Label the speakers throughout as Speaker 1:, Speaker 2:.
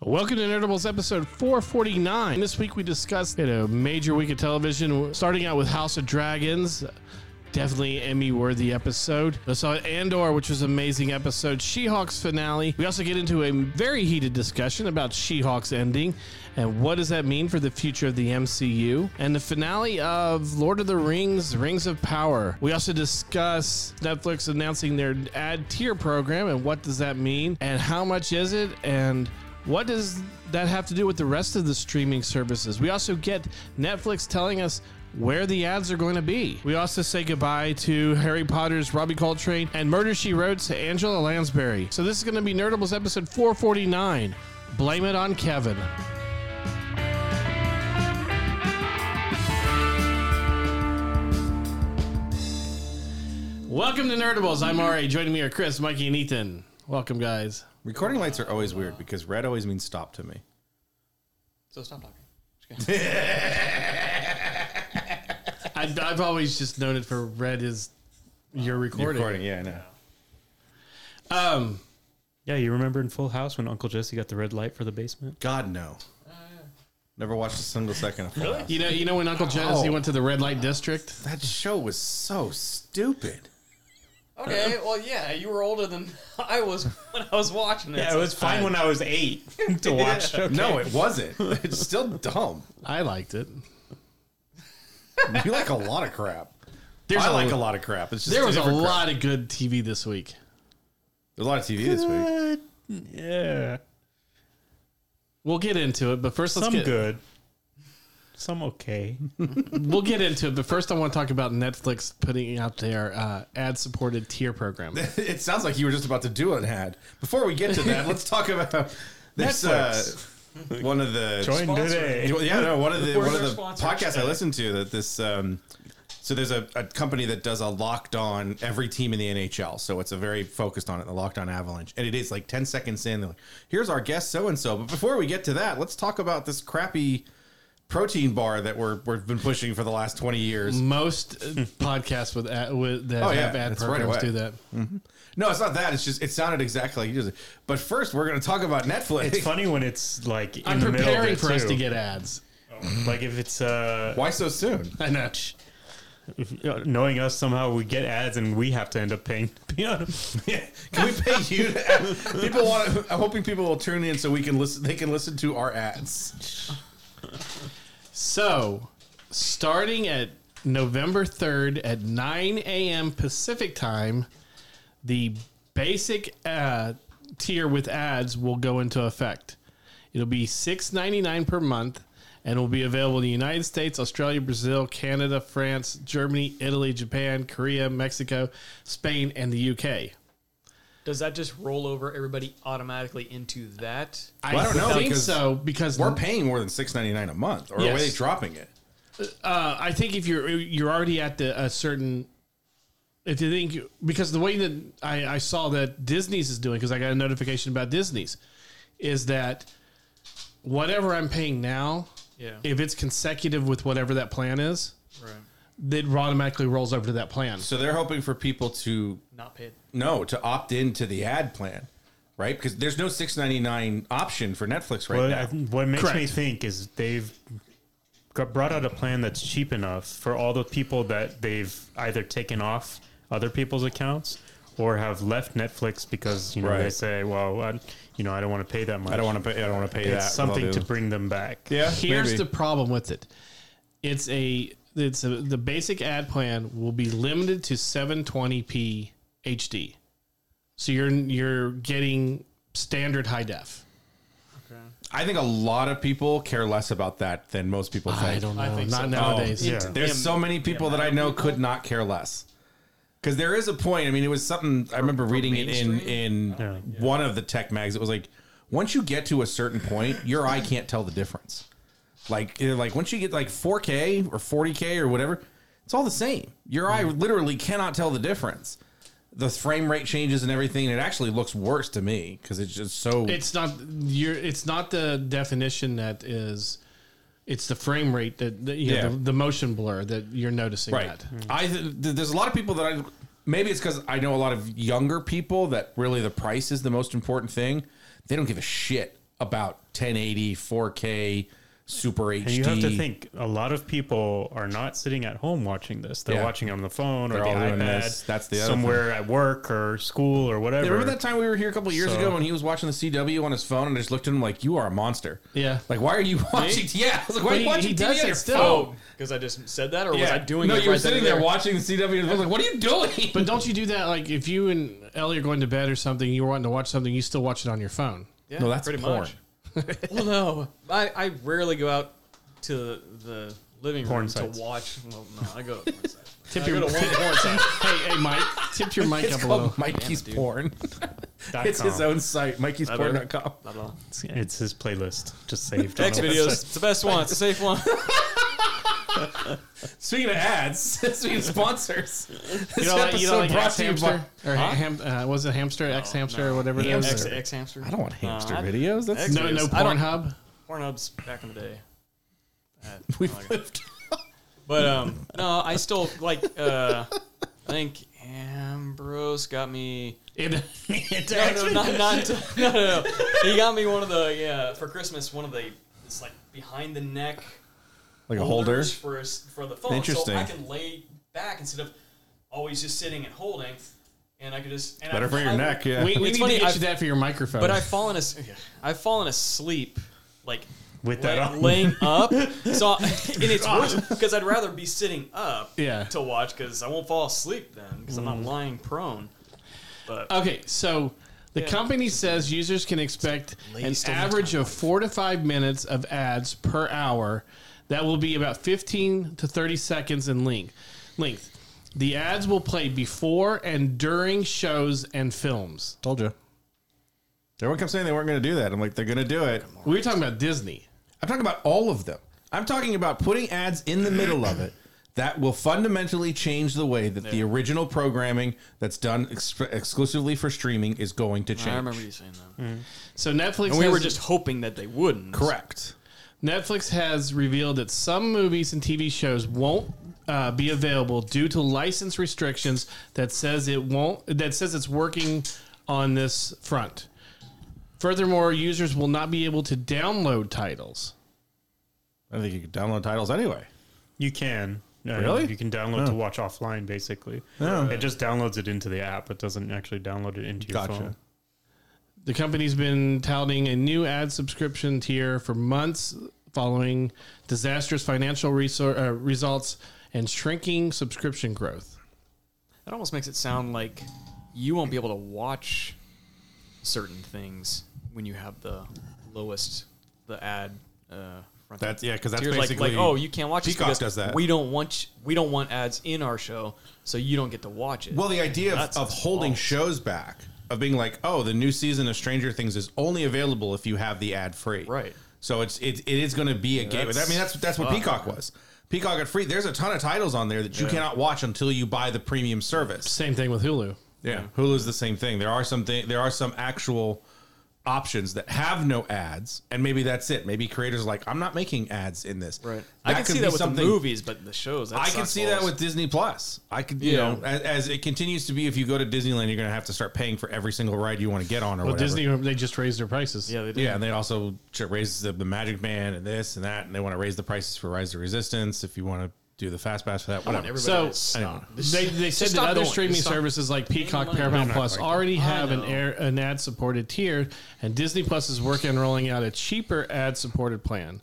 Speaker 1: Welcome to Nerdables episode 449. This week we discussed you know, a major week of television, starting out with House of Dragons. Definitely Emmy worthy episode. I saw Andor, which was an amazing episode. She Hawk's finale. We also get into a very heated discussion about She Hawk's ending and what does that mean for the future of the MCU. And the finale of Lord of the Rings, Rings of Power. We also discuss Netflix announcing their ad tier program and what does that mean and how much is it and what does that have to do with the rest of the streaming services? We also get Netflix telling us where the ads are going to be. We also say goodbye to Harry Potter's Robbie Coltrane and Murder She Wrote's Angela Lansbury. So this is going to be Nerdables episode 449. Blame it on Kevin. Welcome to Nerdables. I'm Ari. Joining me are Chris, Mikey, and Ethan. Welcome, guys.
Speaker 2: Recording lights are always weird because red always means stop to me.
Speaker 3: So stop talking.
Speaker 1: I, I've always just known it for red is you're recording.
Speaker 2: yeah, I know.
Speaker 1: Um,
Speaker 4: Yeah, you remember in Full House when Uncle Jesse got the red light for the basement?
Speaker 2: God no.
Speaker 3: Oh,
Speaker 2: Never watched a single second of Full House.
Speaker 1: you know, you know when Uncle Jesse went to the red light district.
Speaker 2: That show was so stupid.
Speaker 3: Okay,
Speaker 1: Uh-huh.
Speaker 3: well, yeah, you were older than I was when I was watching it. so it's
Speaker 4: when I was eight to watch.
Speaker 2: No, it wasn't. It's still dumb.
Speaker 1: I liked it.
Speaker 2: You like a lot of crap.
Speaker 1: There's
Speaker 2: I
Speaker 1: a-
Speaker 2: like a lot of crap. It's just
Speaker 1: There was a
Speaker 2: different crap.
Speaker 1: lot of good TV this week.
Speaker 2: There's a lot of TV this week.
Speaker 4: yeah,
Speaker 1: We'll get into it, but first let's
Speaker 4: some
Speaker 1: get
Speaker 4: good, some okay.
Speaker 1: we'll get into it. But first, I want to talk about Netflix putting out their uh, ad-supported tier program.
Speaker 2: It sounds like you were just about to do an ad. Before we get to that, let's talk about this. Uh, one of the
Speaker 4: Join
Speaker 3: Sponsored.
Speaker 4: today.
Speaker 2: Well, yeah, no, one of the one
Speaker 3: We're
Speaker 2: of
Speaker 3: their
Speaker 2: the
Speaker 3: sponsors
Speaker 2: podcasts I
Speaker 3: today.
Speaker 2: listened to that this um so there's a, a company that does a locked on every team in the NHL. So it's a very focused on it, the locked on avalanche. And it is like 10 seconds in, they're like, here's our guest so and so. But before we get to that, let's talk about this crappy protein bar that we're we've been pushing for the last 20 years.
Speaker 1: Most uh, podcasts with, ad, with that
Speaker 2: Oh, yeah,
Speaker 1: have ad
Speaker 2: it's right
Speaker 1: programs
Speaker 2: away.
Speaker 1: do that.
Speaker 2: No, it's not that. It's just it sounded exactly like you just but first we're gonna talk about Netflix.
Speaker 4: It's funny when it's like in
Speaker 1: I'm
Speaker 4: the middle of
Speaker 1: preparing
Speaker 4: it
Speaker 1: for us
Speaker 4: too.
Speaker 1: to get ads.
Speaker 4: like if it's uh
Speaker 2: Why so soon?
Speaker 1: I know.
Speaker 4: knowing us somehow we get ads and we have to end up paying to be on 'em.
Speaker 2: Yeah. Can we pay you? To people want. I'm hoping people will tune in so we can listen. They can listen to our ads.
Speaker 1: So, starting at November 3rd at 9 a.m. Pacific time, the basic uh, tier with ads will go into effect. It'll be $6.99 per month and will be available in the United States, Australia, Brazil, Canada, France, Germany, Italy, Japan, Korea, Mexico, Spain, and the UK.
Speaker 3: Does that just roll over everybody automatically into that?
Speaker 1: I,
Speaker 2: Well, I don't know,
Speaker 1: think
Speaker 2: because
Speaker 1: so because
Speaker 2: We're paying more than six ninety nine a month, or are
Speaker 1: Yes.
Speaker 2: they dropping it?
Speaker 1: uh, I think if you're you're already at the a certain if you think because the way that I, I saw that Disney's is doing because I got a notification about Disney's is that whatever I'm paying now,
Speaker 3: Yeah.
Speaker 1: if it's consecutive with whatever that plan is,
Speaker 3: right.
Speaker 1: it automatically rolls over to that plan.
Speaker 2: So they're hoping for people to
Speaker 3: Not paid.
Speaker 2: no to opt into the ad plan, right? Because there's no six ninety nine option for Netflix right
Speaker 4: But
Speaker 2: now.
Speaker 4: I, what makes me
Speaker 1: Correct.
Speaker 4: think is they've got brought out a plan that's cheap enough for all the people that they've either taken off other people's accounts or have left Netflix because you know they
Speaker 2: Right.
Speaker 4: say, "Well, I, you know, I don't want to pay that much."
Speaker 2: I don't want to pay. I don't want to pay
Speaker 4: It's
Speaker 2: that.
Speaker 4: something
Speaker 2: Well,
Speaker 4: to
Speaker 2: they'll-
Speaker 4: bring them back.
Speaker 2: Yeah,
Speaker 1: Here's
Speaker 2: maybe.
Speaker 1: the problem with it. It's a it's a, the basic ad plan will be limited to 720p HD. So you're you're getting standard high def.
Speaker 2: I think a lot of people care less about that than most people think.
Speaker 1: I don't know.
Speaker 3: I think
Speaker 1: Not
Speaker 3: so.
Speaker 1: nowadays.
Speaker 4: Yeah.
Speaker 2: There's so many people that I know could not care less. Because there is a point. I mean, it was something I remember reading it in in one of the tech mags. It was like once you get to a certain point, your eye can't tell the difference. Like you know, like once you get like 4K or 40K or whatever, it's all the same. Your eye literally cannot tell the difference. The frame rate changes and everything. And it actually looks worse to me because it's just so.
Speaker 1: It's not you're it's not the definition that is it's the frame rate that, that you know,
Speaker 2: Yeah.
Speaker 1: the, the motion blur that you're noticing
Speaker 2: Right.
Speaker 1: that.
Speaker 2: I th- th- there's a lot of people that I maybe it's because I know a lot of younger people that really the price is the most important thing. They don't give a shit about 1080, 4K, Super HD.
Speaker 4: And you have to think a lot of people are not sitting at home watching this. They're
Speaker 2: Yeah.
Speaker 4: watching on the phone or
Speaker 2: They're
Speaker 4: the
Speaker 2: all doing
Speaker 4: iPad.
Speaker 2: this. That's the other
Speaker 4: somewhere at work or school or whatever.
Speaker 2: Yeah, Remember that time we were here a couple of years
Speaker 4: So-
Speaker 2: ago and he was watching the CW on his phone and I just looked at him like, "You are a monster."
Speaker 1: Yeah.
Speaker 2: Like, why are you watching? Yeah. I was like, why are
Speaker 1: He-
Speaker 2: you watching
Speaker 1: he
Speaker 2: TV
Speaker 1: does
Speaker 2: on
Speaker 1: it
Speaker 2: your
Speaker 1: still.
Speaker 2: phone?
Speaker 1: Oh.
Speaker 3: because I just said that, or was I doing
Speaker 2: no,
Speaker 3: it?
Speaker 2: you were
Speaker 3: right then
Speaker 2: sitting
Speaker 3: and
Speaker 2: there watching the CW and I was like, "What are you doing?"
Speaker 1: But don't you do that? Like if you and Ellie are going to bed or something, you're wanting to watch something, you still watch it on your phone.
Speaker 3: Yeah,
Speaker 2: no, that's
Speaker 3: pretty
Speaker 2: porn.
Speaker 3: much. well, no, I, I rarely go out to the living
Speaker 4: Porn
Speaker 3: room
Speaker 4: sites.
Speaker 3: to watch. Well, no, I go to porn sites.
Speaker 1: Tip
Speaker 3: I go
Speaker 1: your
Speaker 3: to one porn site.
Speaker 1: hey, hey, Mike, tip your mic
Speaker 2: It's
Speaker 1: up a
Speaker 2: called
Speaker 1: little.
Speaker 2: Mikey's
Speaker 3: dude.
Speaker 2: Porn.
Speaker 4: Dot
Speaker 2: it's his
Speaker 4: com.
Speaker 2: own site, Mikey'sPorn.com.
Speaker 3: Not at all.
Speaker 4: It's his playlist just saved. on
Speaker 3: X
Speaker 4: the
Speaker 3: videos,
Speaker 4: website.
Speaker 3: it's the best one, it's the safe one.
Speaker 2: Speaking of ads, speaking of sponsors, this
Speaker 1: You know, like, you know, like
Speaker 2: brought to you by-
Speaker 1: hamster or ha- ham, uh, was it hamster, X hamster, or whatever it is.
Speaker 3: X, X Oh, hamster.
Speaker 2: I don't want hamster
Speaker 3: Uh, I-
Speaker 2: videos. That's
Speaker 3: X-
Speaker 1: No, no
Speaker 3: I don't-
Speaker 1: Pornhub.
Speaker 3: Pornhub's back in the day. Uh,
Speaker 2: we
Speaker 3: oh my God.
Speaker 2: lived.
Speaker 3: But um, no, I still like. Uh, I think Ambrose got me.
Speaker 1: It,
Speaker 3: No, no, not, not, no, no, no. He got me one of the yeah for Christmas. One of the it's like behind the neck
Speaker 2: Like a holder.
Speaker 3: holders for his- for the phone.
Speaker 2: Interesting.
Speaker 3: So I can lay back instead of always just sitting and holding, and I could just and
Speaker 2: Better
Speaker 3: I,
Speaker 2: for
Speaker 3: I-
Speaker 2: your neck, yeah.
Speaker 1: we we need
Speaker 3: It's funny,
Speaker 1: to get
Speaker 3: I've-
Speaker 1: you that for your microphone.
Speaker 3: But I've fallen as I've fallen asleep like
Speaker 4: With that
Speaker 3: lay-
Speaker 4: on.
Speaker 3: laying up. So and it's worse because I'd rather be sitting up
Speaker 1: Yeah.
Speaker 3: to watch because I won't fall asleep then because I'm not lying prone. But
Speaker 1: Okay, so the company says users can expect an
Speaker 3: Least of my
Speaker 1: average of four to five minutes of ads per hour. That will be about 15 to 30 seconds in length. Length. The ads will play before and during shows and films.
Speaker 2: Told you. Everyone kept saying they weren't going to do that. I'm like, they're going to do it.
Speaker 1: We were talking about Disney.
Speaker 2: I'm talking about all of them. I'm talking about putting ads in the middle of it that will fundamentally change the way that the original programming that's done ex- exclusively for streaming is going to change.
Speaker 3: I remember you saying that.
Speaker 1: So Netflix
Speaker 3: And we were
Speaker 1: has-
Speaker 3: just hoping that they wouldn't.
Speaker 2: Correct.
Speaker 1: Netflix has revealed that some movies and TV shows won't uh, be available due to license restrictions that says it won't that says it's working on this front. Furthermore, users will not be able to download titles.
Speaker 2: I think you could download titles anyway.
Speaker 4: You can. No,
Speaker 2: Really? Oh.
Speaker 4: You can download to watch offline, basically. It just downloads it into the app. It doesn't actually download it into your
Speaker 2: Gotcha.
Speaker 4: phone.
Speaker 1: The company's been touting a new ad subscription tier for months following disastrous financial resor- uh, results and shrinking subscription growth.
Speaker 3: That almost makes it sound like you won't be able to watch certain things when you have the lowest the ad. Uh, front
Speaker 2: That's yeah, because that's
Speaker 3: tiers. like,
Speaker 2: basically
Speaker 3: like oh you can't watch this
Speaker 2: Peacock
Speaker 3: because
Speaker 2: does that.
Speaker 3: we don't want we don't want ads in our show so you don't get to watch it.
Speaker 2: Well, the idea of,
Speaker 3: That's
Speaker 2: of holding
Speaker 3: false.
Speaker 2: shows back, of being like, oh, the new season of Stranger Things is only available if you have the ad free.
Speaker 3: Right.
Speaker 2: So it's it, it is going to be a gateway. I mean, that's that's what Peacock was. Peacock at free. There's a ton of titles on there that you cannot watch until you buy the premium service.
Speaker 1: Same thing with Hulu.
Speaker 2: Yeah. Hulu's the same thing. There are some thing, there are some actual options that have no ads, and maybe that's it. Maybe creators are like, I'm not making ads in this.
Speaker 3: right. I can
Speaker 2: could
Speaker 3: see
Speaker 2: be
Speaker 3: that with the movies, but the shows. That
Speaker 2: I can
Speaker 3: sucks
Speaker 2: see
Speaker 3: balls.
Speaker 2: that with Disney Plus. I could, you
Speaker 3: Yeah.
Speaker 2: know, as, as it continues to be, if you go to Disneyland, you're going to have to start paying for every single ride you want to get on or
Speaker 1: Well,
Speaker 2: whatever.
Speaker 1: Disney they just raised their prices.
Speaker 3: yeah. They do.
Speaker 2: yeah, and they also ch- raise the, the Magic Man and this and that, and they want to raise the prices for Rise of Resistance. If you want to do the Fast Pass for that,
Speaker 3: I want
Speaker 2: whatever.
Speaker 3: everybody
Speaker 1: So-
Speaker 3: to stop.
Speaker 1: They, they said
Speaker 3: Just
Speaker 1: that
Speaker 3: stop
Speaker 1: other
Speaker 3: going.
Speaker 1: streaming
Speaker 3: Just stop.
Speaker 1: services like Peacock,
Speaker 3: money.
Speaker 1: Paramount
Speaker 4: They're not
Speaker 1: Plus
Speaker 4: going
Speaker 1: already have an
Speaker 3: know.
Speaker 1: air, an ad supported tier, and Disney Plus is working on rolling out a cheaper ad supported plan.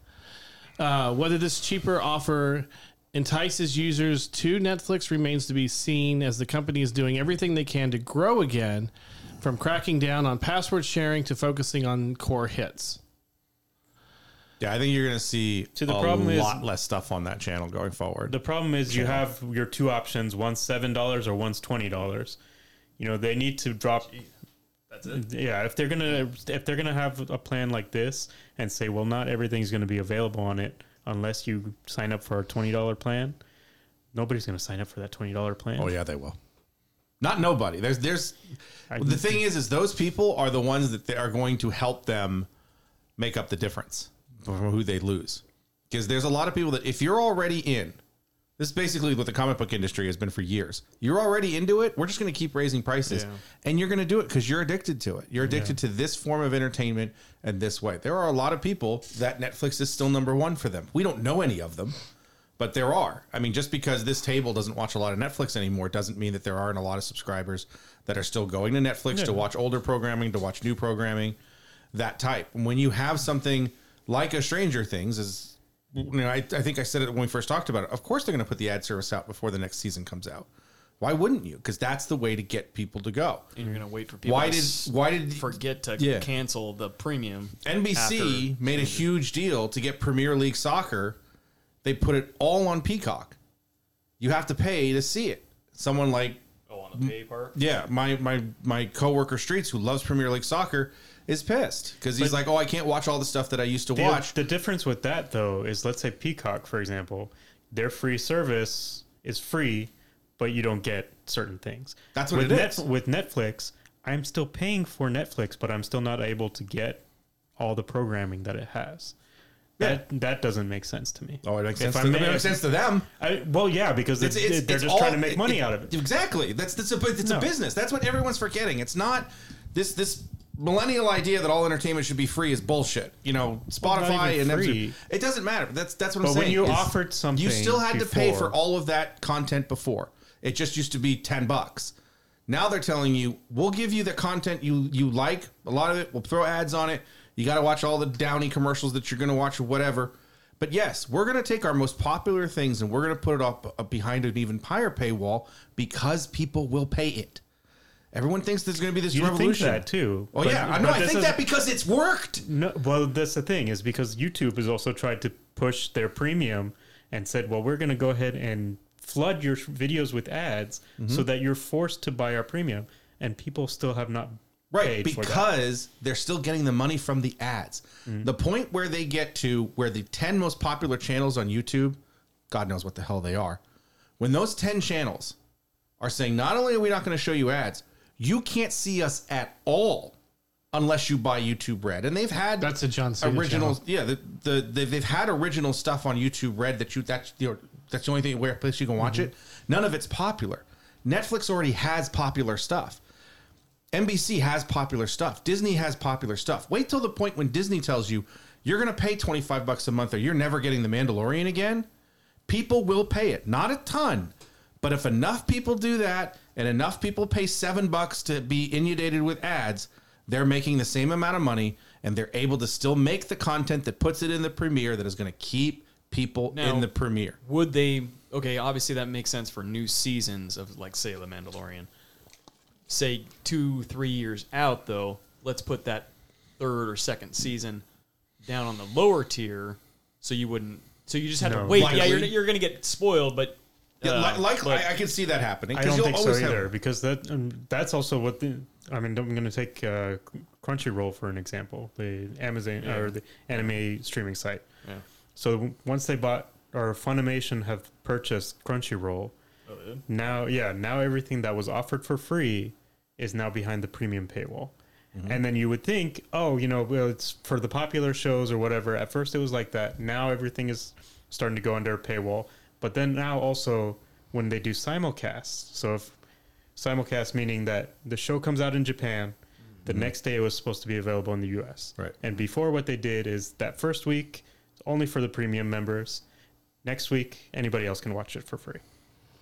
Speaker 1: Uh, whether this cheaper offer entices users to Netflix remains to be seen, as the company is doing everything they can to grow again, from cracking down on password sharing to focusing on core hits.
Speaker 2: yeah, I think you're going to see
Speaker 4: See, the
Speaker 2: a
Speaker 4: problem is-
Speaker 2: lot less stuff on that channel going forward.
Speaker 4: The problem is you have your two options: one's seven dollars or one's twenty dollars. You know they need to drop.
Speaker 3: That's it.
Speaker 4: Yeah, if they're gonna if they're gonna have a plan like this and say, well, not everything's gonna be available on it unless you sign up for our twenty dollar plan. Nobody's gonna sign up for that twenty dollar plan.
Speaker 2: oh yeah, they will. Not nobody. There's there's
Speaker 4: I-
Speaker 2: the thing is is those people are the ones that they are going to help them make up the difference from who they lose because there's a lot of people that if you're already in This is basically what the comic book industry has been for years. You're already into it. We're just going to keep raising prices,
Speaker 3: Yeah.
Speaker 2: and you're going to do it because you're addicted to it. You're addicted to this form of entertainment and this way. There are a lot of people that Netflix is still number one for them. We don't know any of them, but there are. I mean, just because this table doesn't watch a lot of Netflix anymore doesn't mean that there aren't a lot of subscribers that are still going to Netflix to watch older programming, to watch new programming, that type. And when you have something like a Stranger Things, is you know, I, I think I said it when we first talked about it. Of course, they're going to put the ad service out before the next season comes out. Why wouldn't you? Because that's the way to get people to go.
Speaker 3: and you're gonna wait for people.
Speaker 2: Why
Speaker 3: to
Speaker 2: did
Speaker 3: s-
Speaker 2: why did
Speaker 3: forget to
Speaker 2: Yeah.
Speaker 3: cancel the premium?
Speaker 2: NBC
Speaker 3: after-
Speaker 2: made a huge deal to get Premier League soccer. They put it all on Peacock. You have to pay to see it. Someone like
Speaker 5: Oh, on the pay part.
Speaker 2: yeah, my my my coworker Streets, who loves Premier League soccer, is pissed because he's like, oh, I can't watch all the stuff that I used to
Speaker 4: The-
Speaker 2: watch.
Speaker 4: The difference with that though is let's say Peacock, for example, their free service is free, but you don't get certain things.
Speaker 2: That's what
Speaker 4: with
Speaker 2: it
Speaker 4: Net-
Speaker 2: is.
Speaker 4: With Netflix, I'm still paying for Netflix, but I'm still not able to get all the programming that it has. That that doesn't make sense to me.
Speaker 2: oh, it makes
Speaker 4: If
Speaker 2: sense. To,
Speaker 4: I'm-
Speaker 2: it makes sense to them.
Speaker 4: I, well, yeah, because
Speaker 2: It's-
Speaker 4: it-
Speaker 2: it's-
Speaker 4: they're
Speaker 2: it's
Speaker 4: just
Speaker 2: all-
Speaker 4: trying to make money
Speaker 2: it-
Speaker 4: out of it.
Speaker 2: Exactly. That's that's a bu- it's a
Speaker 4: No.
Speaker 2: business. That's what everyone's forgetting. It's not this this millennial idea that all entertainment should be free is bullshit. You know, Spotify
Speaker 4: not even
Speaker 2: and Amazon-
Speaker 4: free.
Speaker 2: it doesn't matter. That's that's what I'm
Speaker 4: But when
Speaker 2: saying.
Speaker 4: you
Speaker 2: is
Speaker 4: offered something
Speaker 2: you still had to pay
Speaker 4: before-
Speaker 2: for all of that content before. It just used to be ten bucks. Now they're telling you we'll give you the content you you like. A lot of it. We'll throw ads on it. You got to watch all the downy commercials that you're going to watch or whatever. But yes, we're going to take our most popular things and we're going to put it up, up behind an even higher paywall because people will pay it. Everyone thinks there's going to be this
Speaker 4: You think
Speaker 2: revolution.
Speaker 4: that too?
Speaker 2: Oh
Speaker 4: but-
Speaker 2: yeah, I know.
Speaker 4: but
Speaker 2: I
Speaker 4: this
Speaker 2: think
Speaker 4: is-
Speaker 2: that because it's worked.
Speaker 4: No, well, that's the thing is because YouTube has also tried to push their premium and said, well, we're going to go ahead and flood your videos with ads
Speaker 2: Mm-hmm.
Speaker 4: so that you're forced to buy our premium, and people still have not
Speaker 2: Right,
Speaker 4: paid for that. Mm-hmm.
Speaker 2: because they're still getting the money from the ads. The point where they get to where the 10 most popular channels on YouTube, God knows what the hell they are, when those 10 channels are saying, not only are we not going to show you ads, you can't see us at all unless you buy YouTube Red. And they've had
Speaker 1: That's a John Cena
Speaker 2: original, yeah, the, the, the they've had original stuff on YouTube Red that you that's the that's the only thing where place you can
Speaker 1: Mm-hmm.
Speaker 2: watch it. None of it's popular. Netflix already has popular stuff. NBC has popular stuff. Disney has popular stuff. Wait till the point when Disney tells you you're going to pay 25 bucks a month or you're never getting The Mandalorian again. People will pay it. Not a ton, but if enough people do that and enough people pay 7 bucks to be inundated with ads, they're making the same amount of money and they're able to still make the content that puts it in the premiere that is going to keep people in
Speaker 3: Now-
Speaker 2: the premiere.
Speaker 3: Would they? Okay, obviously that makes sense for new seasons of like say The Mandalorian. Say two, three years out though, let's put that third or second season down on the lower tier, so you wouldn't. So you just have to
Speaker 4: No.
Speaker 3: wait. Yeah,
Speaker 2: Likely.
Speaker 3: you're, you're gonna get spoiled, but
Speaker 2: Yeah,
Speaker 3: uh,
Speaker 2: li- like
Speaker 3: but-
Speaker 2: I, I can see that happening.
Speaker 4: I
Speaker 2: 'cause
Speaker 4: don't
Speaker 2: you'll
Speaker 4: think so
Speaker 2: always have-
Speaker 4: either because that um, that's also what the I mean. I'm going to take uh, Crunchyroll for an example, the Amazon or the anime streaming site.
Speaker 3: Yeah.
Speaker 4: So w- once they bought or Funimation have purchased Crunchyroll, now yeah, now everything that was offered for free is now behind the premium paywall. And then you would think, oh, you know, well, it's for the popular shows or whatever. At first it was like that. Now everything is starting to go under a paywall. But then now also when they do simulcasts, so if simulcast meaning that the show comes out in Japan, the next day it was supposed to be available in the U.S.
Speaker 2: Right.
Speaker 4: And before, what they did is that first week only for the premium members. Next week, anybody else can watch it for free.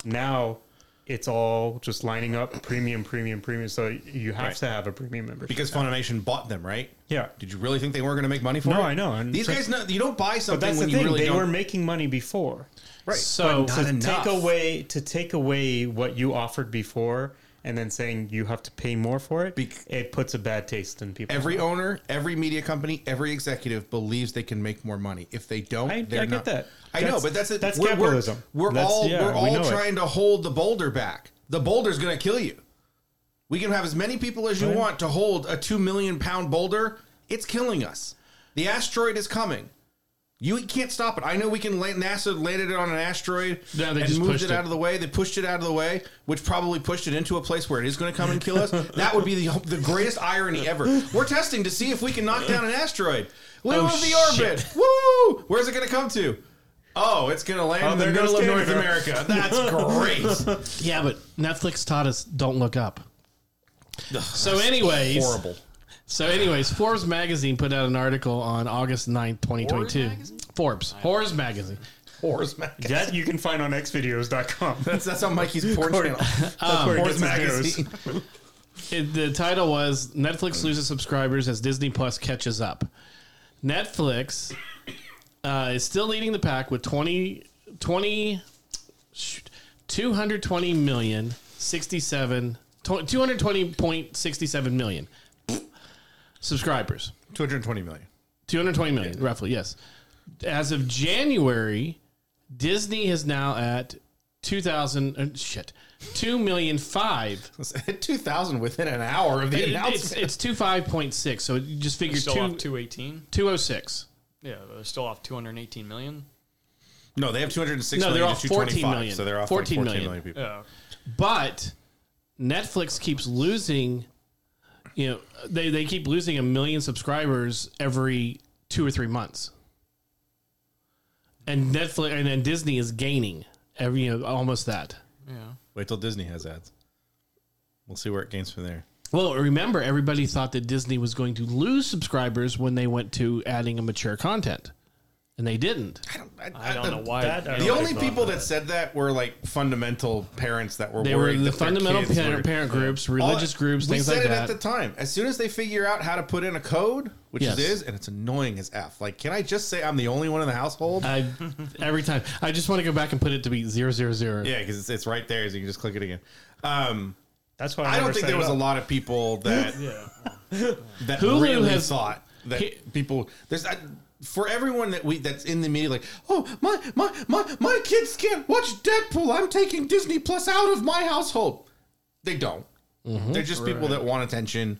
Speaker 4: Now it's all just lining up premium, premium, premium. So you have
Speaker 2: Right.
Speaker 4: to have a premium membership.
Speaker 2: because Funimation bought them, right?
Speaker 4: yeah.
Speaker 2: Did you really think they weren't going to make money for it?
Speaker 4: No, I know. And
Speaker 2: These
Speaker 4: so-
Speaker 2: guys, know, you don't buy something
Speaker 4: that's the
Speaker 2: when you
Speaker 4: thing.
Speaker 2: really
Speaker 4: they
Speaker 2: don't.
Speaker 4: were making money before.
Speaker 2: right.
Speaker 1: So
Speaker 2: But
Speaker 4: to
Speaker 2: not enough.
Speaker 4: take away to take away what you offered before and then saying you have to pay more for it,
Speaker 2: Bec-
Speaker 4: it puts a bad taste in people.
Speaker 2: every owner, every media company, every executive believes they can make more money. If they don't,
Speaker 4: I-
Speaker 2: they're
Speaker 4: I get
Speaker 2: not-
Speaker 4: that.
Speaker 2: I know,
Speaker 4: That's-
Speaker 2: but that's it.
Speaker 4: that's
Speaker 2: We're- we're-
Speaker 4: capitalism.
Speaker 2: We're,
Speaker 4: That's-
Speaker 2: all
Speaker 4: yeah,
Speaker 2: we're
Speaker 4: we
Speaker 2: all
Speaker 4: know it.
Speaker 2: trying to hold the boulder back. The boulder's going to kill you. We can have as many people as you want to hold a two million pound boulder. It's killing us. The asteroid is coming. You can't stop it. I know we can land. NASA landed it on an asteroid
Speaker 1: Yeah, they
Speaker 2: and
Speaker 1: just
Speaker 2: moved
Speaker 1: pushed
Speaker 2: it,
Speaker 1: it.
Speaker 2: out of the way. They pushed it out of the way, which probably pushed it into a place where it is going to come and kill us. that would be the, the greatest irony ever. We're testing to see if we can knock down an asteroid. We
Speaker 1: Oh,
Speaker 2: move the orbit. Woo! Where's it going to come to? Oh, it's gonna land
Speaker 4: Oh,
Speaker 2: in
Speaker 4: they're
Speaker 2: the
Speaker 4: gonna
Speaker 2: North,
Speaker 4: look
Speaker 2: North
Speaker 4: over.
Speaker 2: America. That's great.
Speaker 1: Yeah, but Netflix taught us don't look up. So, anyways,
Speaker 2: Horrible.
Speaker 1: So, anyways, Forbes magazine put out an article on August 9th, 2022. Forbes. Forbes magazine.
Speaker 2: Horse magazine.
Speaker 4: That you can find on xvideos.com.
Speaker 2: That's that's on Mikey's porn channel. Uh,
Speaker 4: That's where it
Speaker 2: Horse
Speaker 4: gets its news.
Speaker 2: magazine.
Speaker 1: It, the title was Netflix loses subscribers as Disney Plus catches up. Netflix uh, is still leading the pack with 20, 20 shoot, 220 million 67 220.67 million subscribers.
Speaker 2: Two hundred twenty million.
Speaker 1: 220 million, roughly, yes. As of January, Disney is now at 2,000, uh, shit, 2 million five.
Speaker 2: Two thousand within an hour of the
Speaker 1: It- It's,
Speaker 2: announcement.
Speaker 1: it's 25.6, so you just figure
Speaker 3: Still off
Speaker 1: two,
Speaker 3: two eighteen.
Speaker 1: 206.
Speaker 3: Yeah, but they're still off two hundred eighteen million.
Speaker 2: no, they have two hundred six.
Speaker 1: No, they're
Speaker 2: million
Speaker 1: off
Speaker 2: to
Speaker 1: 14
Speaker 2: 225,
Speaker 1: million.
Speaker 2: So they're off
Speaker 1: 14
Speaker 2: like
Speaker 1: million.
Speaker 2: million people.
Speaker 3: Yeah,
Speaker 1: But Netflix keeps losing, you know, they, they keep losing a million subscribers every two or three months. And Netflix and then Disney is gaining every, you know, almost that.
Speaker 3: yeah.
Speaker 2: Wait till Disney has ads. We'll see where it gains from there.
Speaker 1: Well, remember, everybody thought that Disney was going to lose subscribers when they went to adding a mature content, and they didn't.
Speaker 2: I don't,
Speaker 3: I don't know why.
Speaker 4: that-
Speaker 2: The
Speaker 4: I
Speaker 2: only
Speaker 4: thought
Speaker 2: people that said that were like fundamental parents that were
Speaker 1: They were
Speaker 2: worried
Speaker 1: the
Speaker 2: that their
Speaker 1: fundamental
Speaker 2: kids
Speaker 1: parent,
Speaker 2: were-
Speaker 1: parent groups, religious
Speaker 2: All-
Speaker 1: groups, things
Speaker 2: we
Speaker 1: like
Speaker 2: said it
Speaker 1: that.
Speaker 2: at the time. As soon as they figure out how to put in a code, which
Speaker 1: Yes.
Speaker 2: it is, and it's annoying as f. Like, can I just say I'm the only one in the household?
Speaker 1: I, every time, I just want to go back and put it to be zero zero zero.
Speaker 2: yeah, because it's, it's right there, so you can just click it again. Um,
Speaker 4: That's why I,
Speaker 2: I
Speaker 4: never
Speaker 2: don't think
Speaker 4: set
Speaker 2: there
Speaker 4: it
Speaker 2: was a
Speaker 4: up.
Speaker 2: lot of people that that
Speaker 1: Hulu
Speaker 2: really
Speaker 1: has-
Speaker 2: thought that
Speaker 1: He-
Speaker 2: people there's I, for everyone that we that's in the media like oh my my my my kids can't watch Deadpool I'm taking Disney Plus out of my household they don't they're just people that want attention and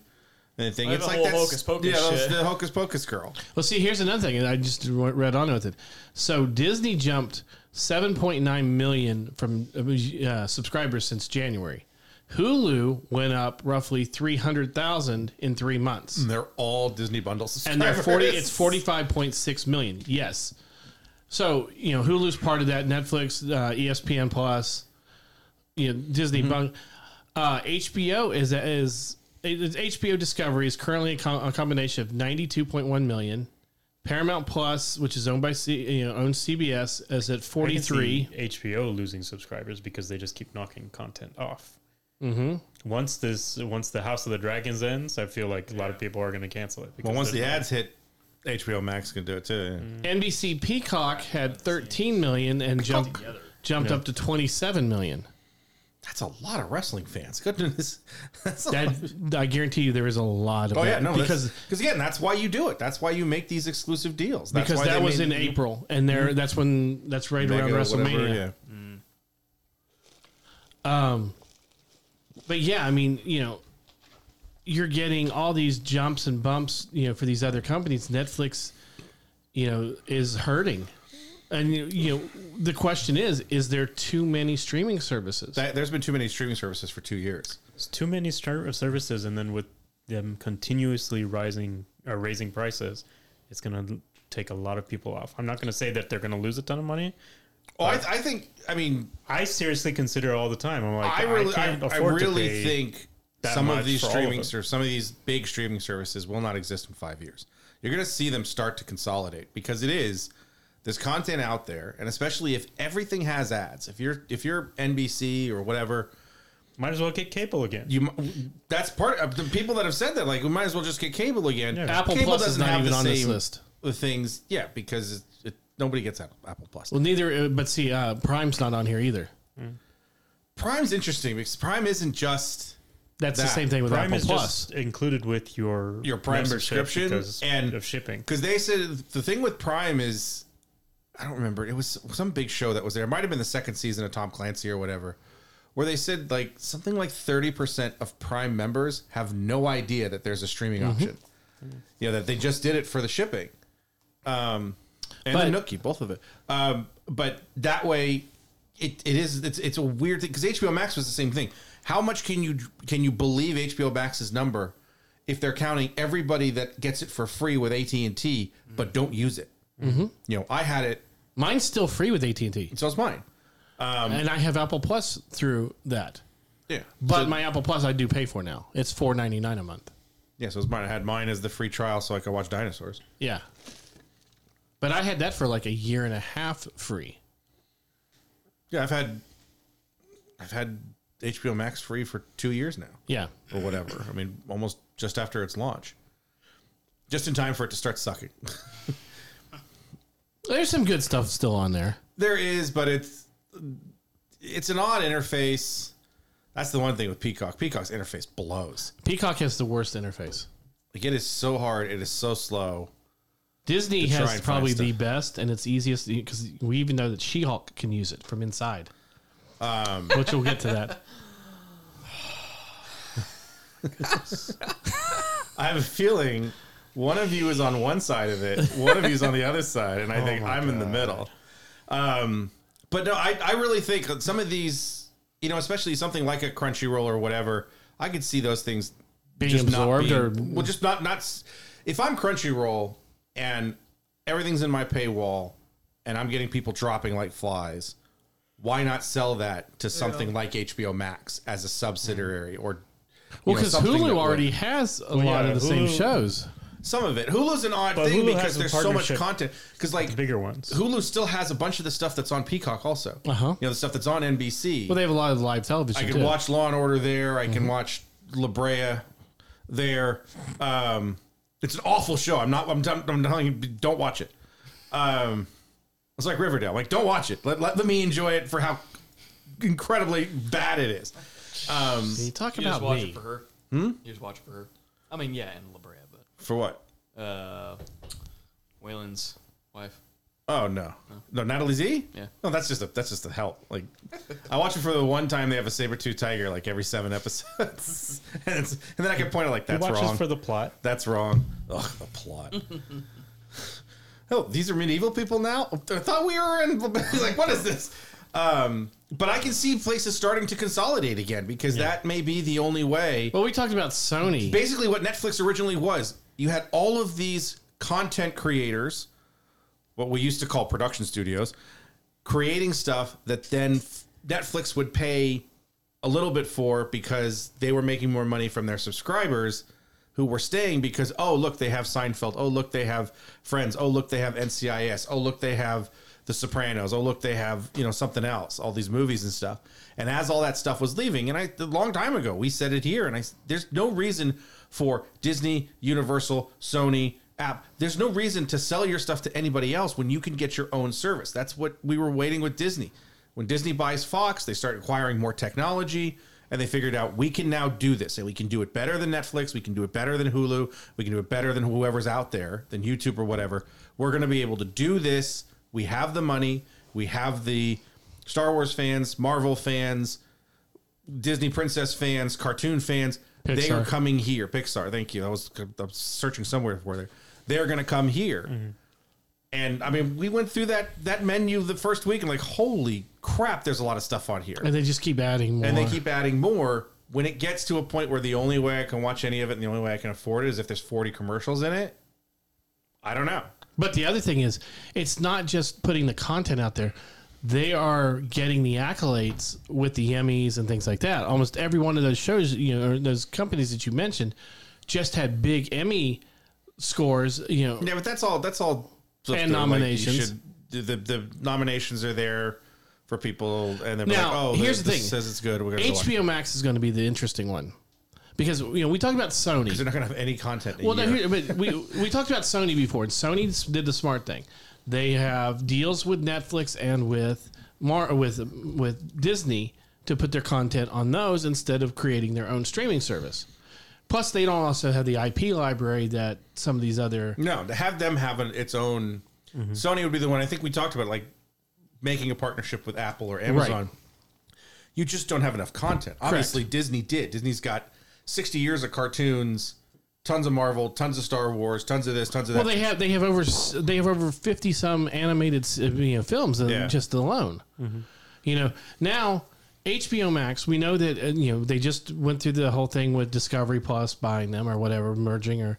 Speaker 2: they think
Speaker 3: Like
Speaker 2: it's
Speaker 3: the
Speaker 2: like
Speaker 3: whole
Speaker 2: that's
Speaker 3: hocus pocus
Speaker 2: yeah that's
Speaker 3: shit.
Speaker 2: the hocus pocus girl
Speaker 1: Well, see, here's another thing, and I just re- read on with it. So Disney jumped 7.9 million from uh, subscribers since January. Hulu went up roughly 300,000 in three months.
Speaker 2: and they're all Disney bundle
Speaker 1: and they're
Speaker 2: subscribers
Speaker 1: 40 it's 45.6 million yes so you know hulu's part of that netflix uh, espn plus you know disney
Speaker 4: Mm-hmm.
Speaker 1: bun- uh, hbo is is it- it's hbo discovery is currently a, com- a combination of 92.1 million paramount plus which is owned by C- you know owns cbs is at
Speaker 4: I can
Speaker 1: 43
Speaker 4: see HBO losing subscribers because they just keep knocking content off. Mm-hmm. Once this, once the House of the Dragons ends, I feel like a lot of people are going to cancel it. Because
Speaker 2: well once the
Speaker 4: they're-
Speaker 2: ads hit HBO Max can do it too
Speaker 4: Mm-hmm.
Speaker 1: nbc peacock had 13 million and jumped jumped up to 27 million
Speaker 2: that's a lot of wrestling fans goodness that's a lot.
Speaker 1: that i guarantee you there is a lot of
Speaker 2: Oh
Speaker 1: that
Speaker 2: yeah, no,
Speaker 1: because
Speaker 2: because because again, that's why you do it. That's why you make these exclusive deals. That's
Speaker 1: because
Speaker 2: why
Speaker 1: that
Speaker 2: they
Speaker 1: was
Speaker 2: made Mm-hmm.
Speaker 1: in April, and there that's when that's right
Speaker 2: Mega
Speaker 1: around WrestleMania.
Speaker 2: whatever, yeah.
Speaker 1: But yeah, I mean, you know, you're getting all these jumps and bumps, you know, for these other companies. Netflix, you know, is hurting, and you- you know, the question is: Is there too many streaming services?
Speaker 2: That- there's been too many streaming services for two years.
Speaker 4: It's too many star- uh, services, and then with them continuously rising or raising prices, it's going to take a lot of people off. I'm not going to say that they're going to lose a ton of money.
Speaker 2: Oh, I, I think. I mean,
Speaker 4: I seriously consider it all the time. I'm like,
Speaker 2: I really, I,
Speaker 4: can't
Speaker 2: I
Speaker 4: afford to
Speaker 2: really
Speaker 4: pay.
Speaker 2: think
Speaker 4: that
Speaker 2: some of
Speaker 4: much
Speaker 2: these
Speaker 4: for all of
Speaker 2: streaming
Speaker 4: them.
Speaker 2: ser- some of these big streaming services will not exist in five years. You're going to see them start to consolidate because it is there's content out there, and especially if everything has ads. If you're if you're NBC or whatever,
Speaker 4: might as well get cable again.
Speaker 2: you mi- that's part of the people that have said that like we might as well just get cable again
Speaker 1: Apple
Speaker 2: cable
Speaker 1: Plus is not even
Speaker 2: the
Speaker 1: on this
Speaker 2: same-
Speaker 1: list.
Speaker 2: the things yeah because it, it, nobody gets Apple, Apple Plus
Speaker 1: well, neither. uh, But see, uh, Prime's not on here either.
Speaker 2: Prime's interesting because Prime isn't just
Speaker 1: That's the
Speaker 2: That.
Speaker 1: same thing with
Speaker 4: Prime
Speaker 1: Apple
Speaker 4: is
Speaker 1: Plus.
Speaker 4: just included with your
Speaker 2: your Prime
Speaker 4: membership
Speaker 2: subscription
Speaker 4: because
Speaker 2: and
Speaker 4: of shipping.
Speaker 2: because they said the thing with Prime is I don't remember it was some big show that was there it might have been the second season of Tom Clancy or whatever where they said like something like 30% of Prime members have no idea that there's a streaming
Speaker 1: Mm-hmm.
Speaker 2: option you know that they just did it for the shipping um and the
Speaker 1: But-
Speaker 2: Nookie both of it um but that way it, it is it's it's a weird thing because HBO Max was the same thing. How much can you can you believe HBO Max's number if they're counting everybody that gets it for free with AT and T but don't use it? Mm-hmm. You know, I had it
Speaker 1: Mine's still free with AT and T,
Speaker 2: So it's mine. Um,
Speaker 1: and I have Apple Plus through that.
Speaker 2: Yeah.
Speaker 1: But my Apple Plus I do pay for now. It's four ninety nine a month.
Speaker 2: Yeah, so it's mine. I had mine as the free trial so I could watch dinosaurs.
Speaker 1: Yeah. But I had that for like a year and a half free.
Speaker 2: Yeah, I've had I've had HBO Max free for two years now.
Speaker 1: Yeah.
Speaker 2: Or whatever. I mean, almost just after its launch. Just in time for it to start sucking.
Speaker 1: There's some good stuff still on there.
Speaker 2: There is, but it's it's an odd interface. That's the one thing with Peacock. Peacock's interface blows.
Speaker 1: Peacock has the worst interface.
Speaker 2: Like it is so hard, it is so slow.
Speaker 1: Disney
Speaker 2: try
Speaker 1: has
Speaker 2: and find
Speaker 1: probably
Speaker 2: stuff.
Speaker 1: the best and it's easiest because we even know that She Hulk can use it from inside. Um, which we'll get to that.
Speaker 2: I have a feeling one of you is on one side of it, one of you is on the other side,
Speaker 1: Oh
Speaker 2: and I think I'm in the middle. Um, but no, I, I really think that some of these, you know, especially something like a Crunchyroll or whatever, I could see those things
Speaker 1: Being
Speaker 2: just not
Speaker 1: absorbed
Speaker 2: being-
Speaker 1: or
Speaker 2: well, just not not. s- If I'm Crunchyroll and everything's in my paywall, and I'm getting people dropping like flies, why not sell that to something like HBO Max as a subsidiary or?
Speaker 1: well,
Speaker 2: know,
Speaker 1: because
Speaker 2: something that
Speaker 1: Hulu
Speaker 2: would-
Speaker 1: already has a lot
Speaker 4: yeah,
Speaker 1: of the same
Speaker 4: Hulu-
Speaker 1: shows.
Speaker 2: Some of it. Hulu's an odd
Speaker 4: But
Speaker 2: thing
Speaker 4: Hulu
Speaker 2: because
Speaker 4: has a
Speaker 2: there's so much
Speaker 4: partnership.
Speaker 2: content. Because like
Speaker 4: Bigger ones.
Speaker 2: Hulu still has a bunch of the stuff that's on Peacock also.
Speaker 1: Uh-huh.
Speaker 2: You know the stuff that's on NBC.
Speaker 1: Well, they have a lot of live television.
Speaker 2: I
Speaker 1: too.
Speaker 2: can watch Law and Order there. I
Speaker 4: Mm-hmm.
Speaker 2: can watch La Brea there. Um, it's an awful show. I'm not. I'm, done- I'm telling you, don't watch it. Um, it's like Riverdale. Like, don't watch it. Let, let, let me enjoy it for how incredibly bad it is. Um,
Speaker 1: You talk
Speaker 3: You
Speaker 1: about
Speaker 3: just watch
Speaker 1: me. Hmm?
Speaker 3: it for her. You just watch it for her. I mean, yeah, and La Brea, but
Speaker 2: for what?
Speaker 3: uh, Waylon's wife.
Speaker 2: Oh no, no, Natalie Z.
Speaker 3: Yeah.
Speaker 2: no, that's just a that's just a help. Like, I watch it for the one time they have a saber tooth tiger like every seven episodes, and, it's, and then I can point out like
Speaker 4: He
Speaker 2: that's
Speaker 4: watches
Speaker 2: wrong,
Speaker 4: for the plot.
Speaker 2: that's wrong. Ugh, the plot. oh, these are medieval people now. I thought we were in. like, what is this? Um, but I can see places starting to consolidate again because that may be the only way
Speaker 1: Well, we talked about Sony.
Speaker 2: basically what Netflix originally was. You had all of these content creators, what we used to call production studios, creating stuff that then f- Netflix would pay a little bit for because they were making more money from their subscribers who were staying because oh look they have Seinfeld, oh look they have Friends, oh look they have NCIS, oh look they have The Sopranos, oh look they have you know something else, all these movies and stuff. And as all that stuff was leaving, and I a long time ago we said it here, and I s- there's no reason for Disney, Universal, Sony. App. There's no reason to sell your stuff to anybody else when you can get your own service. That's what we were waiting with Disney. When Disney buys Fox, they start acquiring more technology and they figured out we can now do this and we can do it better than Netflix, we can do it better than Hulu, we can do it better than whoever's out there, than YouTube or whatever. We're going to be able to do this. We have the money, we have the Star Wars fans, Marvel fans, Disney princess fans, cartoon fans. They
Speaker 1: Pixar.
Speaker 2: are coming here. Pixar, thank you. I was, I was searching somewhere for there. They're going to come here. And I mean, we went through that that menu the first week and like, holy crap, there's a lot of stuff on here.
Speaker 1: and they just keep adding more.
Speaker 2: And they keep adding more. When it gets to a point where the only way I can watch any of it and the only way I can afford it is if there's 40 commercials in it, I don't know.
Speaker 1: But the other thing is, it's not just putting the content out there. They are getting the accolades with the Emmys and things like that. Almost every one of those shows, you know, or those companies that you mentioned, just had big Emmy scores. You know,
Speaker 2: Yeah, but that's all. That's all. stuff
Speaker 1: And
Speaker 2: that, like, you
Speaker 1: nominations.
Speaker 2: should- the, the the nominations are there for people, and they're
Speaker 1: Now,
Speaker 2: like, "Oh,
Speaker 1: here's the
Speaker 2: this
Speaker 1: thing.
Speaker 2: Says it's good. We're gonna go watch it."
Speaker 1: HBO Max is going to be the interesting one because you know we talked about Sony.
Speaker 2: They're not gonna have any content. In
Speaker 1: Well,
Speaker 2: a
Speaker 1: no,
Speaker 2: year.
Speaker 1: here, but we we talked about Sony before, and Sony s- did the smart thing. They have deals with Netflix and with Mar with with Disney to put their content on those instead of creating their own streaming service. Plus, they don't also have the IP library that some of these other.
Speaker 2: No, to have them have an, its own.
Speaker 1: Mm-hmm.
Speaker 2: Sony would be the one. I think we talked about like making a partnership with Apple or Amazon. You just don't have enough content. Obviously, Disney did. Disney's got sixty years of cartoons, tons of Marvel, tons of Star Wars, tons of this, tons of
Speaker 1: Well,
Speaker 2: that.
Speaker 1: they have they have over s- they have over fifty some animated s- you know, films in-
Speaker 2: Yeah.
Speaker 1: just alone.
Speaker 3: Mm-hmm.
Speaker 1: You know now HBO Max. We know that uh, you know they just went through the whole thing with Discovery Plus buying them or whatever merging or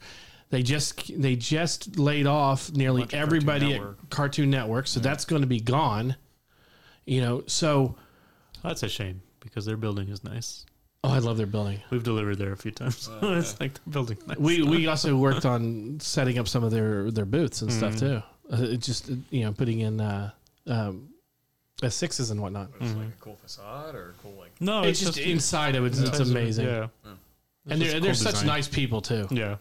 Speaker 1: They just they just laid off nearly
Speaker 3: Bunch of Cartoon
Speaker 1: everybody at
Speaker 3: Network.
Speaker 1: Cartoon Network, so that's going to be gone. You know, so
Speaker 5: Oh, That's a shame because their building is nice.
Speaker 1: oh, I love their building.
Speaker 5: We've delivered there a few times.
Speaker 4: Oh,
Speaker 5: it's like the building. Nice.
Speaker 1: We we also worked on setting up some of their their booths and stuff too. Uh, it just uh, you know putting in uh, um, uh, sixes and whatnot.
Speaker 3: It's
Speaker 2: Mm-hmm.
Speaker 3: like a cool facade or a cool like.
Speaker 4: Oh,
Speaker 5: no,
Speaker 1: it's, just, inside of it. It's amazing,
Speaker 5: Yeah,
Speaker 1: and they're,
Speaker 5: just
Speaker 1: they're
Speaker 5: cool
Speaker 1: such
Speaker 5: design.
Speaker 1: nice people too.
Speaker 5: yeah.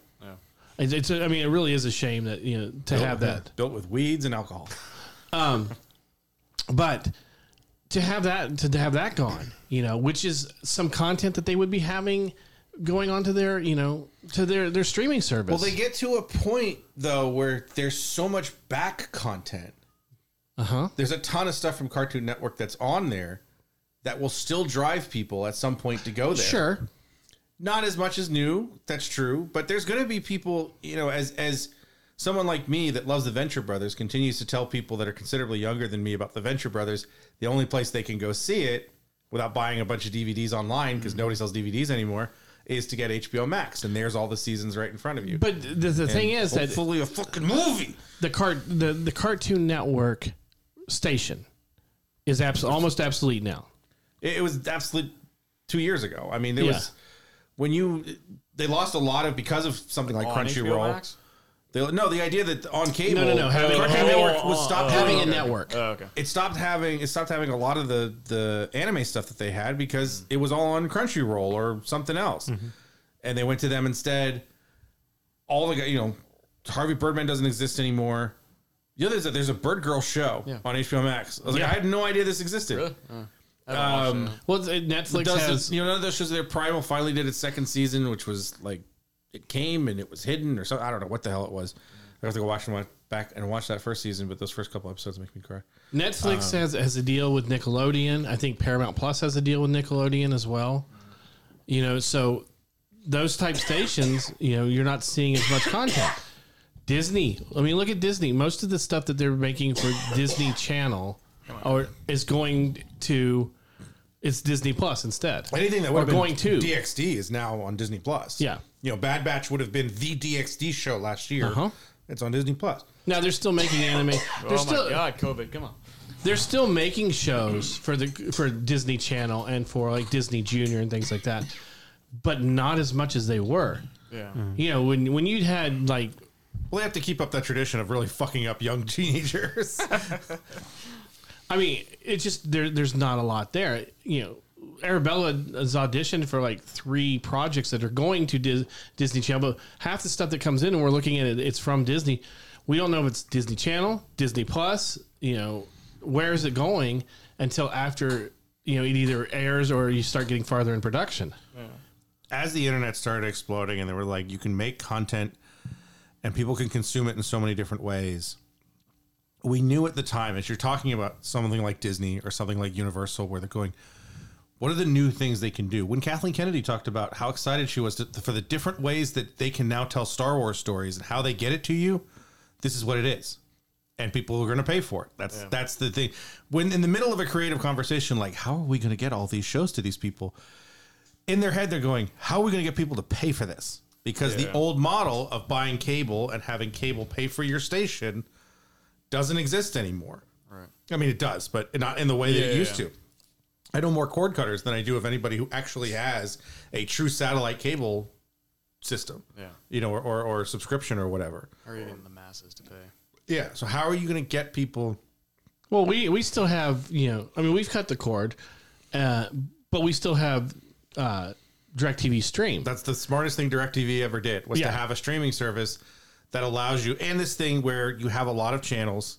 Speaker 1: It's, it's I mean, it really is a shame that you know to have that.
Speaker 2: built with weeds and alcohol.
Speaker 1: Um, but to have that to have that gone, you know, which is some content that they would be having going on to their you know to their their streaming service.
Speaker 2: Well, they get to a point though where there's so much back content.
Speaker 1: uh huh.
Speaker 2: There's a ton of stuff from Cartoon Network that's on there that will still drive people at some point to go there.
Speaker 1: Sure.
Speaker 2: not as much as new that's true but there's going to be people you know as as someone like me that loves the venture brothers continues to tell people that are considerably younger than me about the venture brothers the only place they can go see it without buying a bunch of dvds online
Speaker 1: Mm-hmm.
Speaker 2: because nobody sells dvds anymore is to get hbo max and there's all the seasons right in front of you
Speaker 1: But the, the thing is that
Speaker 2: fully a fucking movie
Speaker 1: the cart the, the Cartoon Network station is abs- almost obsolete now.
Speaker 2: it, it was absolute two years ago i mean there
Speaker 1: Yeah.
Speaker 2: was when you they lost a lot of because of something like
Speaker 3: on HBO
Speaker 2: crunchyroll
Speaker 3: Max?
Speaker 2: They, no, the idea that on cable,
Speaker 1: no, no, having-
Speaker 2: Cartoon
Speaker 1: oh,
Speaker 2: Network was stopped
Speaker 1: Having a
Speaker 2: having
Speaker 1: network.
Speaker 3: Oh, uh, okay.
Speaker 2: It stopped having it stopped having a lot of the the anime stuff that they had because
Speaker 3: Mm-hmm.
Speaker 2: it was all on Crunchyroll or something else, and they went to them instead. All the guy- you know, Harvey Birdman doesn't exist anymore. The other is that there's a Bird Girl show on HBO Max. I was
Speaker 1: Yeah.
Speaker 2: like, I had no idea this existed.
Speaker 3: Really? Uh, I haven't
Speaker 2: Um,
Speaker 3: watched it.
Speaker 1: Well, th- Netflix
Speaker 2: Does the-
Speaker 1: has
Speaker 2: you know none of those shows? Their Primal finally did its second season, which was like it came and it was hidden or something. I don't know what the hell it was. I have to go watch and watch back and watch that first season, but those first couple episodes make me cry.
Speaker 1: Netflix has has a deal with Nickelodeon. I think Paramount Plus has a deal with Nickelodeon as well. You know, so those type stations, you know, you're not seeing as much content. Disney. I mean, look at Disney. Most of the stuff that they're making for Disney Channel or is going to it's Disney Plus instead.
Speaker 2: Anything that
Speaker 1: Or
Speaker 2: would have
Speaker 1: going
Speaker 2: been
Speaker 1: to.
Speaker 2: DxD is now on Disney Plus.
Speaker 1: Yeah.
Speaker 2: you know, Bad Batch would have been the DxD show last year.
Speaker 1: Uh-huh.
Speaker 2: It's on Disney Plus.
Speaker 1: Now they're still making anime. They're
Speaker 3: Oh
Speaker 1: still
Speaker 3: my god, COVID! Come on.
Speaker 1: they're still making shows for the for Disney Channel and for like Disney Junior and things like that, but not as much as they were.
Speaker 3: Yeah.
Speaker 2: Mm.
Speaker 1: You know, when when you had like
Speaker 2: Well, they have to keep up that tradition of really fucking up young teenagers.
Speaker 1: I mean, it's just there there's not a lot there. You know, Arabella has auditioned for like three projects that are going to Dis- Disney Channel, but half the stuff that comes in and we're looking at it, it's from Disney. We don't know if it's Disney Channel, Disney Plus, you know, where is it going until after, you know, it either airs or you start getting farther in production.
Speaker 2: as the internet started exploding and they were like you can make content and people can consume it in so many different ways we knew at the time as you're talking about something like disney or something like universal where they're going what are the new things they can do when kathleen kennedy talked about how excited she was to, for the different ways that they can now tell star wars stories and how they get it to you this is what it is and people are going to pay for it. That's that's the thing. When in the middle of a creative conversation, like how are we going to get all these shows to these people? In their head, they're going, how are we going to get people to pay for this? Because the old model of buying cable and having cable pay for your station doesn't exist anymore. Right. I mean, it does, but not in the way that it
Speaker 3: Yeah,
Speaker 2: used
Speaker 3: yeah.
Speaker 2: to. I know more cord cutters than I do of anybody who actually has a true satellite cable system,
Speaker 3: Yeah.
Speaker 2: you know, or, or, or subscription or whatever.
Speaker 3: Or even the masses to pay.
Speaker 2: Yeah. So how are you going to get people?
Speaker 1: Well, we we still have you know, I mean, we've cut the cord, uh, but we still have uh, Directv Stream.
Speaker 2: That's the smartest thing DirecTV ever did was
Speaker 1: Yeah.
Speaker 2: to have a streaming service that allows you, and this thing where you have a lot of channels,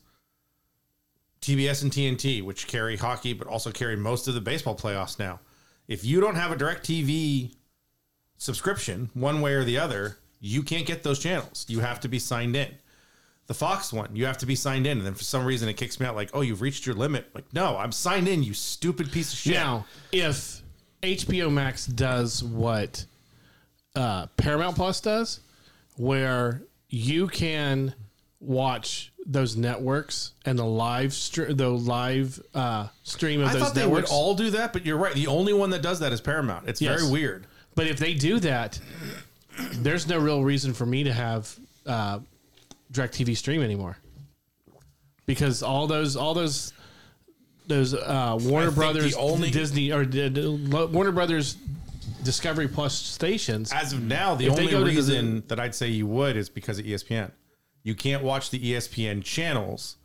Speaker 2: TBS and TNT, which carry hockey but also carry most of the baseball playoffs now. If you don't have a DirecTV subscription, one way or the other, you can't get those channels. You have to be signed in. The Fox one, you have to be signed in, and then for some reason it kicks me out like, "Oh, you've reached your limit." Like, no, I'm signed in. You stupid piece of shit.
Speaker 1: Now, if HBO Max does what uh, Paramount Plus does, where you can watch those networks and the live str- the live uh, stream of
Speaker 2: I
Speaker 1: those
Speaker 2: thought they would
Speaker 1: networks.
Speaker 2: all do that, but you're right. The only one that does that is Paramount. It's
Speaker 1: Yes.
Speaker 2: very weird.
Speaker 1: but if they do that, there's no real reason for me to have uh, DirecTV stream anymore because all those all those those uh, Warner
Speaker 2: think
Speaker 1: Brothers
Speaker 2: the only-
Speaker 1: Disney or the, the Lo- Warner Brothers Discovery Plus stations.
Speaker 2: As of now, the
Speaker 1: If they
Speaker 2: only
Speaker 1: go to the-
Speaker 2: reason that I'd say you would is because of E ESPN. You can't watch the E ESPN channels.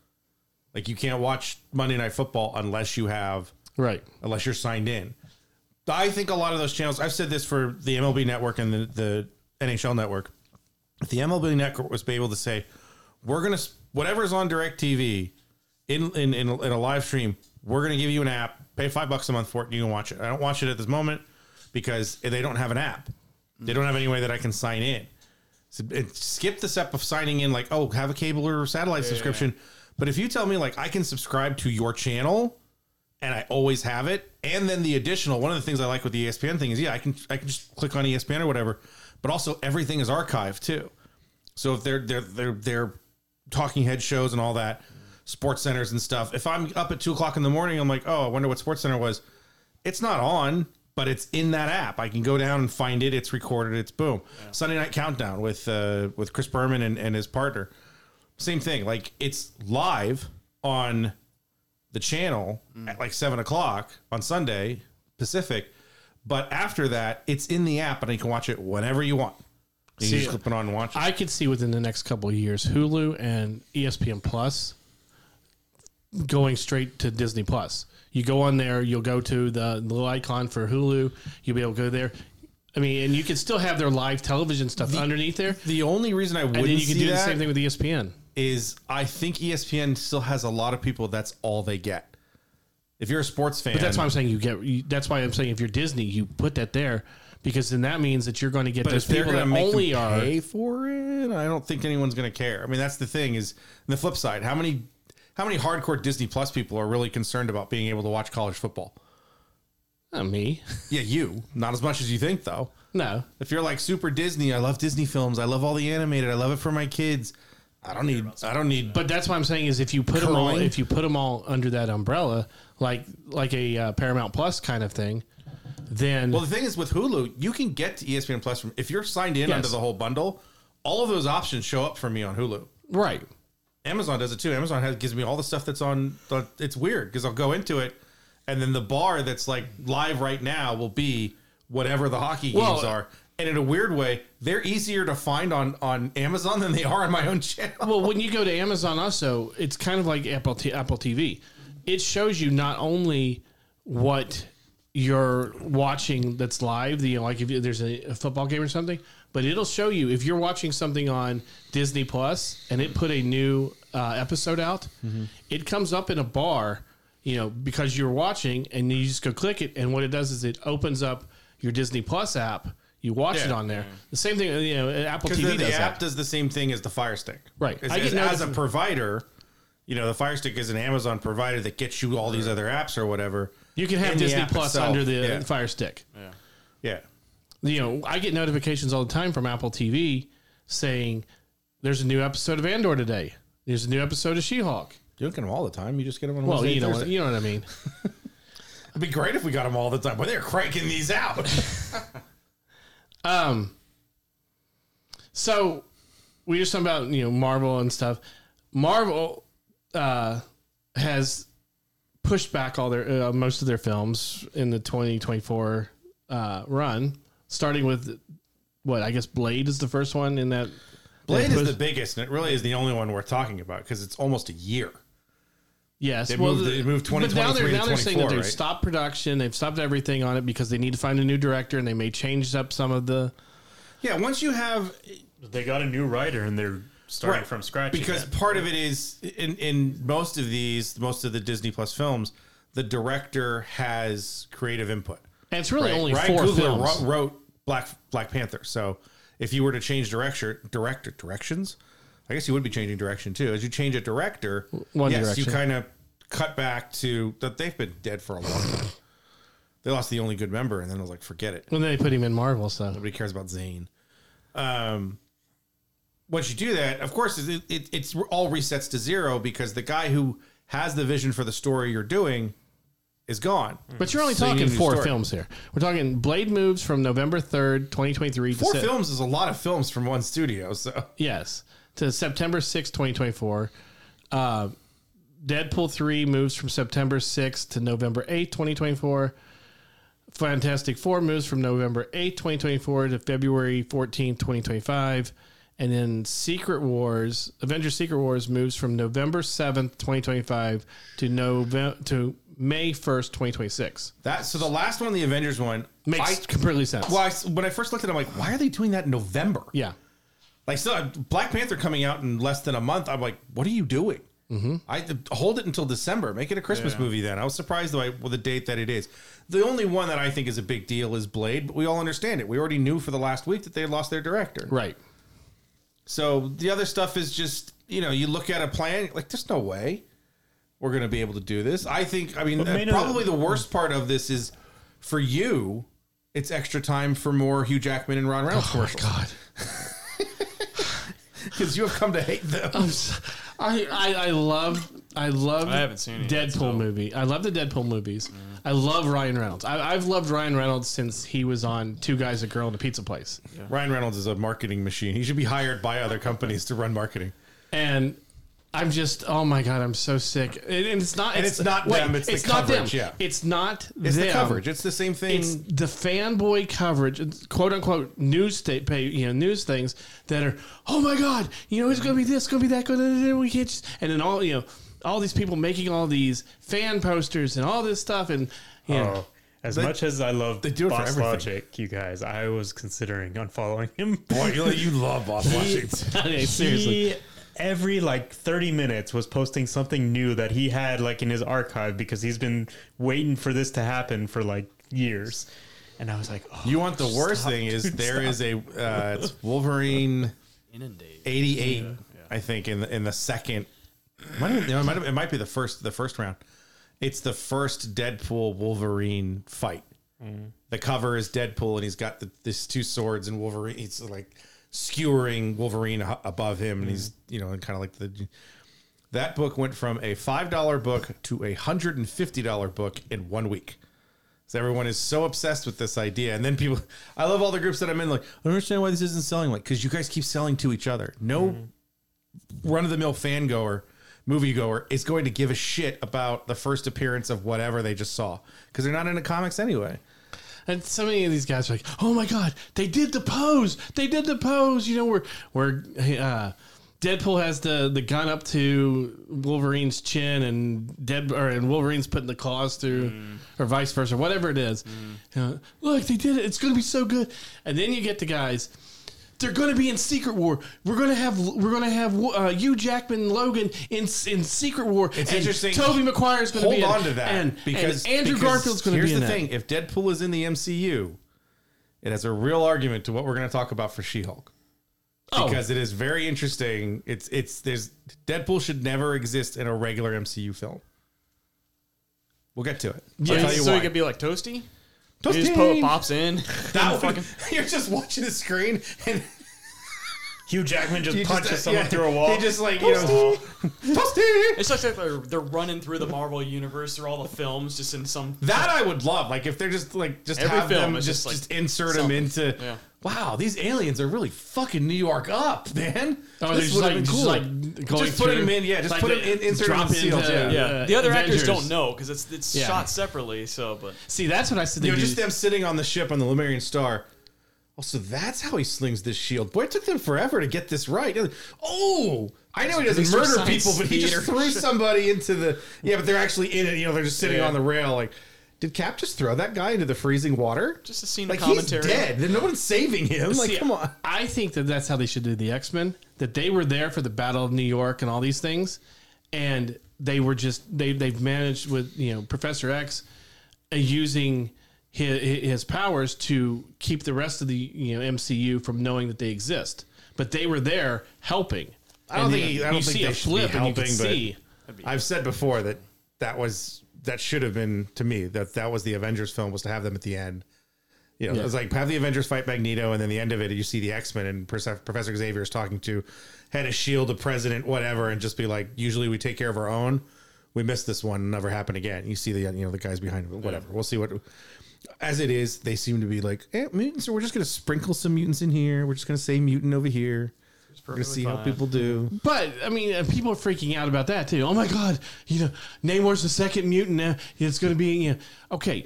Speaker 2: Like you can't watch Monday Night Football unless you have
Speaker 1: right.
Speaker 2: unless you're signed in. I think a lot of those channels. I've said this for the MLB Network and the, the NHL Network. If the MLB Network was able to say, "We're gonna s- whatever's on Directv in in in a, in a live stream, we're gonna give you an app. Pay five bucks a month for it. And you can watch it. I don't watch it at this moment because they don't have an app. They don't have any way that I can sign in. So it- skip the step of signing in, like oh, have a cable or satellite subscription. But if you tell me like I can subscribe to your channel, and I always have it. And then the additional one of the things I like with the E ESPN thing is yeah, I can I can just click on E ESPN or whatever, but also everything is archived too. So if they're they're they're they're talking head shows and all that, sports centers and stuff. If I'm up at two o'clock in the morning, I'm like, oh, I wonder what sports center was. It's not on, but it's in that app. I can go down and find it. It's recorded. It's boom. Sunday night countdown with uh, with Chris Berman and, and his partner. Same thing. Like it's live on the channel at like seven o'clock on Sunday Pacific. But after that, it's in the app and you can watch it whenever you want. You
Speaker 1: See,
Speaker 2: can just clip it on and watch it.
Speaker 1: I could see within the next couple of years Hulu and E ESPN Plus going straight to Disney Plus. You go on there, you'll go to the, the little icon for Hulu, you'll be able to go there. I mean, and you can still have their live television stuff underneath there.
Speaker 2: the only reason I wouldn't
Speaker 1: And then you can
Speaker 2: see
Speaker 1: do the
Speaker 2: that
Speaker 1: same thing with E ESPN.
Speaker 2: is I think E ESPN still has a lot of people that's all they get. If you're a sports fan,
Speaker 1: But that's why I'm saying you get. You, that's why I'm saying if you're Disney, you put that there because then that means that you're going to get
Speaker 2: but
Speaker 1: those
Speaker 2: if they're
Speaker 1: people
Speaker 2: going to
Speaker 1: that
Speaker 2: make
Speaker 1: only
Speaker 2: them
Speaker 1: are.
Speaker 2: pay for it, I don't think anyone's going to care. I mean, that's the thing is the flip side. How many how many hardcore Disney Plus people are really concerned about being able to watch college football?
Speaker 1: Not me.
Speaker 2: Yeah, you not as much as you think though.
Speaker 1: No.
Speaker 2: If you're like super Disney, I love Disney films. I love all the animated. I love it for my kids. I don't need. I don't need.
Speaker 1: But that's what I'm saying is if you put them all
Speaker 2: Curling?
Speaker 1: if you put 'em all under that umbrella like like a uh, Paramount Plus kind of thing, then
Speaker 2: Well, the thing is with Hulu, you can get to E ESPN Plus from if you're signed in
Speaker 1: Yes.
Speaker 2: under the whole bundle. All of those options show up for me on Hulu.
Speaker 1: right.
Speaker 2: Amazon does it too. Amazon has, gives me all the stuff that's on. The, it's weird because I'll go into it, and then the bar that's like live right now will be whatever the hockey games
Speaker 1: Well-
Speaker 2: are. And in a weird way, they're easier to find on on Amazon than they are on my own channel.
Speaker 1: Well, when you go to Amazon, also it's kind of like Apple T- Apple TV. It shows you not only what you're watching that's live, the like if you- there's a, a football game or something, but it'll show you if you're watching something on Disney Plus and it put a new uh, episode out,
Speaker 2: Mm-hmm.
Speaker 1: it comes up in a bar, you know, because you're watching and you just go click it, and what it does is it opens up your Disney Plus app. You watch it
Speaker 2: Yeah.
Speaker 1: on there. The same thing, you know, Apple
Speaker 2: Because
Speaker 1: TV
Speaker 2: the, the
Speaker 1: does that.
Speaker 2: app does the same thing as the Fire Stick,
Speaker 1: Right.
Speaker 2: As,
Speaker 1: I get
Speaker 2: as, as a
Speaker 1: notifi-
Speaker 2: provider, you know, the Fire Stick is an Amazon provider that gets you all these other apps or whatever.
Speaker 1: You can have
Speaker 2: in the
Speaker 1: Disney
Speaker 2: app
Speaker 1: Plus
Speaker 2: itself.
Speaker 1: under the
Speaker 2: yeah.
Speaker 1: Fire Stick.
Speaker 2: yeah.
Speaker 1: You know, I get notifications all the time from Apple TV saying there's a new episode of Andor today. There's a new episode of She-Hulk.
Speaker 2: You don't get them all the time. You just get them on
Speaker 1: Well,
Speaker 2: Wednesday,
Speaker 1: you know, what,
Speaker 2: Thursday.
Speaker 1: you know what I mean.
Speaker 2: It'd be great if we got them all the time, but they're cranking these out.
Speaker 1: Um, so we were just talking about you know Marvel and stuff. Marvel uh, has pushed back all their uh, most of their films in the 2024 uh, run, starting with what I guess Blade is the first one in that.
Speaker 2: Blade
Speaker 1: They
Speaker 2: is
Speaker 1: push-
Speaker 2: the biggest, and it really is the only one we're talking about because it's almost a year.
Speaker 1: Yes,
Speaker 2: They moved- they moved
Speaker 1: but now
Speaker 2: 2023
Speaker 1: they're
Speaker 2: to
Speaker 1: now they're saying that
Speaker 2: 24,
Speaker 1: they've
Speaker 2: right?
Speaker 1: stopped production, they've stopped everything on it because they need to find a new director, and they may change up some of the.
Speaker 2: Yeah, once you have
Speaker 4: They got a new writer and they're starting from scratch
Speaker 2: because
Speaker 4: again.
Speaker 2: part of it is in in most of these, most of the Disney Plus films, the director has creative input.
Speaker 1: And it's really only
Speaker 2: Ryan
Speaker 1: four
Speaker 2: Coogler
Speaker 1: films.
Speaker 2: wro- wrote Black Black Panther, so if you were to change director director directions, I guess you would be changing direction too. As you change a director,
Speaker 1: one
Speaker 2: yes, you
Speaker 1: direction.
Speaker 2: kind of cut back to that they've been dead for a long time. They lost the only good member, and then I was like, forget it.
Speaker 1: And then they put him in Marvel, so
Speaker 2: Nobody cares about Zane. Um, once you do that, of course, it, it, it's all resets to zero because the guy who has the vision for the story you're doing is gone.
Speaker 1: But you're only
Speaker 2: So you
Speaker 1: talking
Speaker 2: need a new
Speaker 1: four
Speaker 2: story.
Speaker 1: films here. We're talking Blade moves from November 3rd, 2023.
Speaker 2: Four
Speaker 1: to se-
Speaker 2: films is a lot of films from one studio. So
Speaker 1: Yes. To September 6th, 2024. Uh, Deadpool 3 moves from September 6th to November 8th, 2024. Fantastic Four moves from November 8th, 2024 to February 14th, 2025. And then Secret Wars, Avengers Secret Wars moves from November 7th, 2025 to November to May 1st, 2026.
Speaker 2: that so the last one, the Avengers one,
Speaker 1: Makes
Speaker 2: I-
Speaker 1: completely sense.
Speaker 2: well, I, when I first looked at it, I'm like, why are they doing that in November?
Speaker 1: Yeah.
Speaker 2: Like, so uh, Black Panther coming out in less than a month. I'm like, what are you doing? Mm-hmm. I hold it until December. Make it a Christmas movie. Then I was surprised by well, the date that it is. The only one that I think is a big deal is Blade, but we all understand it. We already knew for the last week that they had lost their director.
Speaker 1: Right.
Speaker 2: So the other stuff is just you know you look at a plan like there's no way we're going to be able to do this. I think I mean uh,
Speaker 5: made it-
Speaker 2: probably the worst part of this is for you. It's extra time for more Hugh Jackman and Ron Reynolds commercials
Speaker 1: God.
Speaker 2: because you have come to hate them.
Speaker 1: I'm s- I, I I love I love
Speaker 3: I haven't seen it yet,
Speaker 1: Deadpool
Speaker 3: so- Mm.
Speaker 1: movie. I love the Deadpool movies. I love Ryan Reynolds. I, I've loved Ryan Reynolds since he was on Two Guys a Girl and a Pizza Place.
Speaker 2: Ryan Reynolds is a marketing machine. He should be hired by other companies to run marketing.
Speaker 1: and I'm just oh my god, I'm so sick. And, and it's not
Speaker 2: And it's not them, it's the coverage, yeah.
Speaker 1: it's not
Speaker 2: It's
Speaker 1: them.
Speaker 2: the coverage. It's the same thing.
Speaker 1: It's the fanboy coverage, it's quote unquote news state pay, you know, news things that are, oh my god, you know, it's gonna be this, gonna be that, gonna we can't just, and then all you know, all these people making all these fan posters and all this stuff, and you know,
Speaker 4: Oh, as much as I love
Speaker 2: they do it for
Speaker 4: Boss
Speaker 2: everything.
Speaker 4: Logic, you guys, I was considering unfollowing him.
Speaker 2: Boy, you, you love Boss Washington.
Speaker 1: Okay, seriously,
Speaker 4: He, every like 30 minutes was posting something new that he had like in his archive because he's been waiting for this to happen for like years. And I was like, oh,
Speaker 2: You want the worst thing is there is a uh, it's Wolverine
Speaker 3: Inundated.
Speaker 2: eighty eight, I think in the, in the second. Might have, no, it, might have, it might be the first the first round. It's the first Deadpool Wolverine fight. The cover is Deadpool and he's got the, this two swords and Wolverine. He's like skewering Wolverine a- above him and he's you know and kind of like the. That book went from a five dollar book to a hundred and fifty dollar book in one week. So everyone is so obsessed with this idea, and then people, I love all the groups that I'm in. Like, I don't understand why this isn't selling. Like, because you guys keep selling to each other. No run of the mill fan goer, movie goer is going to give a shit about the first appearance of whatever they just saw because they're not into comics anyway.
Speaker 1: and so many of these guys are like, oh my god, they did the pose, they did the pose, you know, where where uh, Deadpool has the the gun up to Wolverine's chin, and Dead or and Wolverine's putting the claws through,
Speaker 2: Mm.
Speaker 1: or vice versa, whatever it is. You know, Look, they did it. It's gonna be so good. And then you get the guys. They're going to be in Secret War. We're going to have we're going to have uh, Hugh Jackman, and Logan in in Secret War. It's
Speaker 2: interesting.
Speaker 1: Toby McGuire is going to
Speaker 2: Hold
Speaker 1: be in
Speaker 2: on
Speaker 1: it,
Speaker 2: to that
Speaker 1: and,
Speaker 2: because
Speaker 1: and Andrew
Speaker 2: because
Speaker 1: Garfield's going to be
Speaker 2: Here's
Speaker 1: in
Speaker 2: the
Speaker 1: it.
Speaker 2: thing: if Deadpool is in the MCU, it has a real argument to what we're going to talk about for She-Hulk.
Speaker 1: Oh.
Speaker 2: Because it is very interesting. It's it's there's Deadpool should never exist in a regular MCU film. We'll get to it. I'll tell you
Speaker 3: so
Speaker 2: why.
Speaker 3: he could be like toasty. He just po-
Speaker 2: Toasty!
Speaker 3: pops in.
Speaker 2: That would- you're just watching the screen and
Speaker 4: Hugh Jackman just uh,
Speaker 2: you
Speaker 4: punches
Speaker 2: just, uh,
Speaker 4: someone
Speaker 2: yeah,
Speaker 4: through a wall.
Speaker 2: He just like you know, Toasty!
Speaker 3: It's just like they're, they're running through the Marvel universe through all the films, just in some.
Speaker 2: That I would love. Like if they're just like just
Speaker 3: Every
Speaker 2: have
Speaker 3: film
Speaker 2: them
Speaker 3: is
Speaker 2: just
Speaker 3: just, like,
Speaker 2: just insert
Speaker 3: something.
Speaker 2: them into.
Speaker 3: Yeah.
Speaker 2: Wow, these aliens are really fucking New York up, man.
Speaker 1: Oh, they're just
Speaker 2: would've
Speaker 1: like,
Speaker 2: been
Speaker 1: just like going
Speaker 2: Just put
Speaker 1: through-
Speaker 2: him in, yeah. Just
Speaker 1: like
Speaker 2: put him
Speaker 1: they
Speaker 2: in, insert him
Speaker 1: drop
Speaker 2: in seals,
Speaker 1: into-
Speaker 2: yeah.
Speaker 1: yeah.
Speaker 3: Yeah, the other actors
Speaker 1: Avengers.
Speaker 3: don't know because it's it's
Speaker 1: Yeah.
Speaker 3: shot separately. So, but
Speaker 1: See, that's what I said. They
Speaker 2: You know,
Speaker 1: do.
Speaker 2: just them sitting on the ship on the Lemurian Star. Also, that's how he slings this shield. Boy, it took them forever to get this right. Oh, I know he doesn't
Speaker 3: These are
Speaker 2: murder
Speaker 3: science
Speaker 2: people, but he
Speaker 3: theater.
Speaker 2: just threw somebody into the. Yeah, but they're actually in it. You know, they're just sitting
Speaker 3: Yeah.
Speaker 2: on the rail. Like, did Cap just throw that guy into the freezing water?
Speaker 3: just a scene
Speaker 2: like
Speaker 3: of commentary.
Speaker 2: he's dead. Then no one's saving him. Like,
Speaker 1: See,
Speaker 2: come on.
Speaker 1: I think that that's how they should do the X Men. That they were there for the Battle of New York and all these things, and they were just they they've managed with you know Professor X uh, using his, his powers to keep the rest of the you know MCU from knowing that they exist. But they were there helping.
Speaker 2: I don't
Speaker 1: And
Speaker 2: think.
Speaker 1: you,
Speaker 2: I don't
Speaker 1: you
Speaker 2: think
Speaker 1: see
Speaker 2: they
Speaker 1: a
Speaker 2: should
Speaker 1: flip
Speaker 2: be
Speaker 1: and you
Speaker 2: helping,
Speaker 1: can
Speaker 2: but
Speaker 1: see.
Speaker 2: I've said before that that was that should have been to me that that was the Avengers film was to have them at the end. You know, it was like have the Avengers fight Magneto, and then the end of it, you see the X Men and Perse- Professor Xavier E is talking to head of Shield, the president, whatever, and just be like, usually we take care of our own. we missed this one, never happen again. You see the you know the guys behind it, but whatever. We'll see what. As it is, they seem to be like eh, mutants. We're just gonna sprinkle some mutants in here. We're just gonna say mutant over here. We're gonna see how people do.
Speaker 1: But I mean, uh, people are freaking out about that too. Oh my god, you know, Namor's the second mutant. Now it's going to be you know. okay.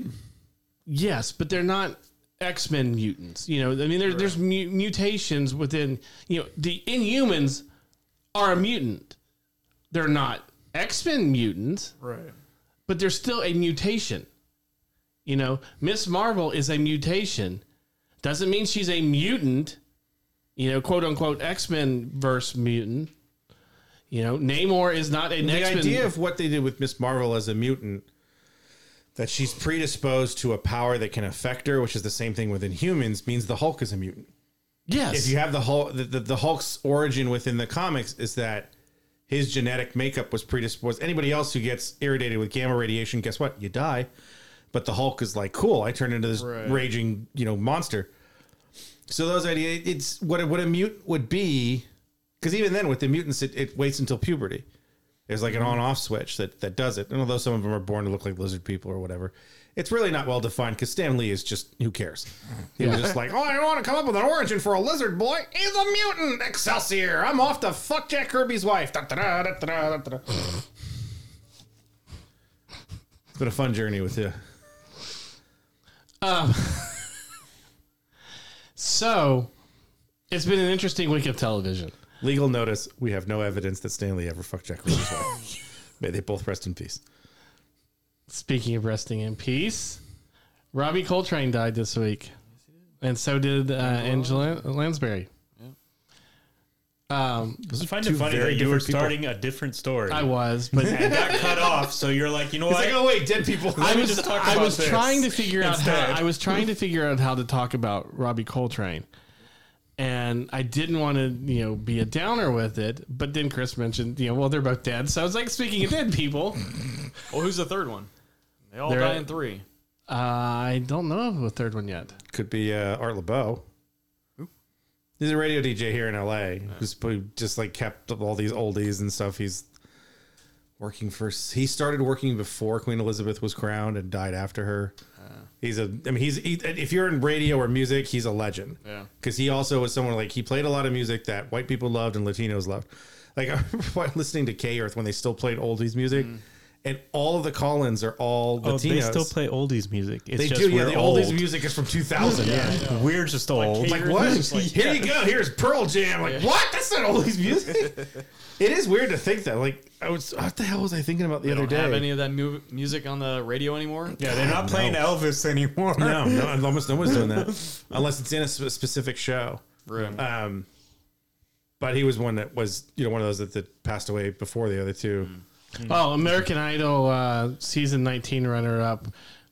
Speaker 1: Yes, but they're not X Men mutants. You know, I mean, there, there's mu- mutations within. You know, the Inhumans are a mutant. They're not X Men mutants,
Speaker 3: Right.
Speaker 1: but they're still a mutation. You know, Miss Marvel is a mutation. Doesn't mean she's a mutant. You know, quote unquote X Men verse mutant. You know, Namor is not an
Speaker 2: The
Speaker 1: X
Speaker 2: idea
Speaker 1: Men.
Speaker 2: of what they did with Miss Marvel as a mutant, that she's predisposed to a power that can affect her, which is the same thing within humans, means the Hulk is a mutant.
Speaker 1: Yes,
Speaker 2: if you have the Hulk, the, the, the Hulk's origin within the comics is that his genetic makeup was predisposed. Anybody else who gets irritated with gamma radiation, guess what? You die. But the Hulk is like, cool. I turned into this raging, you know, monster. So those ideas, it's what a, what a mute would be, because even then with the mutants, it, it waits until puberty. There's like an on-off switch that that does it. And although some of them are born to look like lizard people or whatever, it's really not well defined because Stan Lee is just who cares. He was just like, oh, I want to come up with an origin for a lizard boy. He's a mutant. Excelsior! I'm off to fuck Jack Kirby's wife. Da, da, da, da, da, da, da. it's been a fun journey with you.
Speaker 1: so it's been an interesting week of television.
Speaker 2: Legal notice: We have no evidence that Stan Lee ever fucked Jack Kirby's wife. May they both rest in peace.
Speaker 1: Speaking of resting in peace, Robbie Coltrane died this week, and so did uh, Angela Lansbury. Um,
Speaker 5: I find it funny
Speaker 2: very
Speaker 5: that you were
Speaker 2: different people.
Speaker 5: starting a different story.
Speaker 1: I was, but
Speaker 5: and got cut off, so you're like, you know what?
Speaker 2: "Oh, wait, dead people.
Speaker 1: I
Speaker 5: me
Speaker 1: was,
Speaker 5: just talk
Speaker 1: I
Speaker 5: about
Speaker 1: was
Speaker 5: this
Speaker 1: trying to figure out
Speaker 5: instead.
Speaker 1: how I was trying to figure out how to talk about Robbie Coltrane. And I didn't want to, you know, be a downer with it, but then Chris mentioned, you know, well, they're both dead. So I was like, speaking of dead people,
Speaker 3: Well, who's the third one? They all
Speaker 1: They're-
Speaker 3: die in three.
Speaker 1: uh, I don't know of a third one yet.
Speaker 2: Could be uh, Art LeBeau. He's a radio DJ here in LA who's probably just like kept up all these oldies and stuff. He's working for. He started working before Queen Elizabeth was crowned and died after her. He's a. I mean, he's he, if you're in radio or music, he's a legend.
Speaker 3: Yeah.
Speaker 2: Because he also was someone like he played a lot of music that white people loved and Latinos loved. Like I remember listening to K Earth when they still played oldies music, and all of the call-ins are all
Speaker 5: Oh,
Speaker 2: Latinos.
Speaker 5: they still play oldies music. It's
Speaker 2: They
Speaker 5: just
Speaker 2: do, yeah.
Speaker 5: we're
Speaker 2: The
Speaker 5: old.
Speaker 2: oldies music is from 2000. yeah.
Speaker 5: We're just old.
Speaker 2: Like what? Here you go. Here's Pearl Jam. Like what? That's not all these music. it is weird to think that. Like I was. What the hell was I thinking about the other
Speaker 3: Don't have
Speaker 2: day?
Speaker 3: any of that mu- music on the radio anymore?
Speaker 5: yeah, they're not playing Elvis anymore.
Speaker 2: no, no. Almost no one's doing that unless it's in a sp- specific show.
Speaker 3: Right.
Speaker 2: Um, but he was one that was you know one of those that, that passed away before the other two.
Speaker 3: Mm.
Speaker 5: Hmm.
Speaker 1: Oh, American Idol uh, season 19 runner up,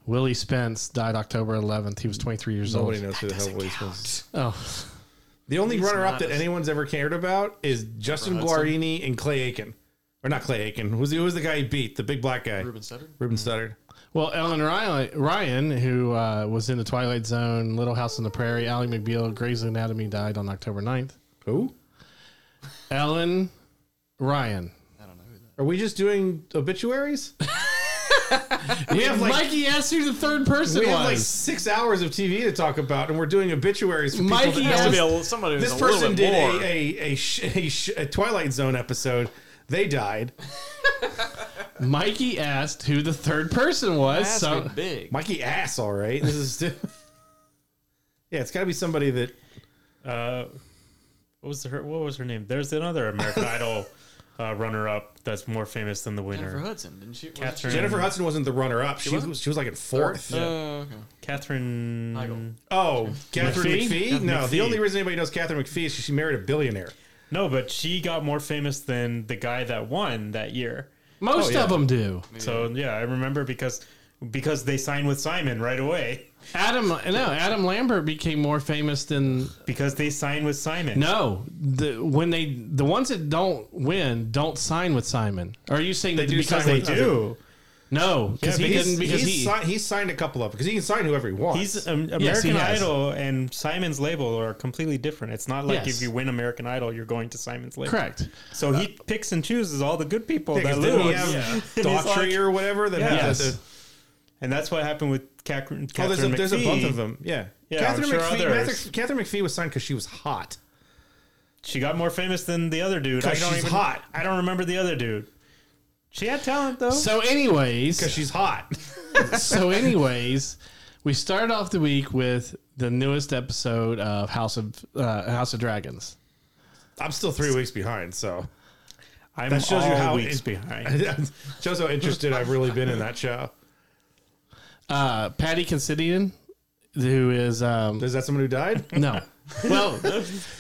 Speaker 1: Willie Spence, died October 11th. He was 23 years
Speaker 2: Nobody
Speaker 3: Oh,
Speaker 1: old.
Speaker 2: knows who the hell Willie Spence. is.
Speaker 1: Oh,
Speaker 2: The only runner-up
Speaker 3: not
Speaker 2: that
Speaker 3: a-
Speaker 2: anyone's ever cared about is Justin
Speaker 3: Hudson.
Speaker 2: Guarini and Clay Aiken, or not Clay Aiken. Who's the, who was the guy he beat? The big black guy,
Speaker 3: Ruben Sutter?
Speaker 2: Ruben Studdard.
Speaker 1: Well, Ellen Ryan, Ryan who uh, was in The Twilight Zone, Little House on the Prairie, Ally McBeal, Grey's Anatomy, died on October 9th.
Speaker 2: Who?
Speaker 1: Ellen Ryan.
Speaker 2: Are we just doing obituaries? we have like
Speaker 1: Mikey asked who the third person
Speaker 2: we
Speaker 1: was.
Speaker 2: have like six hours of TV to talk about, and we're doing obituaries for people.
Speaker 1: Mikey
Speaker 2: that
Speaker 1: asked-
Speaker 2: know-
Speaker 1: Has to be
Speaker 3: somebody
Speaker 2: this person did a a, a, sh- a, sh- a Twilight Zone episode. They died.
Speaker 1: Mikey asked who the third person was. So
Speaker 3: big.
Speaker 2: Mikey ass. All right, this is. yeah, it's got to be somebody that
Speaker 4: Uh, what was her? What was her name? There's another American Idol uh, runner-up that's more famous than the
Speaker 3: Jennifer
Speaker 4: winner.
Speaker 3: Hudson, didn't she?
Speaker 4: Catherine.
Speaker 2: Jennifer Hudson wasn't the runner-up. She,
Speaker 3: wasn't?
Speaker 2: was she was like in fourth.
Speaker 3: Oh, okay.
Speaker 4: Catherine.
Speaker 1: Mm-hmm.
Speaker 3: Heigl.
Speaker 2: Oh, Catherine
Speaker 1: McPhee?
Speaker 2: McPhee.
Speaker 4: Catherine
Speaker 2: no, the
Speaker 4: McPhee.
Speaker 2: only reason anybody knows Catherine McPhee is she married a billionaire.
Speaker 4: No, but she got more famous than the guy that won that year.
Speaker 1: most
Speaker 4: Oh, yeah.
Speaker 1: of them do.
Speaker 4: So yeah, I remember because because they signed with Simon right away.
Speaker 1: Adam, no, Adam Lambert became more famous than
Speaker 4: Because they signed with Simon.
Speaker 1: no. The when they the ones that don't win don't sign with Simon. Or are you saying that
Speaker 2: do
Speaker 1: because
Speaker 2: sign
Speaker 1: they
Speaker 2: with
Speaker 1: do?
Speaker 2: other-
Speaker 4: Ew.
Speaker 1: No, because he
Speaker 2: he's-
Speaker 1: didn't. Because he
Speaker 2: he's, si- he's signed a couple of because he can sign whoever he wants.
Speaker 4: He's um, American
Speaker 1: Yes, he has.
Speaker 4: Idol and Simon's Label are completely different. It's not like
Speaker 1: Yes.
Speaker 4: if you win American Idol, you're going to Simon's Label.
Speaker 1: correct.
Speaker 4: So he picks and chooses all the good people
Speaker 2: Yeah,
Speaker 4: that
Speaker 2: 'cause didn't he
Speaker 4: lose.
Speaker 2: have
Speaker 4: And he's
Speaker 2: Daughtry
Speaker 4: like-
Speaker 2: or whatever. That
Speaker 4: Yeah.
Speaker 1: Yes.
Speaker 2: has the-
Speaker 4: And that's what happened with Catherine.
Speaker 2: oh, there's a,
Speaker 4: Catherine
Speaker 2: there's a
Speaker 4: McPhee.
Speaker 2: bunch of them. Yeah,
Speaker 4: Yeah, I'm
Speaker 2: Catherine,
Speaker 4: sure
Speaker 2: McPhee,
Speaker 4: others.
Speaker 2: Mather- Catherine McPhee was signed because she was hot.
Speaker 4: She got more famous than the other dude. I
Speaker 2: 'Cause
Speaker 4: don't
Speaker 2: she's
Speaker 4: even,
Speaker 2: hot.
Speaker 4: I don't remember the other dude. She had talent though.
Speaker 1: So, anyways,
Speaker 2: Because she's hot.
Speaker 1: so anyways, we started off the week with the newest episode of House of uh, House of Dragons.
Speaker 2: I'm still three weeks behind, so
Speaker 4: I'm
Speaker 2: that shows you
Speaker 4: all
Speaker 2: how
Speaker 4: weeks
Speaker 2: it-
Speaker 4: behind.
Speaker 2: shows how interested I've really been in that show.
Speaker 1: Uh, Patty Considian, who is um,
Speaker 2: Is that someone who died?
Speaker 1: No. Well,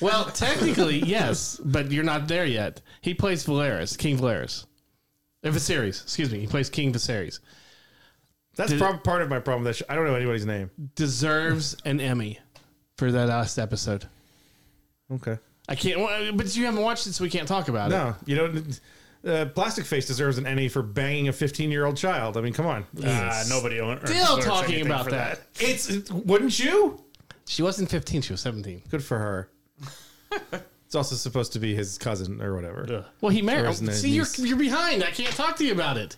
Speaker 1: well, technically yes, but you're not there yet. He plays Valeris, King Valeris. Uh, Viserys, excuse me. He plays King Viserys.
Speaker 2: That's prob- part of my problem. with That show. I don't know anybody's name.
Speaker 1: Deserves an Emmy for that last episode.
Speaker 2: Okay.
Speaker 1: I can't, well, uh, but you haven't watched it, so we can't talk about it.
Speaker 2: No, you don't. Uh, Plastic Face deserves an Emmy for banging a 15 year old child. I mean, come on.
Speaker 4: Uh, nobody earns-
Speaker 1: Still
Speaker 4: deserves
Speaker 1: talking
Speaker 4: anything
Speaker 1: about
Speaker 4: for
Speaker 1: that.
Speaker 2: It's it- wouldn't you?
Speaker 1: She wasn't 15; she was 17.
Speaker 2: Good for her. it's also supposed to be his cousin or whatever.
Speaker 1: Well, he married.
Speaker 2: Where's the
Speaker 1: See, you're
Speaker 2: niece?
Speaker 1: you're behind. I can't talk to you about it.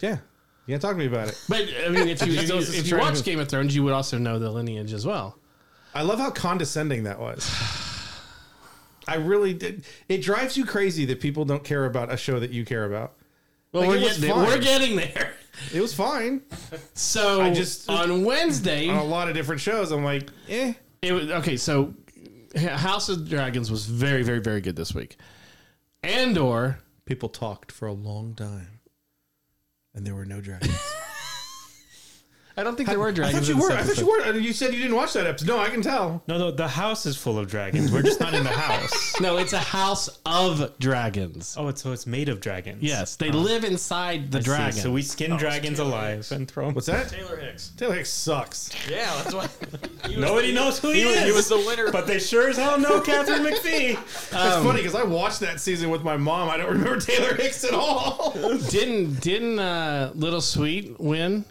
Speaker 2: Yeah, you can't talk to me about it.
Speaker 1: But I mean, if you if you,
Speaker 2: Those is
Speaker 1: if you
Speaker 2: true.
Speaker 1: watch Game of Thrones, you would also know the lineage as well.
Speaker 2: I love how condescending that was. I really did. It drives you crazy that people don't care about a show that you care about.
Speaker 1: Well,
Speaker 2: Like,
Speaker 1: we're
Speaker 2: it was
Speaker 1: getting there.
Speaker 2: fine.
Speaker 1: we're getting there.
Speaker 2: It was fine
Speaker 1: So
Speaker 2: I just-
Speaker 1: on Wednesday,
Speaker 2: on a lot of different shows. I'm like, eh.
Speaker 1: It was okay. So, House of Dragons was very, very, very good this week. Andor,
Speaker 2: People talked for a long time, and there were no dragons.
Speaker 1: I don't think there were
Speaker 2: I
Speaker 1: dragons.
Speaker 2: thought you
Speaker 1: in
Speaker 2: were.
Speaker 1: this
Speaker 2: I thought you
Speaker 1: episode.
Speaker 2: were. You said you didn't watch that episode. No, I can tell.
Speaker 4: No, no, the house is full of dragons. We're just not in the house.
Speaker 1: No, it's a house of dragons.
Speaker 4: Oh, it's, so it's made of dragons.
Speaker 1: Yes, they live inside the
Speaker 4: See,
Speaker 1: dragon.
Speaker 4: So we skin dragons alive and throw them.
Speaker 2: What's that?
Speaker 3: Taylor Hicks.
Speaker 2: Taylor Hicks sucks.
Speaker 3: Yeah, that's why.
Speaker 4: Nobody knows who he,
Speaker 3: He was,
Speaker 4: is.
Speaker 3: he was the winner.
Speaker 4: but they sure as hell know Catherine McPhee.
Speaker 1: Oh,
Speaker 2: It's funny because I watched that season with my mom. I don't remember Taylor Hicks at all.
Speaker 1: didn't didn't uh, Little Sweet win?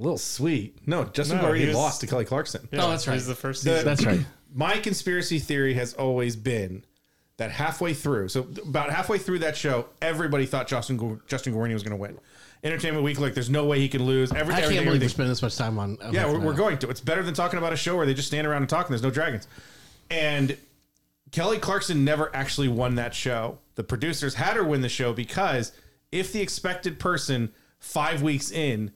Speaker 2: Little sweet. No, Justin
Speaker 4: No,
Speaker 2: Guarini
Speaker 4: he was-
Speaker 2: lost to Kelly Clarkson.
Speaker 1: Oh, that's
Speaker 4: He was
Speaker 1: right.
Speaker 4: the first
Speaker 2: The-
Speaker 4: season.
Speaker 1: That's right.
Speaker 2: My conspiracy theory has always been that halfway through, so about halfway through that show, everybody thought Justin Gu- Justin Guarini was going to win. Entertainment Weekly, like, there's no way he can lose. Every,
Speaker 1: I can't
Speaker 2: everything,
Speaker 1: believe we
Speaker 2: everything.
Speaker 1: spend this much time on. on
Speaker 2: Yeah, we're,
Speaker 1: House
Speaker 2: we're
Speaker 1: of
Speaker 2: going to. It's better than talking about a show where they just stand around and talk and there's no dragons. And Kelly Clarkson never actually won that show. The producers had her win the show because if the expected person five weeks in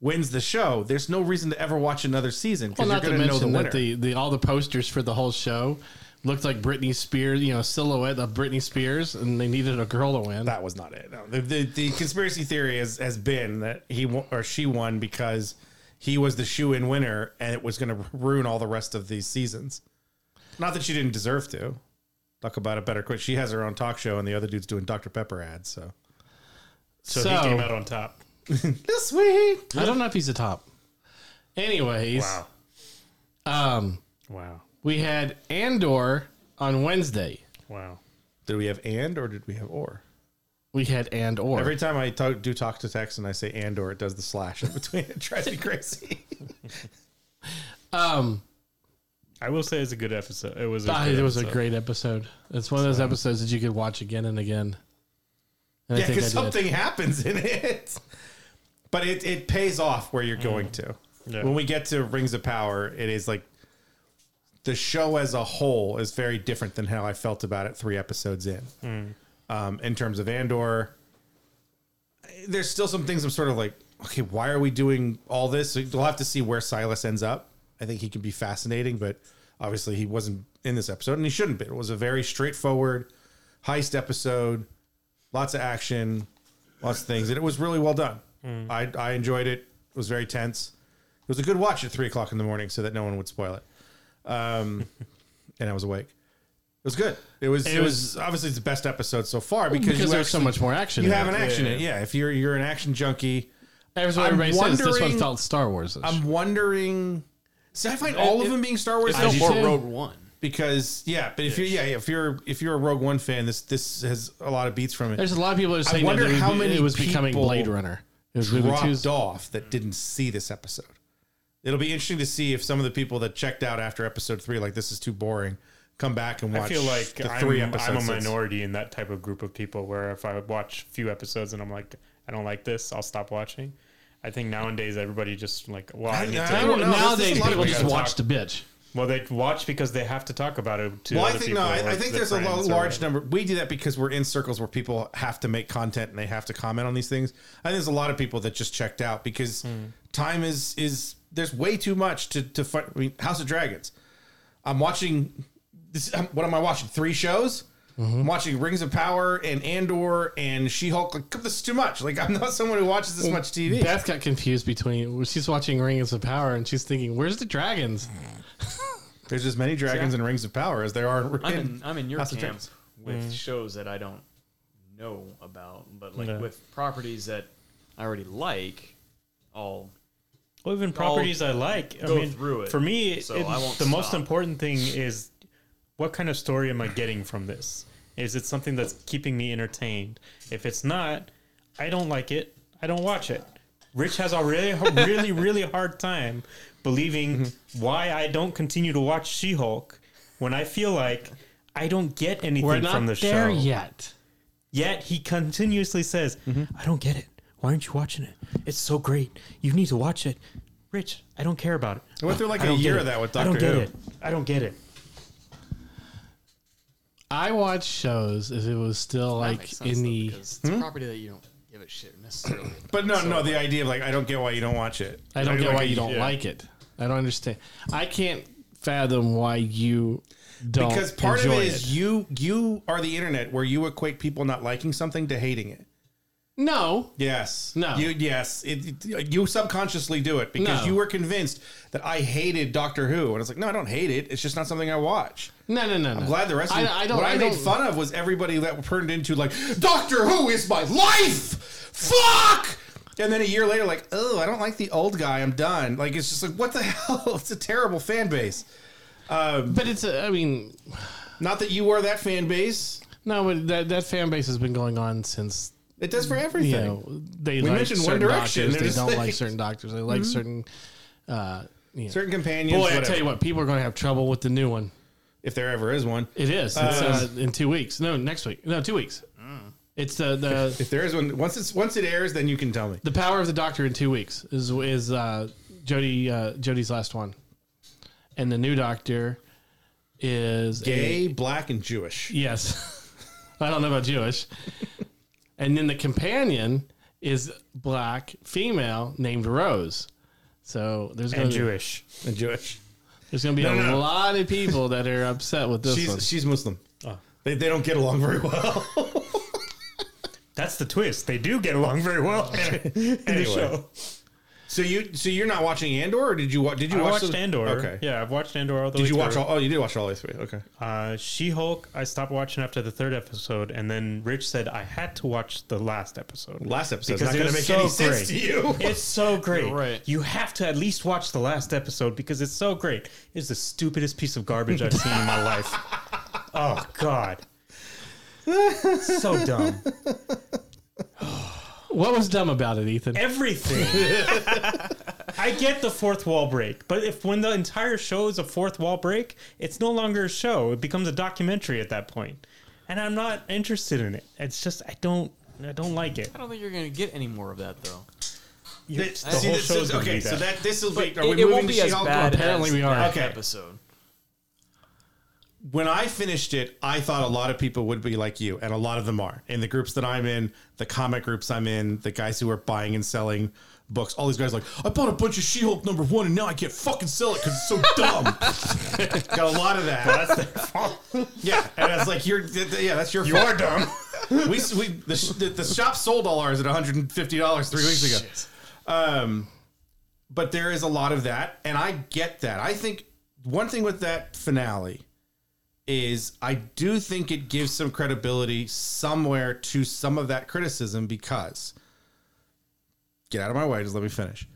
Speaker 2: wins the show, there's no reason to ever watch another season because
Speaker 1: Well, not
Speaker 2: you're
Speaker 1: to
Speaker 2: going to know the
Speaker 1: mention
Speaker 2: winner.
Speaker 1: that the, the all the posters for the whole show looked like Britney Spears, you know, a silhouette of Britney Spears, and they needed a girl to win.
Speaker 2: that was not it. No, the, the, the conspiracy theory has, has been that he won, or she won because he was the shoe in winner and it was going to ruin all the rest of these seasons. Not that she didn't deserve to. Talk about it better quick. She has her own talk show and the other dude's doing Dr. Pepper ads. So
Speaker 4: so, he came out on top.
Speaker 2: this week,
Speaker 1: I don't know if he's a top. Anyways,
Speaker 4: Wow.
Speaker 1: um,
Speaker 4: Wow.
Speaker 1: we had Andor on Wednesday.
Speaker 4: Wow.
Speaker 2: did we have and or did we have or?
Speaker 1: We had Andor.
Speaker 2: Every time I talk, do talk to text and I say and or, it does the slash in between. It drives me crazy.
Speaker 1: um,
Speaker 4: I will say it's a good episode. It was. A
Speaker 1: ah,
Speaker 4: good
Speaker 1: it was a
Speaker 4: episode.
Speaker 1: great episode. It's one of those episodes that you could watch again and again. And
Speaker 2: yeah,
Speaker 1: I think I
Speaker 2: because
Speaker 1: did.
Speaker 2: something happens in it. But it, it pays off where you're
Speaker 1: Mm.
Speaker 2: going to.
Speaker 4: Yeah.
Speaker 2: When we get to Rings of Power, it is like the show as a whole is very different than how I felt about it three episodes in. Um, in terms of Andor, there's still some things I'm sort of like, okay, why are we doing all this? We'll have to see where Silas ends up. I think he can be fascinating, but obviously he wasn't in this episode and he shouldn't be. It was a very straightforward heist episode, lots of action, lots of things, and it was really well done. I, I enjoyed it. It was very tense. It was a good watch at three o'clock in the morning so that no one would spoil it. Um, and I was awake. It was good. It was. It, was, obviously the best episode so far because,
Speaker 1: because
Speaker 2: you
Speaker 1: there's so
Speaker 2: actually-
Speaker 1: much more action.
Speaker 2: you
Speaker 1: in
Speaker 2: have
Speaker 1: it.
Speaker 2: an action. in it. Yeah, if you're you're an action junkie,
Speaker 1: That's what
Speaker 2: I'm
Speaker 1: everybody says. This one
Speaker 2: wondering-
Speaker 1: felt Star Wars.
Speaker 2: I'm wondering. See, I find all of them being Star Wars
Speaker 3: It's no
Speaker 2: films
Speaker 3: more
Speaker 1: too.
Speaker 3: Road One.
Speaker 2: because yeah, but if you're yeah if you're if you're a Rogue One fan, this this has a lot of beats from it.
Speaker 1: There's a lot of people that are saying
Speaker 2: wonder
Speaker 1: that it,
Speaker 2: how
Speaker 1: was-
Speaker 2: many
Speaker 1: it was becoming
Speaker 2: people-
Speaker 1: Blade Runner. It was really
Speaker 2: dropped
Speaker 1: Tuesday.
Speaker 2: off that didn't see this episode. It'll be interesting to see if some of the people that checked out after episode three, like this is too boring, come back and watch.
Speaker 4: I feel like
Speaker 2: the
Speaker 4: I'm,
Speaker 2: 3
Speaker 4: I'm a
Speaker 2: episodes that's-
Speaker 4: minority in that type of group of people where if I watch a few episodes and I'm like, I don't like this, I'll stop watching. I think nowadays everybody just like, well, I,
Speaker 2: I-
Speaker 4: need
Speaker 2: I
Speaker 4: to.
Speaker 2: don't- know. There's-
Speaker 1: Nowadays,
Speaker 2: there's a lot of
Speaker 1: people
Speaker 2: we
Speaker 1: just
Speaker 2: gotta
Speaker 1: watch the bitch.
Speaker 4: Well, they watch because they have to talk about it. To
Speaker 2: Well, I
Speaker 4: other
Speaker 2: think
Speaker 4: people
Speaker 2: no. I,
Speaker 4: or
Speaker 2: I
Speaker 4: to
Speaker 2: think
Speaker 4: their
Speaker 2: there's a lo-
Speaker 4: friends or
Speaker 2: large
Speaker 4: whatever.
Speaker 2: number. We do that because we're in circles where people have to make content and they have to comment on these things. I think there's a lot of people that just checked out because time is is there's way too much to to fight. I mean, House of Dragons. I'm watching. This, I'm, what am I watching? Three shows. I'm watching Rings of Power and Andor and She Hulk. Like, this is too much. Like I'm not someone who watches this much TV.
Speaker 1: Beth got confused between she's watching Rings of Power and she's thinking, "Where's the dragons?"
Speaker 2: There's as many dragons and Rings of Power as there are.
Speaker 3: I'm in, I'm in your
Speaker 2: House of
Speaker 3: camp
Speaker 2: Dragons.
Speaker 3: with
Speaker 1: Mm-hmm.
Speaker 3: shows that I don't know about, but like
Speaker 5: Yeah.
Speaker 3: with properties that I already like, all
Speaker 5: Well, even properties I like. I
Speaker 3: go
Speaker 5: mean,
Speaker 3: through it,
Speaker 5: For me, it-
Speaker 3: so I won't
Speaker 5: the most
Speaker 3: stop.
Speaker 5: important thing is what kind of story am I getting from this? Is it something that's keeping me entertained? If it's not, I don't like it. I don't watch it. Rich has a really, really, really hard time believing
Speaker 3: Mm-hmm.
Speaker 5: why I don't continue to watch She Hulk when I feel like I don't get anything
Speaker 1: We're not
Speaker 5: from the
Speaker 1: there
Speaker 2: Oh.
Speaker 5: show.
Speaker 1: yet.
Speaker 5: Yet he continuously says, I don't get it. Why aren't you watching it? It's so great. You need to watch it. Rich, I don't care about it.
Speaker 2: I went through like
Speaker 5: I
Speaker 2: a
Speaker 5: don't get
Speaker 2: year
Speaker 5: it.
Speaker 2: of that with
Speaker 5: I don't
Speaker 2: Doctor
Speaker 5: get
Speaker 2: Who.
Speaker 5: it. I don't get it.
Speaker 1: I watch shows if it was still like Hmm? in the.
Speaker 3: it's a property that you don't give a shit necessarily.
Speaker 2: But no, no, the idea of like I don't get why you don't watch it.
Speaker 1: I don't get
Speaker 2: like,
Speaker 1: why you don't
Speaker 2: yeah.
Speaker 1: like it. I don't understand. I can't fathom why you don't
Speaker 2: because part of
Speaker 1: enjoy
Speaker 2: it is you you are the internet where you equate people not liking something to hating it.
Speaker 1: no.
Speaker 2: Yes.
Speaker 1: No.
Speaker 2: You yes. It, it- you subconsciously do it because
Speaker 1: No.
Speaker 2: you were convinced that I hated Doctor Who, and it's like no, I don't hate it. It's just not something I watch.
Speaker 1: No, no, no, no.
Speaker 2: I'm glad the rest. of
Speaker 1: I, I don't.
Speaker 2: What I,
Speaker 1: I,
Speaker 2: made
Speaker 1: don't,
Speaker 2: fun of was everybody that turned into like Doctor Who is my life. Fuck. And then a year later, like, oh, I don't like the old guy. I'm done. Like, it's just like, what the hell? It's a terrible fan base.
Speaker 1: But it's. A, I mean,
Speaker 2: Not that you were that fan base.
Speaker 1: no. But that that fan base has been going on since
Speaker 2: It does for
Speaker 1: you
Speaker 2: everything.
Speaker 1: know they
Speaker 2: We
Speaker 1: like
Speaker 2: mentioned One
Speaker 1: certain
Speaker 2: Direction.
Speaker 1: doctors.
Speaker 2: They're
Speaker 1: They
Speaker 2: just
Speaker 1: don't
Speaker 2: like-
Speaker 1: like certain doctors. They like certain. Uh, you know.
Speaker 2: Certain companions.
Speaker 1: Boy, Mm-hmm. I
Speaker 2: whatever.
Speaker 1: tell you what, people are going to have trouble with the new one.
Speaker 2: if there ever is one.
Speaker 1: It is. It's, uh, Mm. in two weeks. No, next week. No, two weeks. It's the the
Speaker 2: If there is one, once it's once it airs, then you can tell me.
Speaker 1: the power of the Doctor in two weeks is is uh, Jody uh, Jody's last one, and the new Doctor is a-
Speaker 2: Gay, black, and Jewish.
Speaker 1: yes, I don't know about Jewish, and then the companion is black female named Rose. So there's going
Speaker 4: And
Speaker 1: to
Speaker 4: Jewish.
Speaker 2: And Jewish.
Speaker 1: there's going to be a
Speaker 2: no, no.
Speaker 1: lot of people that are upset with this one.
Speaker 2: She's she's Muslim.
Speaker 4: Ah.
Speaker 2: They, they don't get along very well.
Speaker 4: That's the twist. They do get along very well in the show.
Speaker 2: so you so you're not watching Andor, or did you watch? Did you
Speaker 4: I
Speaker 2: watch
Speaker 4: watched
Speaker 2: the-
Speaker 4: Andor.
Speaker 2: Okay.
Speaker 4: Yeah, I've watched Andor all the way
Speaker 2: Did you watch
Speaker 4: through.
Speaker 2: all? Oh, you did watch all the way through. Okay.
Speaker 4: Uh, she Hulk, I stopped watching after the third episode, and then Rich said I had to watch the last episode.
Speaker 2: Last episode's
Speaker 4: Because
Speaker 2: not
Speaker 4: it
Speaker 2: going to
Speaker 4: was
Speaker 2: make
Speaker 4: so
Speaker 2: any sense to
Speaker 4: great.
Speaker 2: you.
Speaker 4: It's so great.
Speaker 3: You're right.
Speaker 4: You have to at least watch the last episode because it's so great. It's the stupidest piece of garbage I've seen in my life. Oh God. so dumb.
Speaker 1: What was dumb about it, Ethan?
Speaker 4: Everything. I get the fourth wall break, but if when the entire show is a fourth wall break, it's no longer a show. It becomes a documentary at that point. And I'm not interested in it. It's just I don't I don't like it.
Speaker 3: I don't think you're gonna get any more of that though.
Speaker 4: You-
Speaker 2: It-
Speaker 4: the
Speaker 2: see,
Speaker 4: whole
Speaker 2: this
Speaker 4: show
Speaker 2: is-
Speaker 4: is
Speaker 2: okay.
Speaker 4: okay.
Speaker 2: So that this will be. Are
Speaker 3: it,
Speaker 2: we
Speaker 3: it
Speaker 2: moving
Speaker 3: won't
Speaker 2: to
Speaker 3: be as
Speaker 2: She-Hulk?
Speaker 3: bad.
Speaker 1: Apparently
Speaker 3: as
Speaker 1: we are.
Speaker 3: that
Speaker 2: Okay.
Speaker 3: Episode.
Speaker 2: when I finished it, I thought a lot of people would be like you, and a lot of them are. In the groups that I'm in, the comic groups I'm in, the guys who are buying and selling books, all these guys are like, I bought a bunch of She Hulk number one, and now I can't fucking sell it because it's so dumb. Got a lot of that. yeah, and it's like you're, th- th- yeah, that's your you fault. are dumb. we s- we the, sh- the, the shop sold all ours at 150 dollars three weeks ago. Um, but there is a lot of that, and I get that. I think one thing with that finale is I do think it gives some credibility somewhere to some of that criticism because get out of my way, just let me finish.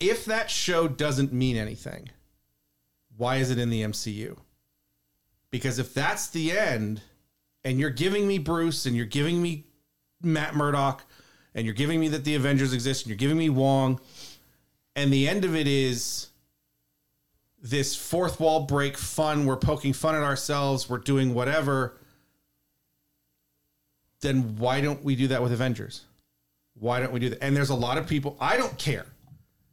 Speaker 2: If that show doesn't mean anything, why is it in the MCU? Because if that's the end, and you're giving me Bruce and you're giving me Matt Murdock and you're giving me that the Avengers exist, and you're giving me Wong, and the end of it is this fourth wall break fun. We're poking fun at ourselves. We're doing whatever. Then why don't we do that with Avengers? Why don't we do that? And there's a lot of people. I don't care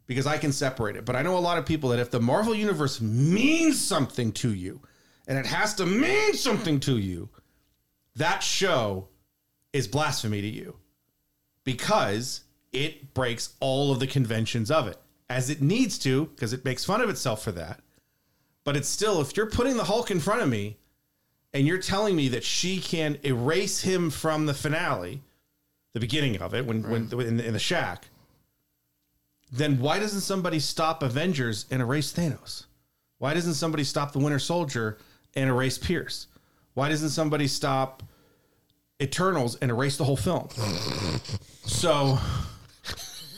Speaker 2: because I can separate it. But I know a lot of people that if the Marvel universe means something to you, and it has to mean something to you, that show is blasphemy to you because it breaks all of the conventions of it as it needs to because it makes fun of itself for that. But it's still if you're putting the Hulk in front of me and you're telling me that she can erase him from the finale, the beginning of it when when in the, in the shack, then why doesn't somebody stop Avengers and erase Thanos? Why doesn't somebody stop the Winter Soldier and erase Pierce? Why doesn't somebody stop Eternals and erase the whole film? so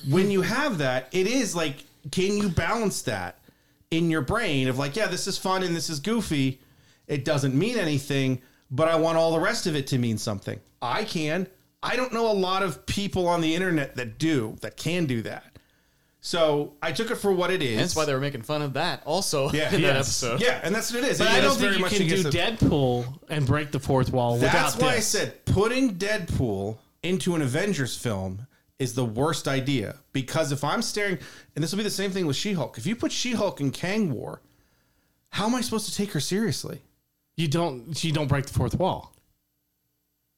Speaker 2: when you have that, it is like, can you balance that in your brain of like, yeah, this is fun and this is goofy. It doesn't mean anything, but I want all the rest of it to mean something. I can. I don't know a lot of people on the internet that do, that can do that. So I took it for what it is.
Speaker 3: That's why they were making fun of that also
Speaker 2: Yeah.
Speaker 3: in
Speaker 1: Yes.
Speaker 3: that episode.
Speaker 2: Yeah, and that's what it is.
Speaker 1: But
Speaker 2: It
Speaker 1: I
Speaker 2: is
Speaker 1: don't
Speaker 2: very
Speaker 1: think you
Speaker 2: much
Speaker 1: can do
Speaker 2: against the-
Speaker 1: Deadpool and break the fourth wall
Speaker 2: That's
Speaker 1: without
Speaker 2: why I
Speaker 1: this.
Speaker 2: said putting Deadpool into an Avengers film is the worst idea because if I'm staring, and this will be the same thing with She-Hulk. If you put She-Hulk in Kang War, how am I supposed to take her seriously?
Speaker 1: you don't. She don't break the fourth wall.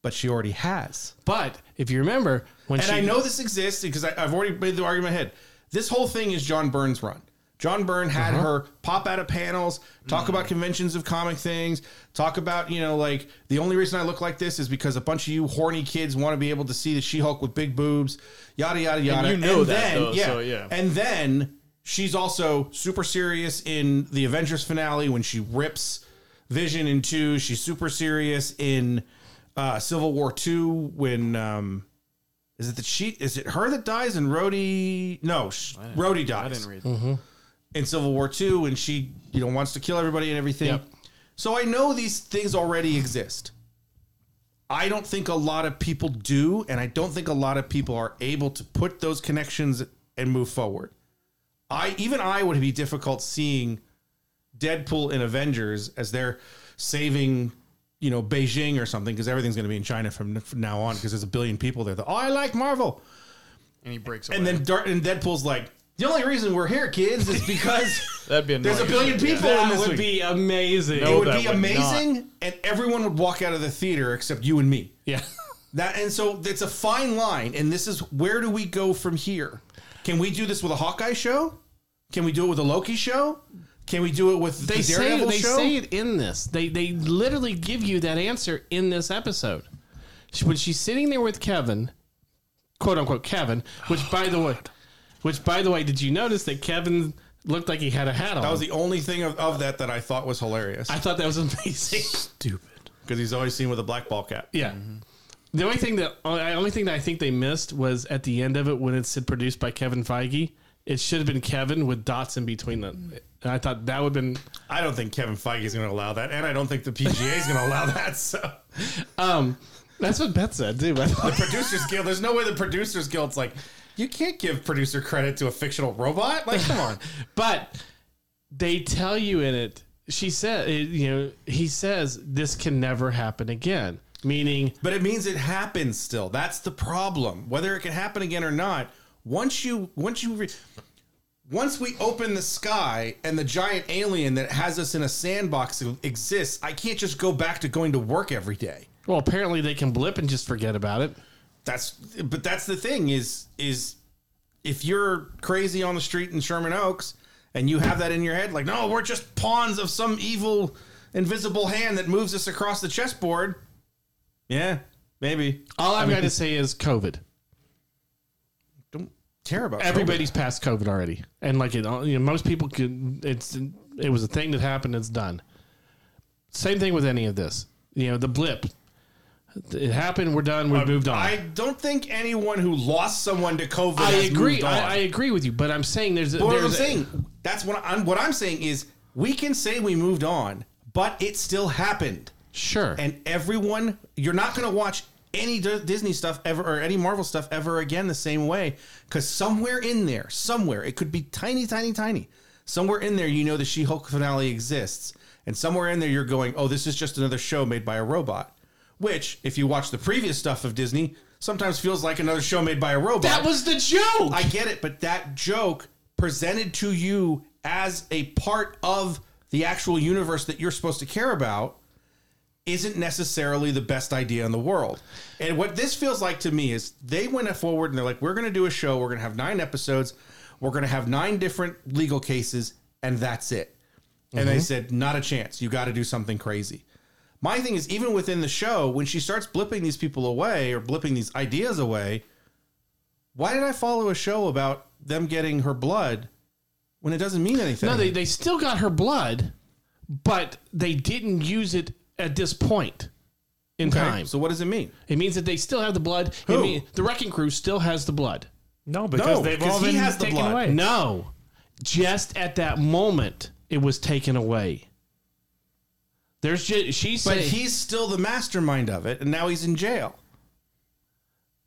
Speaker 2: But she already has.
Speaker 1: But if you remember, when
Speaker 2: And
Speaker 1: she,
Speaker 2: I know this exists because I, I've already made the argument in my head. This whole thing is John Byrne's run. John Byrne had
Speaker 3: Uh-huh.
Speaker 2: her pop out of panels, talk about conventions of comic things, talk about, you know, like the only reason I look like this is because a bunch of you horny kids want to be able to see the She Hulk with big boobs, yada, yada, yada.
Speaker 3: you know that, though, so, yeah.
Speaker 2: And then she's also super serious in the Avengers finale when she rips Vision in two. She's super serious in uh, Civil War two when. Um, is it that she? Is it her that dies and Rhodey? No, sh- Rhodey dies
Speaker 3: I didn't read
Speaker 2: in Civil War Two, and she you know wants to kill everybody and everything.
Speaker 1: Yep.
Speaker 2: So I know these things already exist. I don't think a lot of people do, and I don't think a lot of people are able to put those connections and move forward. I even I would be difficult seeing Deadpool in Avengers as they're saving, you know, Beijing or something because everything's going to be in China from, from now on because there's a billion people there. That, oh, I like Marvel.
Speaker 3: And he breaks away.
Speaker 2: And then Dart and Deadpool's like, the only reason we're here, kids, is because
Speaker 3: That'd be
Speaker 2: there's a
Speaker 3: annoying.
Speaker 2: billion people.
Speaker 1: that
Speaker 2: on this
Speaker 1: would
Speaker 2: week.
Speaker 1: be amazing.
Speaker 2: It
Speaker 3: No.
Speaker 2: would
Speaker 3: that
Speaker 2: be
Speaker 3: would
Speaker 2: amazing, and everyone would walk out of the theater except you and me.
Speaker 1: Yeah.
Speaker 2: That and so it's a fine line, and this is where do we go from here? Can we do this with a Hawkeye show? Can we do it with a Loki show? Can we do it with
Speaker 1: They
Speaker 2: the
Speaker 1: say
Speaker 2: Daredevil
Speaker 1: they
Speaker 2: show?
Speaker 1: say it in this. They they literally give you that answer in this episode. She- When she's sitting there with Kevin, quote unquote Kevin, which by the way, which by the way, did you notice that Kevin looked like he had a hat on?
Speaker 2: that was the only thing of, of that that I thought was hilarious
Speaker 1: I thought that was amazing. Stupid.
Speaker 2: because he's always seen with a black ball cap.
Speaker 1: Yeah. The only thing that I only thing that I think they missed was at the end of it when it's produced by Kevin Feige. It should have been Kevin with dots in between them. And I thought that would have been.
Speaker 2: I don't think Kevin Feige is going to allow that, and I don't think the PGA is going to allow that. So
Speaker 1: Um, that's what Beth said too. by the way.
Speaker 2: producers guild. There's no way the producers guild's like, you can't give producer credit to a fictional robot. Like, come on.
Speaker 1: But they tell you in it. She said, it- you know, he says this can never happen again. Meaning,
Speaker 2: But it means it happens still. That's the problem. Whether it can happen again or not, once you once you re- once we open the sky and the giant alien that has us in a sandbox exists, I can't just go back to going to work every day.
Speaker 1: well, apparently they can blip and just forget about it.
Speaker 2: That's but that's the thing is is if you're crazy on the street in Sherman Oaks and you have that in your head like no, we're just pawns of some evil invisible hand that moves us across the chessboard. Yeah, maybe.
Speaker 1: All I've got to say is COVID.
Speaker 2: Don't care about
Speaker 1: Everybody's past COVID already, and like it, you know, most people could. It's it was a thing that happened. It's done. Same thing with any of this. You know, the blip. It happened. We're done. We have moved on.
Speaker 2: I
Speaker 1: I,
Speaker 2: don't think anyone who lost someone to COVID. has
Speaker 1: agree.
Speaker 2: Moved on.
Speaker 1: I, I agree with you, but I'm saying there's. a-
Speaker 2: but what I'm
Speaker 1: there's a-
Speaker 2: saying, that's what I'm. What I'm saying is, we can say we moved on, but it still happened,
Speaker 1: Sure.
Speaker 2: and everyone, you're not going to watch any D- Disney stuff ever or any Marvel stuff ever again the same way. Because somewhere in there, somewhere, it could be tiny, tiny, tiny. Somewhere in there, you know the She Hulk finale exists. And somewhere in there, you're going, oh, this is just another show made by a robot. Which, if you watch the previous stuff of Disney, sometimes feels like another show made by a robot.
Speaker 1: That was the joke.
Speaker 2: I get it, but that joke presented to you as a part of the actual universe that you're supposed to care about isn't necessarily the best idea in the world. And what this feels like to me is they went forward and they're like, we're going to do a show. We're going to have nine episodes. We're going to have nine different legal cases, and that's it. And they said, not a chance. You got to do something crazy. My thing is, even within the show, when she starts blipping these people away or blipping these ideas away, why did I follow a show about them getting her blood when it doesn't mean anything?
Speaker 1: no, they, they still got her blood, but they didn't use it at this point in
Speaker 2: Okay,
Speaker 1: time.
Speaker 2: So what does it mean?
Speaker 1: It means that they still have the blood. It
Speaker 2: Who?
Speaker 1: mean- the Wrecking Crew still has the blood.
Speaker 5: No, because
Speaker 2: No,
Speaker 5: they've
Speaker 2: because
Speaker 5: all
Speaker 2: he
Speaker 5: been
Speaker 2: has the
Speaker 5: taken
Speaker 2: blood.
Speaker 5: away.
Speaker 1: No, just at that moment it was taken away. There's just she
Speaker 2: But
Speaker 1: said
Speaker 2: he's still the mastermind of it, and now he's in jail.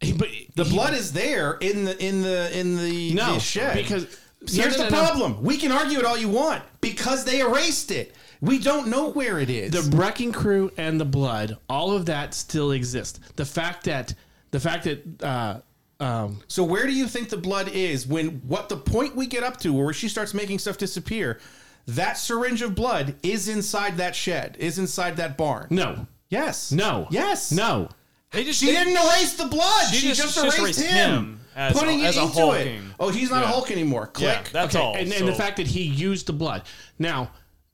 Speaker 1: he- but
Speaker 2: The
Speaker 1: he-
Speaker 2: blood is there in the in the in the,
Speaker 1: no
Speaker 2: the shed.
Speaker 1: because
Speaker 2: here's
Speaker 1: no, no, no,
Speaker 2: the
Speaker 1: no.
Speaker 2: problem: we can argue it all you want because they erased it. We don't know where it is.
Speaker 1: the wrecking crew and the blood all of that still exists the fact that the fact that uh um
Speaker 2: so where do you think the blood is when what the point we get up to where she starts making stuff disappear? That syringe of blood is inside that shed, is inside that barn.
Speaker 1: no
Speaker 2: Yes.
Speaker 1: no
Speaker 2: Yes.
Speaker 1: no
Speaker 3: They just
Speaker 2: She didn't erase the blood. She,
Speaker 3: She
Speaker 2: just,
Speaker 3: just- she
Speaker 2: erased,
Speaker 3: just erased
Speaker 2: him,
Speaker 3: him as a-
Speaker 2: putting
Speaker 3: as
Speaker 2: it
Speaker 3: a
Speaker 2: into it.
Speaker 3: Hulking.
Speaker 2: Oh, he's not a
Speaker 3: Yeah.
Speaker 2: Hulk anymore. Click.
Speaker 3: Yeah, that's
Speaker 2: Oh,
Speaker 3: all.
Speaker 1: and, and the
Speaker 3: so-
Speaker 1: fact that he used the blood now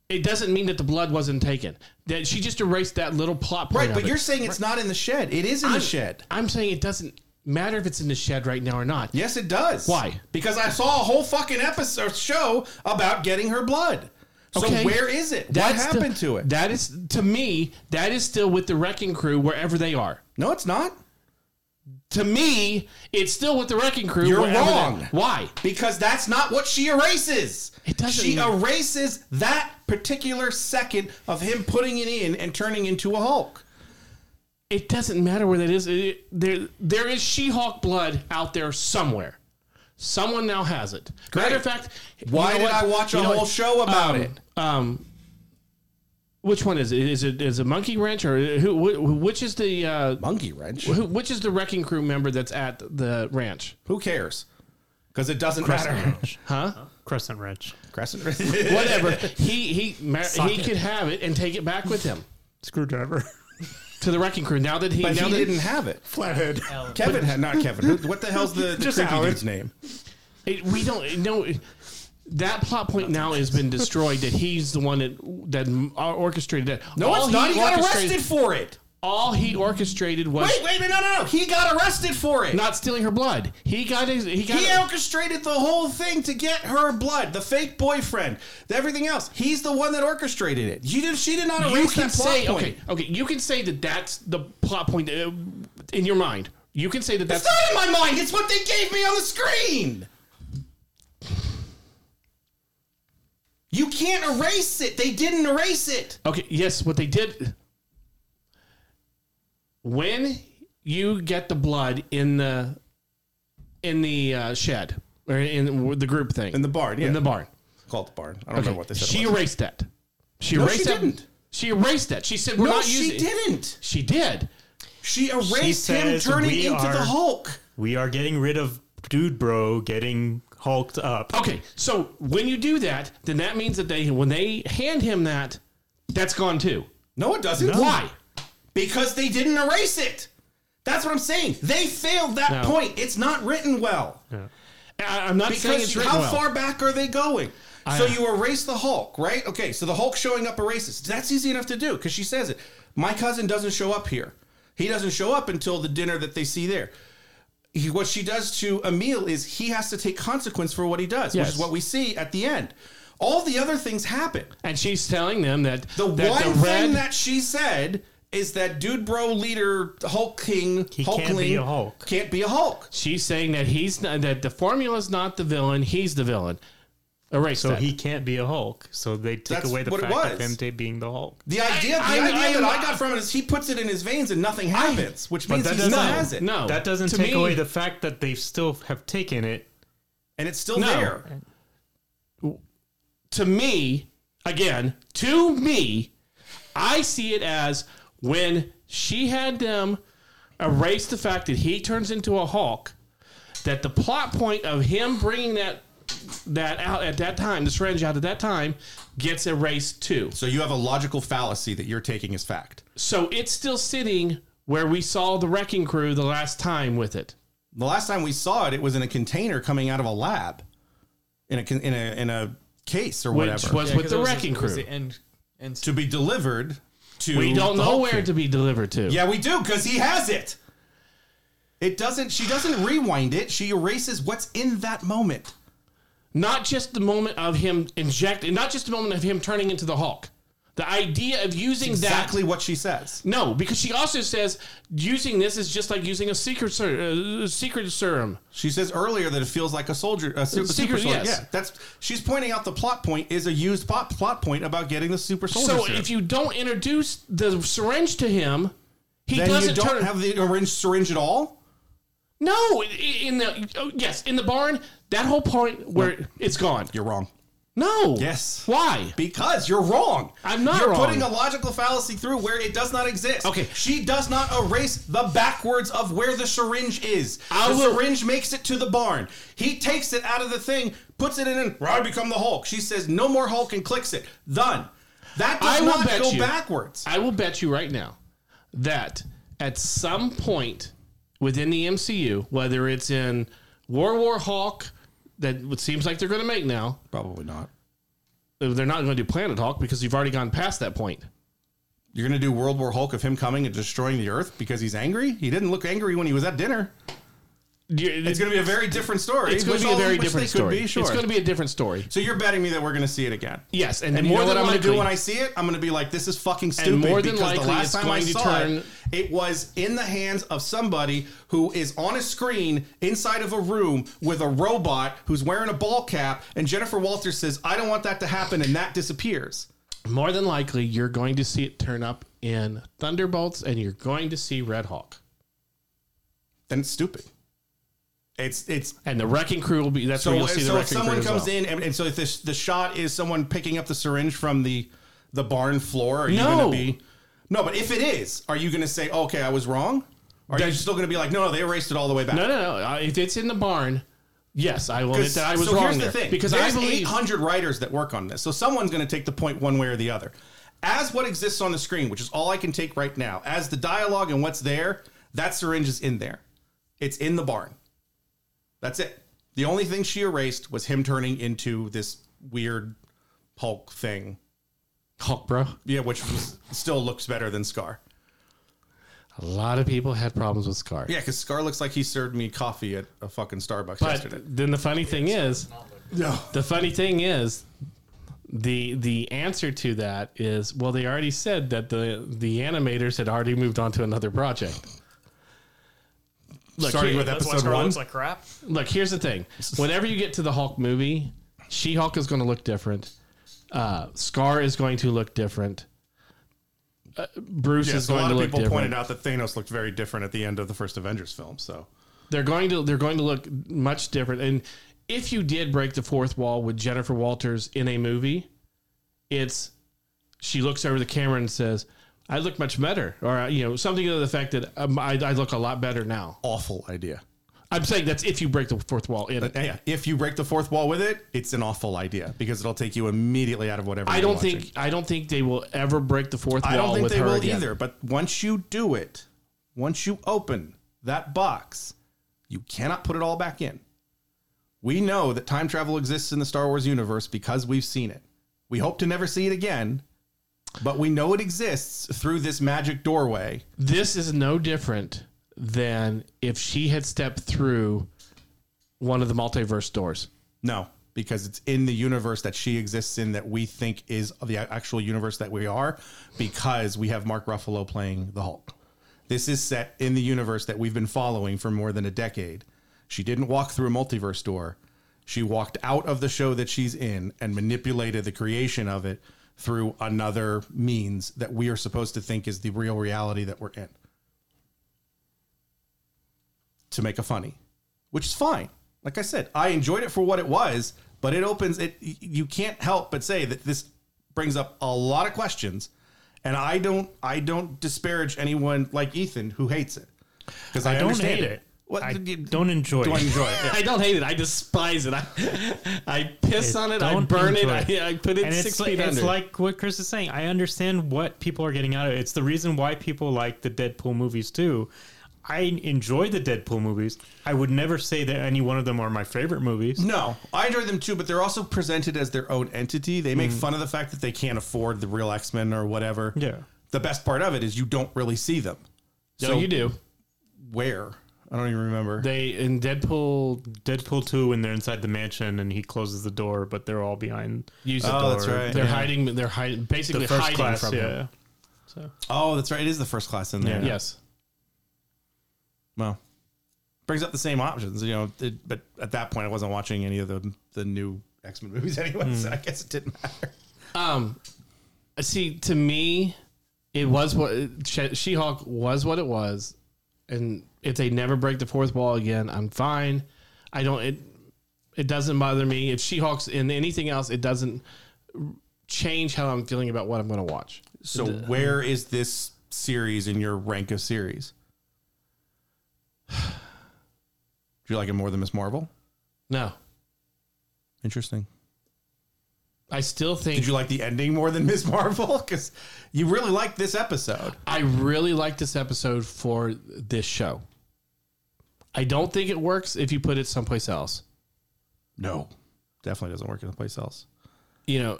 Speaker 1: it doesn't mean that the blood wasn't taken that she just erased that little plot point
Speaker 2: Right,
Speaker 1: of
Speaker 2: but
Speaker 1: it.
Speaker 2: you're saying it's not in the shed. It is in the shed.
Speaker 1: i'm saying it doesn't matter if it's in the shed right now or not
Speaker 2: Yes, it does.
Speaker 1: Why?
Speaker 2: Because I saw a whole fucking episode show about getting her blood. So
Speaker 1: Okay.
Speaker 2: where is it? What
Speaker 1: That's
Speaker 2: happened
Speaker 1: still-
Speaker 2: to it?
Speaker 1: That is to me. That is still with the wrecking crew wherever they are.
Speaker 2: no, it's not.
Speaker 1: To me, it's still with the wrecking crew.
Speaker 2: You're
Speaker 1: wherever they-
Speaker 2: wrong.
Speaker 1: Why?
Speaker 2: Because that's not what she erases.
Speaker 1: It doesn't
Speaker 2: She
Speaker 1: mean-
Speaker 2: erases that particular second of him putting it in and turning into a Hulk.
Speaker 1: It doesn't matter where that is. It- there, there is She-Hulk blood out there somewhere. Someone now has it. Matter of fact, you
Speaker 2: Why
Speaker 1: know
Speaker 2: did
Speaker 1: what?
Speaker 2: I watch a
Speaker 1: You know
Speaker 2: whole
Speaker 1: what?
Speaker 2: show about
Speaker 1: Um,
Speaker 2: it?
Speaker 1: Um, which one is it? Is it is it Monkey Wrench or who? wh- Which is the uh,
Speaker 2: Monkey wrench.
Speaker 1: who, which is the wrecking crew member that's at the ranch?
Speaker 2: Who cares? Because it doesn't
Speaker 4: Crescent
Speaker 2: matter.
Speaker 4: wrench.
Speaker 1: Huh?
Speaker 4: Crescent wrench.
Speaker 2: Crescent wrench.
Speaker 1: whatever. He he mar- he could have it and take it back with him
Speaker 4: Screwdriver.
Speaker 1: to the wrecking crew. Now that he
Speaker 2: but
Speaker 1: now
Speaker 2: he
Speaker 1: that
Speaker 2: didn't have it.
Speaker 4: Flathead.
Speaker 2: Kevin had not Kevin. Who, what the hell's the, the
Speaker 4: Just
Speaker 2: creepy
Speaker 4: Alan.
Speaker 2: dude's name?
Speaker 1: it, we don't no that plot point now has been destroyed. That he's the one that that m- uh, orchestrated it.
Speaker 2: No, it's not. He got
Speaker 1: orchestrated-
Speaker 2: arrested for it.
Speaker 1: All he orchestrated was
Speaker 2: Wait, wait, wait, no, no, no. He got arrested for it.
Speaker 1: not stealing her blood. He got his, he got.
Speaker 2: He orchestrated the whole thing to get her blood, the fake boyfriend, everything else. He's the one that orchestrated it. You did, she did not
Speaker 1: you
Speaker 2: erase
Speaker 1: can
Speaker 2: that plot
Speaker 1: say
Speaker 2: point.
Speaker 1: okay, okay. You can say that that's the plot point uh, in your mind. You can say that that's
Speaker 2: It's not in my mind. It's what they gave me on the screen. You can't erase it. They didn't erase it.
Speaker 1: Okay, yes, what they did when you get the blood in the in the uh, shed or in the group thing
Speaker 2: In the barn, yeah.
Speaker 1: in the barn.
Speaker 2: Called the barn. I don't
Speaker 1: Okay,
Speaker 2: know what they said.
Speaker 1: she
Speaker 2: about
Speaker 1: erased that. She
Speaker 2: No,
Speaker 1: erased
Speaker 2: she
Speaker 1: that.
Speaker 2: didn't.
Speaker 1: She erased that. She said we're
Speaker 2: that. no,
Speaker 1: not
Speaker 2: she
Speaker 1: using.
Speaker 2: didn't.
Speaker 1: She did.
Speaker 2: She
Speaker 4: She
Speaker 2: erased him
Speaker 4: says
Speaker 2: turning
Speaker 4: we
Speaker 2: into the
Speaker 4: are-
Speaker 2: Hulk.
Speaker 4: We are getting rid of Dude Bro getting hulked up.
Speaker 1: Okay, so when you do that, then that means that they when they hand him that, that's gone too.
Speaker 2: No, it doesn't.
Speaker 1: Why?
Speaker 2: Because they didn't erase it. That's what I'm saying. They failed that
Speaker 1: No.
Speaker 2: point. It's not written well.
Speaker 1: I, I'm not saying
Speaker 2: Because
Speaker 1: it's
Speaker 2: you-
Speaker 1: written
Speaker 2: how
Speaker 1: well.
Speaker 2: far back are they going? so
Speaker 1: uh,
Speaker 2: you erase the Hulk, right? Okay, so the Hulk showing up erases. That's easy enough to do because she says it. My cousin doesn't show up here. He doesn't show up until the dinner that they see there. He- what she does to Emil is he has to take consequence for what he does, which
Speaker 1: Yes.
Speaker 2: is what we see at the end. All the other things happen.
Speaker 1: and she's telling them that
Speaker 2: The
Speaker 1: that
Speaker 2: one
Speaker 1: red-
Speaker 2: thing that she said is that dude bro leader Hulk King he
Speaker 4: can't be a Hulk.
Speaker 2: Can't be a Hulk.
Speaker 1: She's saying that he's not, that the formula is not the villain; he's the villain. Erase
Speaker 5: So
Speaker 1: that.
Speaker 5: he can't be a Hulk. So they take
Speaker 2: That's
Speaker 5: away the
Speaker 2: what it
Speaker 5: fact of
Speaker 2: was.
Speaker 5: him ta- being the Hulk.
Speaker 2: The idea, the
Speaker 1: I-
Speaker 2: idea
Speaker 1: I am
Speaker 2: that I
Speaker 1: not-
Speaker 2: got from it is he puts it in his veins and nothing happens, which
Speaker 5: But
Speaker 2: means
Speaker 5: that
Speaker 2: he still
Speaker 5: doesn't-
Speaker 2: has it.
Speaker 1: No,
Speaker 5: that doesn't
Speaker 1: to
Speaker 5: take
Speaker 1: me-
Speaker 5: away the fact that they still have taken it.
Speaker 2: and it's still
Speaker 1: No.
Speaker 2: there.
Speaker 1: to me, again, to me, I see it as when she had them erase the fact that he turns into a Hulk, that the plot point of him bringing that that out at that time, the syringe out at that time, gets erased too.
Speaker 2: So you have a logical fallacy that you're taking as fact.
Speaker 1: So it's still sitting where we saw the wrecking crew the last time with it.
Speaker 2: The last time we saw it, it was in a container coming out of a lab, in a con- in a in a case or
Speaker 1: Which
Speaker 2: whatever,
Speaker 1: was- With
Speaker 3: 'cause
Speaker 1: the
Speaker 3: it was-
Speaker 1: wrecking
Speaker 3: it was
Speaker 1: crew.
Speaker 3: the end, end
Speaker 2: to be delivered to.
Speaker 1: We don't
Speaker 2: the
Speaker 1: know
Speaker 2: Hulk
Speaker 1: where
Speaker 2: King.
Speaker 1: to be delivered to.
Speaker 2: Yeah, we do because he has it. It doesn't. She doesn't rewind it. She erases what's in that moment.
Speaker 1: not just the moment of him injecting, not just the moment of him turning into the Hulk. The idea of using
Speaker 2: Exactly
Speaker 1: that.
Speaker 2: what she says.
Speaker 1: No, because she also says using this is just like using a secret ser- uh, secret serum.
Speaker 2: She says earlier that it feels like a soldier, a super, super
Speaker 1: Secret,
Speaker 2: soldier.
Speaker 1: yes.
Speaker 2: Yeah, that's she's pointing out the plot point is a used plot plot point about getting the super soldier.
Speaker 1: So
Speaker 2: serum.
Speaker 1: if you don't introduce the syringe to him, he
Speaker 2: then
Speaker 1: doesn't
Speaker 2: you don't
Speaker 1: turn.
Speaker 2: have the orange syringe at all.
Speaker 1: no, i- in the oh, yes, in the barn, that whole point where it's gone.
Speaker 2: You're wrong
Speaker 1: No.
Speaker 2: Yes.
Speaker 1: Why?
Speaker 2: because you're wrong.
Speaker 1: I'm not
Speaker 2: You're
Speaker 1: wrong.
Speaker 2: putting a logical fallacy through where it does not exist.
Speaker 1: Okay.
Speaker 2: she does not erase the backwards of where the syringe is.
Speaker 1: I
Speaker 2: the
Speaker 1: will-
Speaker 2: syringe makes it to the barn. He takes it out of the thing, puts it in, and I become the Hulk. She says no more Hulk and clicks it. Done. That does
Speaker 1: I will
Speaker 2: not
Speaker 1: bet
Speaker 2: go
Speaker 1: you-
Speaker 2: backwards.
Speaker 1: I will bet you right now that at some point within the MCU, whether it's in War War Hawk, that it seems like they're going to make now, uh,
Speaker 2: Probably not.
Speaker 1: they're not going to do Planet Hawk because you've already gone past that point.
Speaker 2: You're gonna do World War Hulk of him coming and destroying the Earth because he's angry. He didn't look angry when he was at dinner. It's gonna be a very different story.
Speaker 1: It's going
Speaker 2: which
Speaker 1: to be a
Speaker 2: all-
Speaker 1: very
Speaker 2: which
Speaker 1: different
Speaker 2: they could
Speaker 1: story.
Speaker 2: be, sure.
Speaker 1: It's going to be a different story.
Speaker 2: so you're betting me that we're gonna see it again.
Speaker 1: Yes, and,
Speaker 2: And
Speaker 1: more
Speaker 2: you know
Speaker 1: than
Speaker 2: what I'm
Speaker 1: likely,
Speaker 2: gonna do when I see it? I'm gonna be like, "This is fucking stupid."
Speaker 1: more than
Speaker 2: because
Speaker 1: likely,
Speaker 2: the last
Speaker 1: it's
Speaker 2: time I
Speaker 1: going to
Speaker 2: saw
Speaker 1: turn-
Speaker 2: it, it was in the hands of somebody who is on a screen inside of a room with a robot who's wearing a ball cap, and Jennifer Walters says, "I don't want that to happen," and that disappears.
Speaker 1: more than likely, you're going to see it turn up in Thunderbolts, and you're going to see Red Hawk,
Speaker 2: Then it's stupid. It's it's
Speaker 1: and the Wrecking Crew will be. That's
Speaker 2: So,
Speaker 1: where you'll see
Speaker 2: so
Speaker 1: the
Speaker 2: if
Speaker 1: Wrecking Crew.
Speaker 2: someone
Speaker 1: as
Speaker 2: comes
Speaker 1: well.
Speaker 2: in, and, and so if this, the shot is someone picking up the syringe from the the barn floor, are you
Speaker 1: No.
Speaker 2: going to be? No, but if it is, are you going to say, okay, I was wrong? Or are you still going to be like, no, no, they erased it all the way back?
Speaker 1: No, no, no. Uh, If it's in the barn, yes, I will admit that I was
Speaker 2: so
Speaker 1: wrong
Speaker 2: here's
Speaker 1: there.
Speaker 2: the thing.
Speaker 1: Because
Speaker 2: There's
Speaker 1: I believe
Speaker 2: 800 writers that work on this, so someone's going to take the point one way or the other. As what exists on the screen, which is all I can take right now, as the dialogue and what's there, that syringe is in there. It's in the barn. That's it. The only thing she erased was him turning into this weird Hulk thing.
Speaker 1: Hulk, bro.
Speaker 2: Yeah, which was, still looks better than Scar.
Speaker 1: A lot of people had problems with Scar.
Speaker 2: Yeah, because Scar looks like he served me coffee at a fucking Starbucks
Speaker 1: but
Speaker 2: yesterday.
Speaker 1: then the funny thing is, the funny thing is, the the answer to that is well, they already said that the the animators had already moved on to another project. Look,
Speaker 2: Starting
Speaker 1: here-
Speaker 2: with
Speaker 3: That's why
Speaker 2: episode
Speaker 3: Scarlet
Speaker 2: one.
Speaker 3: looks like crap.
Speaker 1: look, here's the thing. Whenever you get to the Hulk movie, She Hulk is going to look different. Uh, Scar is going to look different. Uh, Bruce
Speaker 2: Yeah,
Speaker 1: is
Speaker 2: so a
Speaker 1: going
Speaker 2: lot
Speaker 1: to
Speaker 2: of
Speaker 1: look
Speaker 2: people
Speaker 1: different.
Speaker 2: pointed out that Thanos looked very different at the end of the first Avengers film. So
Speaker 1: they're going to they're going to look much different. And if you did break the fourth wall with Jennifer Walters in a movie, it's she looks over the camera and says, "I look much better," or you know something to the fact that um, I, I look a lot better now.
Speaker 2: awful idea.
Speaker 1: I'm saying that's if you break the fourth wall in it.
Speaker 2: Yeah, if you break the fourth wall with it, it's an awful idea because it'll take you immediately out of whatever.
Speaker 1: I
Speaker 2: you're
Speaker 1: don't
Speaker 2: watching.
Speaker 1: think I don't think they will ever break the fourth wall
Speaker 2: I don't think
Speaker 1: with
Speaker 2: they
Speaker 1: her
Speaker 2: will
Speaker 1: again.
Speaker 2: either. But once you do it, once you open that box, you cannot put it all back in. We know that time travel exists in the Star Wars universe because we've seen it. We hope to never see it again, but we know it exists through this magic doorway.
Speaker 1: This is no different than if she had stepped through one of the multiverse doors.
Speaker 2: No, because it's in the universe that she exists in that we think is the actual universe that we are because we have Mark Ruffalo playing the Hulk. This is set in the universe that we've been following for more than a decade. She didn't walk through a multiverse door. She walked out of the show that she's in and manipulated the creation of it through another means that we are supposed to think is the real reality that we're in to make a funny, which is fine. Like I said, I enjoyed it for what it was, but it opens it. y- You can't help but say that this brings up a lot of questions, and I don't. I don't disparage anyone like Ethan who hates it because I,
Speaker 4: don't
Speaker 2: understand
Speaker 4: hate
Speaker 2: it.
Speaker 4: it.
Speaker 2: What
Speaker 4: I
Speaker 2: you-
Speaker 4: don't enjoy
Speaker 2: do I
Speaker 4: it.
Speaker 2: enjoy it?
Speaker 1: I don't hate it. I despise it. I, I piss on it. I
Speaker 4: don't
Speaker 1: burn it.
Speaker 4: enjoy it.
Speaker 1: I, I put it
Speaker 4: and
Speaker 1: six
Speaker 4: it's,
Speaker 1: feet
Speaker 4: like, it's
Speaker 1: under.
Speaker 4: like what Chris is saying. I understand what people are getting out of it. It's the reason why people like the Deadpool movies too. I enjoy the Deadpool movies. I would never say that any one of them are my favorite movies.
Speaker 2: No, I enjoy them too, but they're also presented as their own entity. They make fun of the fact that they can't afford the real X Men or whatever.
Speaker 4: Yeah.
Speaker 2: The best part of it is you don't really see them.
Speaker 1: no, you do.
Speaker 2: Where? I don't even remember.
Speaker 1: They in Deadpool.
Speaker 4: Deadpool 2 when they're inside the mansion and he closes the door, but they're all behind
Speaker 1: Use
Speaker 2: Oh, that's right.
Speaker 1: They're
Speaker 2: Yeah.
Speaker 1: hiding. They're hiding. Basically
Speaker 4: the first
Speaker 1: hiding
Speaker 4: class.
Speaker 1: from
Speaker 4: Yeah.
Speaker 1: him.
Speaker 2: oh, that's right. It is the first class in there.
Speaker 4: Yeah.
Speaker 1: Yes.
Speaker 2: Well, brings up the same options, you know. It, but at that point, I wasn't watching any of the the new X Men movies anyway, so I guess it didn't matter.
Speaker 1: Um, see, to me, it was what She Hulk was what it was, and if they never break the fourth wall again, I'm fine. I don't. It it doesn't bother me. If She Hulk's in anything else, it doesn't change how I'm feeling about what I'm going to watch.
Speaker 2: So, where is this series in your rank of series? Do you like it more than Miss Marvel?
Speaker 1: No,
Speaker 2: Interesting.
Speaker 1: I still think
Speaker 2: Did you like the ending more than Miss Marvel? Because you really liked this episode.
Speaker 1: I really like this episode for this show. I don't think it works if you put it someplace else.
Speaker 2: No, definitely doesn't work anyplace else.
Speaker 1: You know,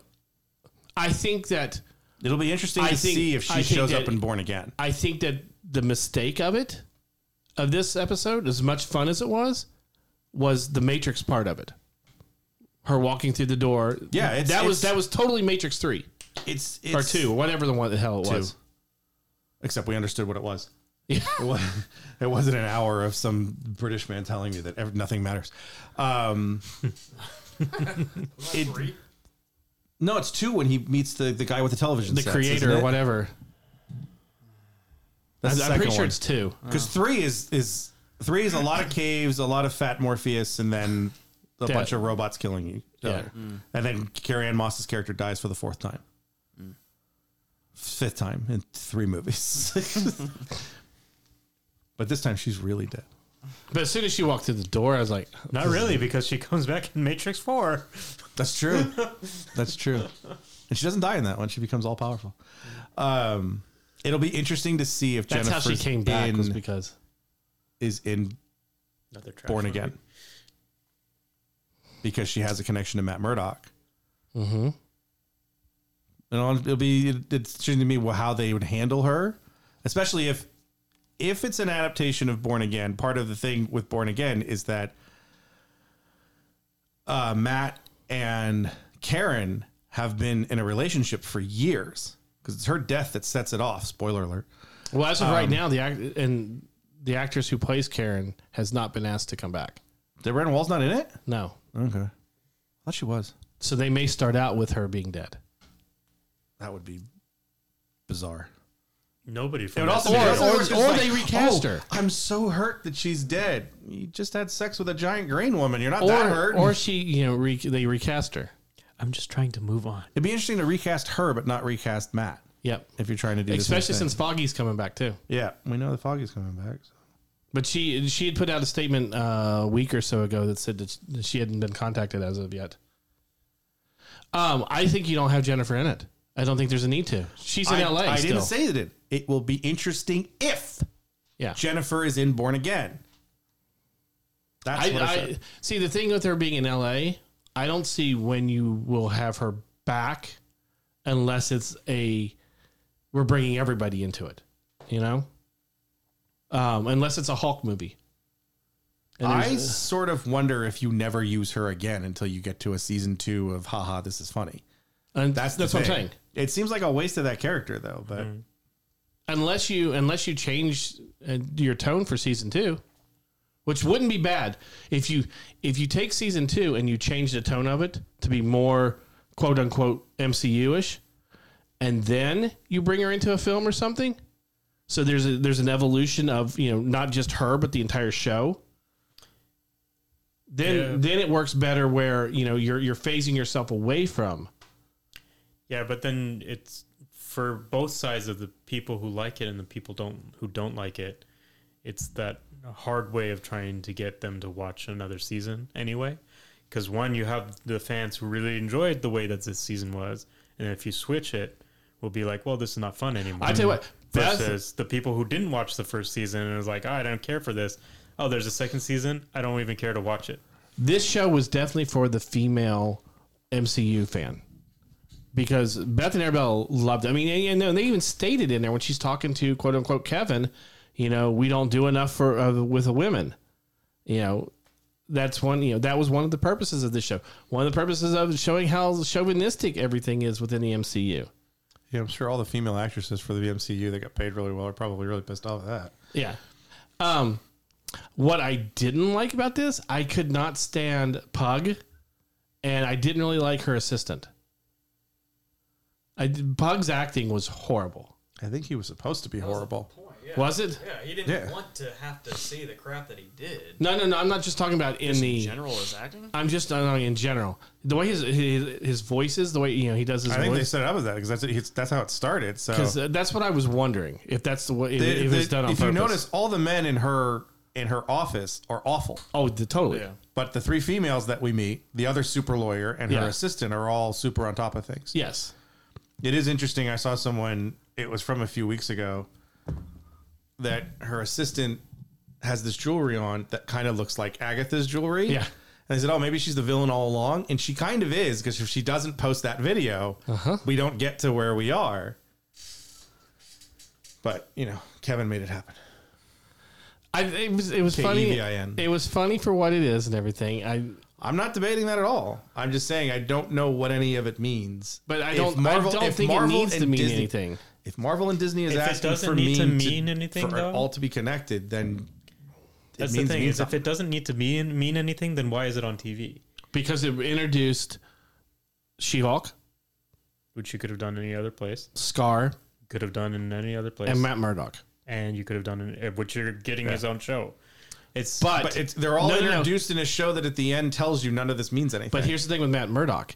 Speaker 1: I think that
Speaker 2: It'll be interesting
Speaker 1: I
Speaker 2: to
Speaker 1: think-
Speaker 2: see if she
Speaker 1: I think
Speaker 2: shows
Speaker 1: that-
Speaker 2: up in Born Again.
Speaker 1: I think that the mistake of it, of this episode, as much fun as it was, was the Matrix part of it. Her walking through the door.
Speaker 2: Yeah, it's-
Speaker 1: that was
Speaker 2: it's-
Speaker 1: that was totally Matrix three
Speaker 2: It's, it's
Speaker 1: or two, whatever the one the hell it was.
Speaker 2: Except we understood what it was.
Speaker 1: Yeah.
Speaker 2: It, was, it wasn't an hour of some British man telling you that ev- nothing matters. Um, it- no, it's two when he meets the, the guy with the television.
Speaker 1: The
Speaker 2: sets, isn't
Speaker 1: creator or
Speaker 2: it?
Speaker 1: whatever.
Speaker 2: That's the
Speaker 1: I'm pretty
Speaker 2: second
Speaker 1: sure
Speaker 2: one.
Speaker 1: it's two.
Speaker 2: because three is is three is a lot of caves, a lot of fat Morpheus, and then a
Speaker 1: Dead. Mm.
Speaker 2: bunch of robots killing you. And then Carrie Ann Moss's character dies for the fourth time,
Speaker 1: Mm.
Speaker 2: fifth time in three movies. but this time she's really dead.
Speaker 1: But as soon as she walked through the door, I was like,
Speaker 4: Not really, because she comes back in Matrix 4.
Speaker 2: That's true. That's true. And she doesn't die in that one. She becomes all powerful. Um, it'll be interesting to see if
Speaker 1: "That's
Speaker 2: Jennifer
Speaker 1: how she came back." was because
Speaker 2: is in
Speaker 5: Another trash
Speaker 2: Born
Speaker 5: movie.
Speaker 2: Again because she has a connection to Matt Murdock.
Speaker 1: Mhm.
Speaker 2: And it'll- it'll be it's interesting to me wh- how they would handle her, especially if if it's an adaptation of Born Again. Part of the thing with Born Again is that uh, Matt and Karen have been in a relationship for years because it's her death that sets it off. Spoiler alert.
Speaker 1: well, as of right now, the act and the actress who plays Karen has not been asked to come back.
Speaker 2: Did Brandon Wall's not in it?
Speaker 1: No,
Speaker 2: Okay, I thought she was.
Speaker 1: so they may start out with her being dead.
Speaker 2: That would be bizarre.
Speaker 4: Nobody from
Speaker 2: It would
Speaker 4: that
Speaker 2: also
Speaker 1: Or-
Speaker 2: be-
Speaker 1: or-
Speaker 2: also
Speaker 1: or
Speaker 2: works just oh,
Speaker 1: they recast her.
Speaker 2: I'm so hurt that she's dead. You just had sex with a giant green woman. You're not
Speaker 1: or
Speaker 2: that hurt.
Speaker 1: or she you know re- they recast her.
Speaker 4: I'm just trying to move on.
Speaker 2: It'd be interesting to recast her, but not recast Matt.
Speaker 1: Yep.
Speaker 2: If you're trying to do, the same
Speaker 1: Especially
Speaker 2: thing.
Speaker 1: since Foggy's coming back too.
Speaker 2: yeah, we know the Foggy's coming back. so.
Speaker 1: But she she had put out a statement uh, a week or so ago that said that sh- she hadn't been contacted as of yet. Um, I think you don't have Jennifer in it. I don't think there's a need to. She's in
Speaker 2: I,
Speaker 1: LA.
Speaker 2: I
Speaker 1: still.
Speaker 2: didn't say that. It, it will be interesting if
Speaker 1: Yeah.
Speaker 2: Jennifer is in Born Again. That's
Speaker 1: I,
Speaker 2: what I, said.
Speaker 1: I see the thing with her being in LA. I don't see when you will have her back, unless it's a we're bringing everybody into it. You know, um, unless it's a Hulk movie. And
Speaker 2: I
Speaker 1: there's-
Speaker 2: sort of wonder if you never use her again until you get to a season two of haha, this is funny.
Speaker 1: and that's
Speaker 2: That's the
Speaker 1: that's what I'm
Speaker 2: thing.
Speaker 1: saying. Mm.
Speaker 2: It seems like a waste of that character though, but
Speaker 1: Unless you unless you change uh, your tone for season two, which wouldn't be bad if you if you take season two and you change the tone of it to be more quote unquote MCU ish, and then you bring her into a film or something. So there's a, there's an evolution of you know not just her but the entire show. Then
Speaker 4: Yeah.
Speaker 1: then it works better where you know you're you're phasing yourself away from
Speaker 4: Yeah, but then it's for both sides of the people who like it and the people don't who don't like it. It's that hard way of trying to get them to watch another season anyway. Because one, you have the fans who really enjoyed the way that this season was, and if you switch it, will be like, well, this is not fun anymore.
Speaker 1: I tell you what, Beth-
Speaker 4: versus the people who didn't watch the first season and was like, I don't care for this. Oh, there's a second season. I don't even care to watch it.
Speaker 1: this show was definitely for the female MCU fan because Beth and Arabelle loved. It. I mean, and, and they even stated in there when she's talking to quote unquote Kevin, you know, we don't do enough for uh, with the women. You know, that's one. You know, that was one of the purposes of this show. One of the purposes of showing how chauvinistic everything is within the MCU.
Speaker 2: Yeah, I'm sure all the female actresses for the MCU that got paid really well are probably really pissed off at that.
Speaker 1: Yeah. Um, what I didn't like about this, I could not stand Pug, and I didn't really like her assistant. I did- Pug's acting was horrible.
Speaker 2: I think he was supposed to be horrible.
Speaker 1: Was it?
Speaker 3: Yeah, he didn't
Speaker 2: Yeah.
Speaker 3: want to have to say the crap that he did.
Speaker 1: No, no, no. I'm not just talking about in the.
Speaker 3: General is acting.
Speaker 1: I'm just no, no, in general. The way his, his his voice is, the way you know he does his
Speaker 2: I think they
Speaker 1: voice.
Speaker 2: set it up as that because that's it's, that's how it started. So
Speaker 1: Because that's what I was wondering if that's the way if,
Speaker 2: The-
Speaker 1: if it's
Speaker 2: the-
Speaker 1: done on
Speaker 2: if
Speaker 1: purpose.
Speaker 2: you notice, all the men in her in her office are awful,
Speaker 1: oh, the, totally.
Speaker 3: Yeah.
Speaker 2: but the three females that we meet, the other super lawyer and
Speaker 1: Yeah.
Speaker 2: her assistant, are all super on top of things.
Speaker 1: Yes.
Speaker 2: It is interesting. I saw someone. It was from a few weeks ago that her assistant has this jewelry on that kind of looks like Agatha's jewelry.
Speaker 1: Yeah.
Speaker 2: And I said, "Oh, maybe she's the villain all along," and she kind of is because if she doesn't post that video,
Speaker 1: Uh-huh.
Speaker 2: we don't get to where we are. But you know, Kevin made it happen.
Speaker 1: I, it was it was funny.
Speaker 2: K-E-V-I-N.
Speaker 1: It was funny for what it is and everything. I
Speaker 2: I'm not debating that at all. I'm just saying I don't know what any of it means.
Speaker 1: But I
Speaker 2: If
Speaker 1: don't. I don't
Speaker 2: if
Speaker 1: think
Speaker 2: Marvel
Speaker 1: it needs to
Speaker 2: and
Speaker 1: mean
Speaker 2: Disney-
Speaker 1: anything.
Speaker 2: If Marvel and Disney is
Speaker 4: If it
Speaker 2: asking
Speaker 4: doesn't
Speaker 2: for
Speaker 4: need to
Speaker 2: mean
Speaker 4: mean anything,
Speaker 2: for
Speaker 4: though?
Speaker 2: all to be connected, then it
Speaker 4: That's
Speaker 2: means
Speaker 4: the thing
Speaker 2: means
Speaker 4: is, if it doesn't need to mean mean anything, then why is it on TV?
Speaker 1: because it introduced She-Hulk,
Speaker 4: Which you could have done any other place.
Speaker 1: Scar,
Speaker 4: could have done in any other place,
Speaker 1: and
Speaker 4: and,
Speaker 1: Matt Murdock.
Speaker 4: you could have done in, which you're getting his own show. It's
Speaker 1: But
Speaker 2: but it's, they're all
Speaker 1: No, no, no.
Speaker 2: introduced in a show that at the end tells you none of this means anything.
Speaker 1: but here's the thing with Matt Murdock,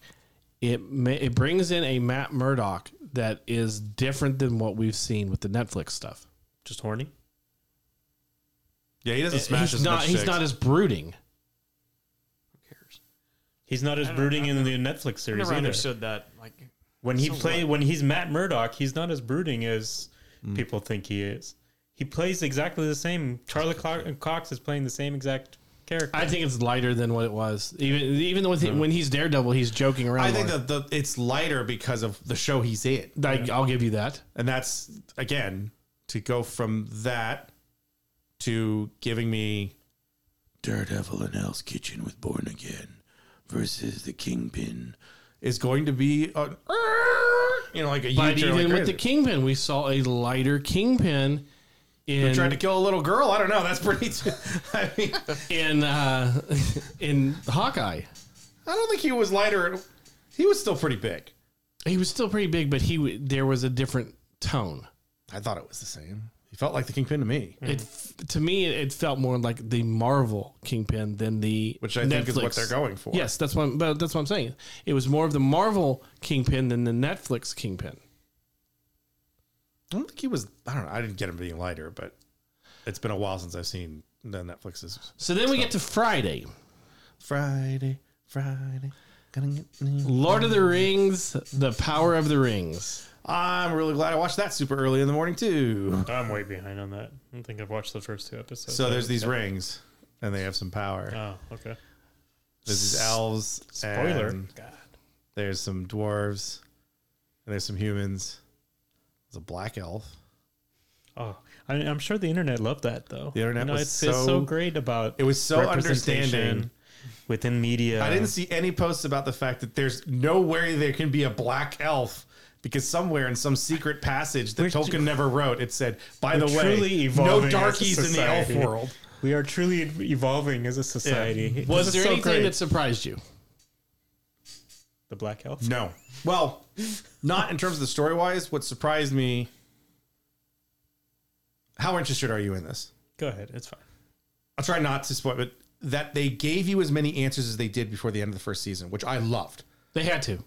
Speaker 1: it ma- it brings in a Matt Murdock that is different than what we've seen with the Netflix stuff.
Speaker 4: just horny.
Speaker 2: yeah, he doesn't smash
Speaker 1: he's
Speaker 2: as
Speaker 1: not
Speaker 2: much
Speaker 1: he's
Speaker 2: chicks.
Speaker 1: not as brooding.
Speaker 4: He's not as brooding in the Netflix
Speaker 3: I
Speaker 4: series
Speaker 3: never
Speaker 4: either.
Speaker 3: understood that. Like,
Speaker 4: When he
Speaker 3: So
Speaker 4: play
Speaker 3: what?
Speaker 4: when he's Matt Murdock, he's not as brooding as
Speaker 2: Mm.
Speaker 4: people think he is. He plays exactly the same. Charlie Clo- Cox is playing the same exact character.
Speaker 1: I think it's lighter than what it was. Even even with when he's Daredevil, he's joking around.
Speaker 2: Hmm. I think
Speaker 1: more.
Speaker 2: that the, it's lighter because of the show he's in,
Speaker 1: Like, I'll give you that.
Speaker 2: and that's again to go from that to giving me
Speaker 6: Daredevil in Hell's Kitchen with Born Again versus the Kingpin.
Speaker 2: is going to be a, you know like a
Speaker 1: But even
Speaker 2: U-turn like
Speaker 1: with the
Speaker 2: crazy.
Speaker 1: Kingpin, we saw a lighter Kingpin. In,
Speaker 2: Tried to kill a little girl. I don't know. That's pretty. I mean,
Speaker 1: in uh, in Hawkeye.
Speaker 2: I don't think he was lighter. He was still pretty big.
Speaker 1: He was still pretty big, but he w- there was a different tone.
Speaker 2: I thought it was the same. He felt like the kingpin to me,
Speaker 1: It f to me it, it felt more like the Marvel Kingpin than the
Speaker 2: which I think is what they're going for.
Speaker 1: Yes, that's what I'm, but that's what I'm saying. It was more of the Marvel Kingpin than the Netflix Kingpin.
Speaker 2: I don't think he was. I don't know. I didn't get him being lighter, but it's been a while since I've seen the Netflix's
Speaker 1: So then we get to Friday,
Speaker 2: Friday, Friday. Gonna get me.
Speaker 1: Lord of the Rings, The Power of the Rings.
Speaker 2: I'm really glad I watched that super early in the morning too.
Speaker 4: I'm way behind on that. I don't think I've watched the first two episodes.
Speaker 2: So there's these rings, and they have some power.
Speaker 4: Oh, okay.
Speaker 2: There's these elves.
Speaker 4: Spoiler.
Speaker 2: and There's some dwarves, and there's some humans. There's a black elf.
Speaker 4: Oh, I mean, I'm sure the internet loved that though.
Speaker 2: The internet was
Speaker 4: it's, it's
Speaker 2: so-
Speaker 4: so great about
Speaker 2: It was so
Speaker 4: representation
Speaker 2: understanding.
Speaker 4: within media.
Speaker 2: I didn't see any posts about the fact that there's no way there can be a black elf because somewhere in some secret passage that
Speaker 4: We're
Speaker 2: Tolkien
Speaker 4: tr-
Speaker 2: never wrote, it said, "By the
Speaker 4: we're
Speaker 2: way,
Speaker 4: truly
Speaker 2: no
Speaker 4: evolving as a
Speaker 2: darkies in the elf
Speaker 4: society.
Speaker 2: world."
Speaker 4: We are truly evolving as a society. This
Speaker 1: Was
Speaker 4: is
Speaker 1: there
Speaker 4: so
Speaker 1: anything
Speaker 4: great.
Speaker 1: that surprised you?
Speaker 4: the black elf?
Speaker 2: No. Well, not in terms of the story wise. What surprised me. How interested are you in this?
Speaker 4: Go ahead, it's fine.
Speaker 2: I'll try not to spoil, but that they gave you as many answers as they did before the end of the first season, which I loved.
Speaker 1: They had to.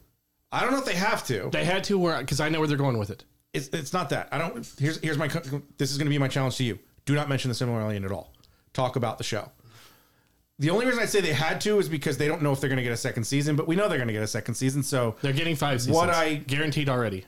Speaker 2: I don't know if they have to.
Speaker 1: They had to where because I know where they're going with it.
Speaker 2: It's, it's not that. I don't. Here's here's my. co- This is going to be my challenge to you. Do not mention the similar alien at all. Talk about the show. The only reason I say they had to is because they don't know if they're going to get a second season, but we know they're going to get a second season. So
Speaker 1: They're getting five seasons.
Speaker 2: What I-
Speaker 1: guaranteed already.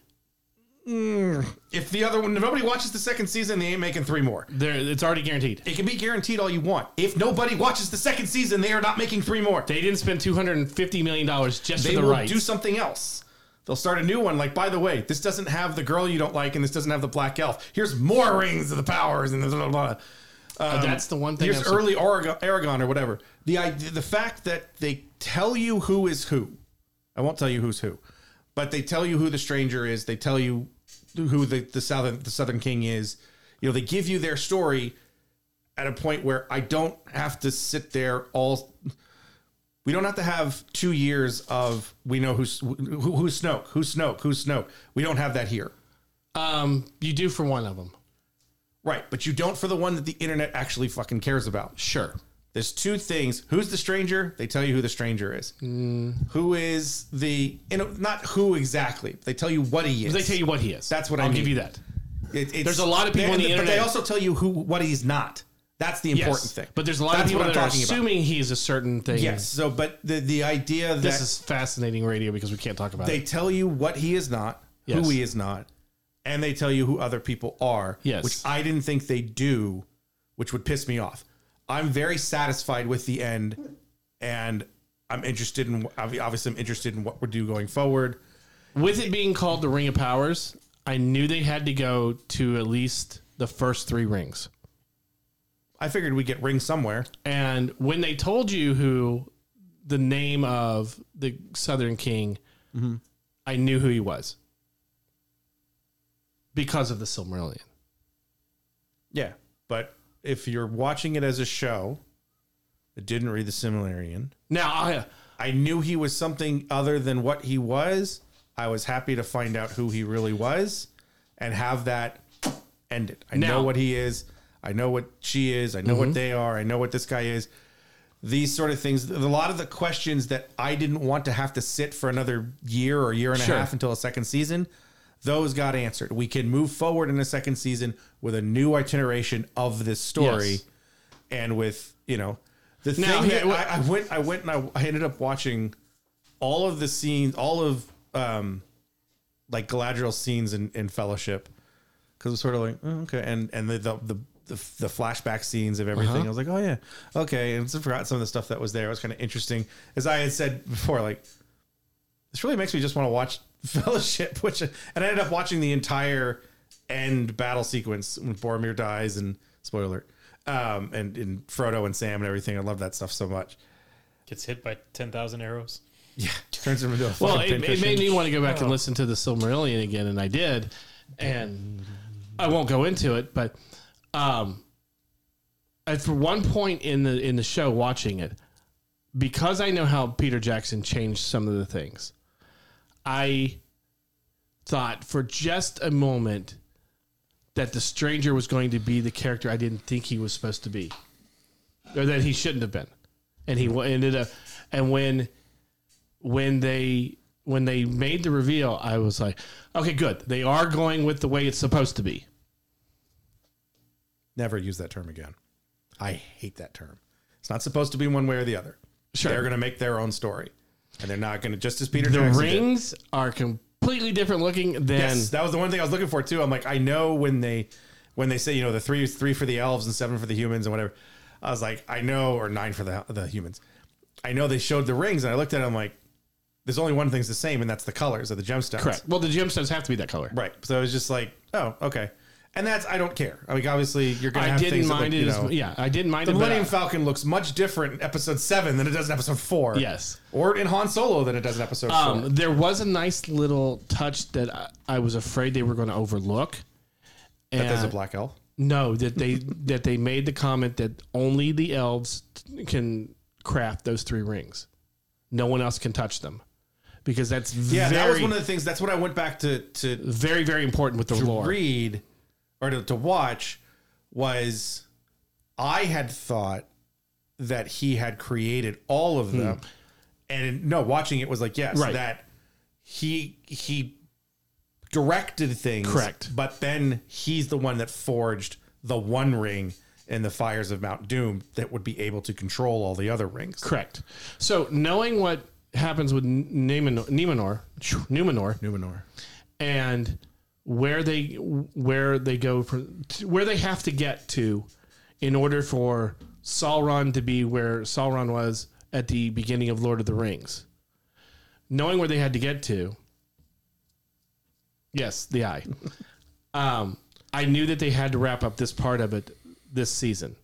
Speaker 2: if the other one, if nobody watches the second season, they ain't making three more.
Speaker 1: There, it's already guaranteed.
Speaker 2: It can be guaranteed all you want. If nobody watches the second season, they are not making three more.
Speaker 1: They didn't spend two hundred and fifty million dollars just
Speaker 2: they
Speaker 1: for the
Speaker 2: will
Speaker 1: rights.
Speaker 2: do something else. They'll start a new one. Like, by the way, this doesn't have the girl you don't like, and this doesn't have the black elf. Here's more rings of the powers, and blah blah blah. Um,
Speaker 1: Oh, that's the one thing I'm
Speaker 2: Here's
Speaker 1: sur-
Speaker 2: early Aragon, Aragon or whatever. The idea, the fact that they tell you who is who. I won't tell you who's who, but they tell you who the stranger is. They tell you who the, the southern the southern king is. You know, they give you their story at a point where I don't have to sit there all. We don't have to have two years of we know who's who, who's Snoke, who's Snoke, who's Snoke. We don't have that here,
Speaker 1: um, you do for one of them.
Speaker 2: right? But you don't for the one that the internet actually fucking cares about.
Speaker 1: Sure.
Speaker 2: There's two things. Who's the stranger? They tell you who the stranger is.
Speaker 1: Mm.
Speaker 2: Who is the you know, not who exactly. They tell you what he is.
Speaker 1: They tell you what he is.
Speaker 2: That's what I
Speaker 1: I'll
Speaker 2: mean.
Speaker 1: give you that.
Speaker 2: It- it's-
Speaker 1: There's a lot of people on
Speaker 2: they-
Speaker 1: the
Speaker 2: but
Speaker 1: internet-
Speaker 2: they also tell you who what he's not. That's the
Speaker 1: Yes.
Speaker 2: important thing.
Speaker 1: But there's a lot
Speaker 2: That's
Speaker 1: of people
Speaker 2: what
Speaker 1: that
Speaker 2: I'm
Speaker 1: are
Speaker 2: talking about.
Speaker 1: assuming he's a certain thing.
Speaker 2: Yes. So, but the the idea that
Speaker 1: This is fascinating radio because we can't talk about
Speaker 2: they
Speaker 1: it.
Speaker 2: tell you what he is not,
Speaker 1: Yes.
Speaker 2: who he is not, and they tell you who other people are.
Speaker 1: Yes.
Speaker 2: Which I didn't think they do, which would piss me off. I'm very satisfied with the end, and I'm interested in obvi- obviously I'm interested in what we do going forward.
Speaker 1: With it being called the Ring of Powers, I knew they had to go to at least the first three rings.
Speaker 2: I figured we get ring somewhere.
Speaker 1: And when they told you who the name of the Southern King, I knew who he was because of the Silmarillion.
Speaker 2: Yeah, but if you're watching it as a show, it didn't read the Similarian.
Speaker 1: Now, I,
Speaker 2: I knew he was something other than what he was. I was happy to find out who he really was and have that ended. I
Speaker 1: Now- Mm-hmm.
Speaker 2: know what he is. I know what she is. I know what they are. I know what this guy is. These sort of things, a lot of the questions that I didn't want to have to sit for another year or year and
Speaker 1: Sure.
Speaker 2: a half until a second season, those got answered. We can move forward in a second season with a new itineration of this story
Speaker 1: Yes.
Speaker 2: and with you know the thing
Speaker 1: Now, here-
Speaker 2: that I, I went I went and I, I ended up watching all of the scenes all of um like Galadriel scenes in, in Fellowship because it's sort of like oh, okay and and the the, the the the flashback scenes of everything I was like oh yeah okay and so I forgot some of the stuff that was there it was kind of interesting as I had said before like this really makes me just want to watch Fellowship which and I ended up watching the entire end battle sequence when Boromir dies and spoiler alert, um and and Frodo and Sam and everything I love that stuff so much
Speaker 4: Gets hit by 10,000 arrows.
Speaker 2: turns him into a
Speaker 1: well,
Speaker 2: fucking
Speaker 1: it, it
Speaker 2: pinfish.
Speaker 1: made me want to go back and listen to the Silmarillion again, and I did. And I won't go into it, but um, at for one point in the in the show, watching it, because I know how Peter Jackson changed some of the things, I thought for just a moment that the stranger was going to be the character I didn't think he was supposed to be, or that he shouldn't have been, and he wa- ended up. And when when they when they made the reveal, I was like, okay, good. They are going with the way it's supposed to be.
Speaker 2: never use that term again. I hate that term. It's not supposed to be one way or the other.
Speaker 1: Sure.
Speaker 2: They're going to make their own story, and they're not going to just as Peter
Speaker 1: The
Speaker 2: Jackson did.
Speaker 1: rings are completely different looking than
Speaker 2: Yes, that was the one thing I was looking for too. I'm like, I know when they when they say you know the three three for the elves and seven for the humans and whatever. I was like, I know, or nine for the the humans. I know they showed the rings, and I looked at it. I'm like, there's only one thing's the same, and that's the colors of the gemstones.
Speaker 1: correct. Well, the gemstones have to be that color.
Speaker 2: Right. So I was just like, oh, okay. And that's I don't care. I mean, obviously you're going to
Speaker 1: I
Speaker 2: have
Speaker 1: didn't
Speaker 2: things
Speaker 1: mind
Speaker 2: that
Speaker 1: it.
Speaker 2: look, you
Speaker 1: as,
Speaker 2: know-
Speaker 1: yeah, I didn't mind
Speaker 2: The
Speaker 1: it. but
Speaker 2: Millennium
Speaker 1: I-
Speaker 2: Falcon looks much different in episode seven than it does in episode four.
Speaker 1: Yes.
Speaker 2: Or in Han Solo than it does in episode four.
Speaker 1: Um, there was a nice little touch that I, I was afraid they were going to overlook. And
Speaker 2: There's a black elf.
Speaker 1: No, that they that they made the comment that only the elves can craft those three rings. No one else can touch them. Because that's
Speaker 2: Yeah,
Speaker 1: very,
Speaker 2: that was one of the things. That's what I went back to to
Speaker 1: very, very important with the lore.
Speaker 2: read or to, to watch was I had thought that he had created all of them, and no, watching it was like yes,
Speaker 1: Hmm. Right.
Speaker 2: that he he directed things
Speaker 1: Correct.
Speaker 2: but then he's the one that forged the one ring in the fires of Mount Doom that would be able to control all the other rings.
Speaker 1: Correct. So knowing what happens with Numenor, Numenor, Numenor,
Speaker 2: Numenor.
Speaker 1: and where they where they go from where they have to get to in order for Sauron to be where Sauron was at the beginning of Lord of the Rings. Knowing where they had to get to. Yes, the eye. um, I knew that they had to wrap up this part of it this season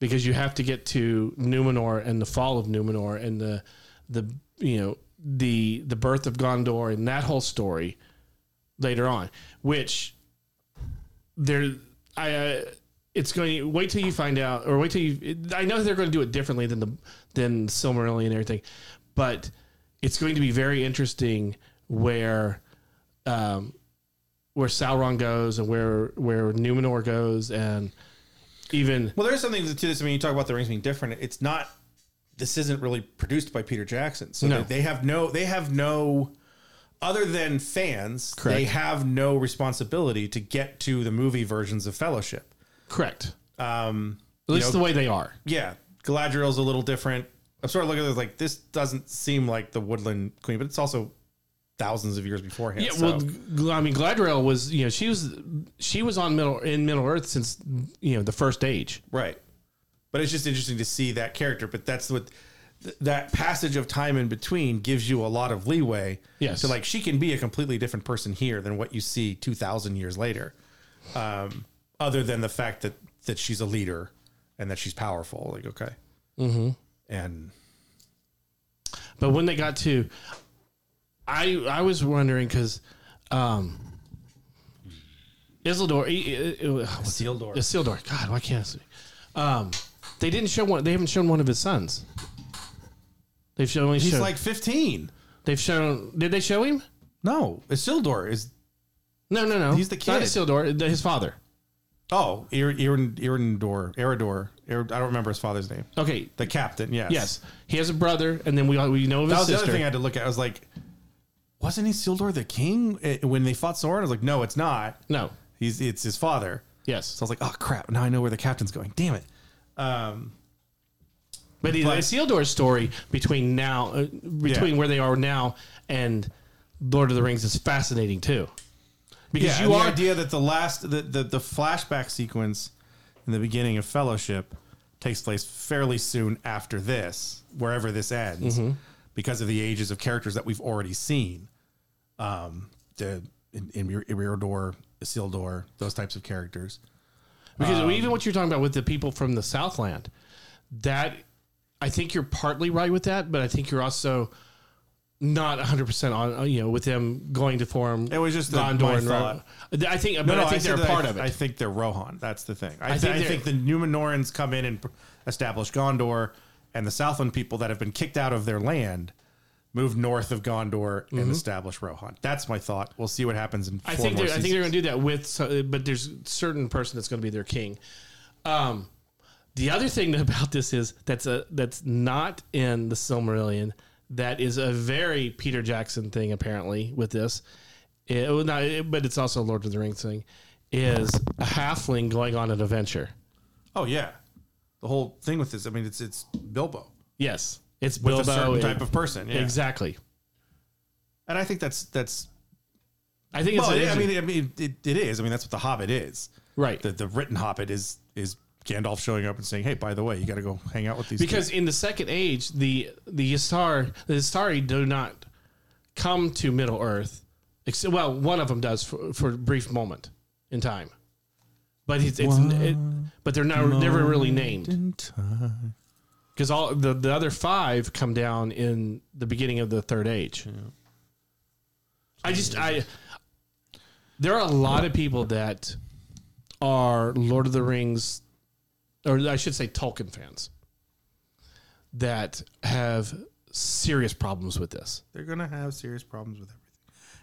Speaker 1: because you have to get to Numenor and the fall of Numenor and the the you know the the birth of Gondor and that whole story later on, which there I uh, it's going wait till you find out or wait till you I know they're going to do it differently than the than Silmarillion and everything, but it's going to be very interesting where um, where Sauron goes and where where Numenor goes and even
Speaker 2: Well, there's something to this. I mean, you talk about the rings being different. It's not. This isn't really produced by Peter Jackson, so
Speaker 1: No.
Speaker 2: they, they have no. They have no. Other than fans,
Speaker 1: Correct.
Speaker 2: they have no responsibility to get to the movie versions of Fellowship.
Speaker 1: correct.
Speaker 2: Um,
Speaker 1: At least
Speaker 2: know-
Speaker 1: the way they are.
Speaker 2: yeah, Galadriel's a little different. I'm sort of looking at this like this doesn't seem like the Woodland Queen, but it's also thousands of years beforehand.
Speaker 1: Yeah,
Speaker 2: so-
Speaker 1: well, G- I mean, Gladriel was you know she was she was on middle in Middle Earth since you know the first age.
Speaker 2: Right. But it's just interesting to see that character. But that's what th- that passage of time in between gives you a lot of leeway.
Speaker 1: Yes.
Speaker 2: So like she can be a completely different person here than what you see two thousand years later. Um, other than the fact that that she's a leader and that she's powerful. Like okay. Mm-hmm. And
Speaker 1: But when they got to, I I was wondering because, um, Isildur, e, Isildur, Isildur. God, why can't I see? Um, they didn't show one. They haven't shown one of his sons. They've shown. Only
Speaker 2: he's
Speaker 1: shown,
Speaker 2: like fifteen.
Speaker 1: they've shown. Did they show him?
Speaker 2: No, Isildur is
Speaker 1: No, no, no.
Speaker 2: He's the
Speaker 1: Not
Speaker 2: kid.
Speaker 1: Isildur. His father.
Speaker 2: oh Ir- Irin Irindor Eridor. Ir- I don't remember his father's name.
Speaker 1: Okay.
Speaker 2: The captain. Yes.
Speaker 1: Yes, he has a brother, and then we we know of
Speaker 2: That
Speaker 1: his
Speaker 2: was the
Speaker 1: sister.
Speaker 2: other thing I had to look at. I was like, wasn't Isildur the king eh, when they fought Sauron? I was like, no, it's not.
Speaker 1: no.
Speaker 2: He's it's his father.
Speaker 1: Yes.
Speaker 2: So I was like, oh crap! Now I know where the captain's going. Damn it. Um,
Speaker 1: But the
Speaker 2: But-
Speaker 1: Isildur's story between now, uh, between
Speaker 2: Yeah.
Speaker 1: where they are now and Lord of the Rings is fascinating too, because
Speaker 2: yeah,
Speaker 1: you
Speaker 2: the
Speaker 1: are
Speaker 2: idea that the last the, the the flashback sequence in the beginning of Fellowship takes place fairly soon after this, wherever this ends,
Speaker 1: Mm-hmm.
Speaker 2: because of the ages of characters that we've already seen. Um, the in, in Iridor, Isildur, those types of characters.
Speaker 1: because
Speaker 2: um,
Speaker 1: even what you're talking about with the people from the Southland, that I think you're partly right with that, but I think you're also not 100 percent on uh, you know with them going to form.
Speaker 2: It was just the-
Speaker 1: Gondor
Speaker 2: my
Speaker 1: and Ro-
Speaker 2: thought.
Speaker 1: I think, but I think
Speaker 2: said
Speaker 1: they're
Speaker 2: that
Speaker 1: a part
Speaker 2: I,
Speaker 1: of it.
Speaker 2: I think they're Rohan. That's the thing. I,
Speaker 1: I think
Speaker 2: think, I
Speaker 1: they're-
Speaker 2: think the Numenorans come in and pr- establish Gondor, and the Southland people that have been kicked out of their land move north of Gondor and establish Rohan. That's my thought. We'll see what happens in. Four
Speaker 1: Mm-hmm. I think
Speaker 2: more
Speaker 1: they're, I think
Speaker 2: seasons.
Speaker 1: they're going to do that with, so- but there's certain person that's going to be their king. Um, the other thing about this is that's a that's not in the Silmarillion. That is a very Peter Jackson thing apparently with this. It, well, not, it- but it's also a Lord of the Rings thing. Is a halfling going on an adventure?
Speaker 2: Oh yeah, the whole thing with this. I mean, it's it's Bilbo
Speaker 1: Yes, it's
Speaker 2: with
Speaker 1: Bilbo.
Speaker 2: a certain
Speaker 1: and-
Speaker 2: type of person. Yeah,
Speaker 1: Exactly.
Speaker 2: and I think that's that's.
Speaker 1: I think it's.
Speaker 2: Well,
Speaker 1: an
Speaker 2: it- I
Speaker 1: inter-
Speaker 2: mean, I mean, it, it is. I mean, that's what the Hobbit is.
Speaker 1: right.
Speaker 2: The the written Hobbit is is Gandalf showing up and saying, "Hey, by the way, you got to go hang out with these."
Speaker 1: because in the second age the the Istar the Istari do not come to Middle Earth. Except, well, one of them does for, for a brief moment in time, but it's, it's it, but they're not never really named because all the, the other five come down in the beginning of the third age. I just I there are a lot of people that are Lord of the Rings, or I should say Tolkien fans, that have serious problems with this.
Speaker 2: They're gonna have serious problems with everything.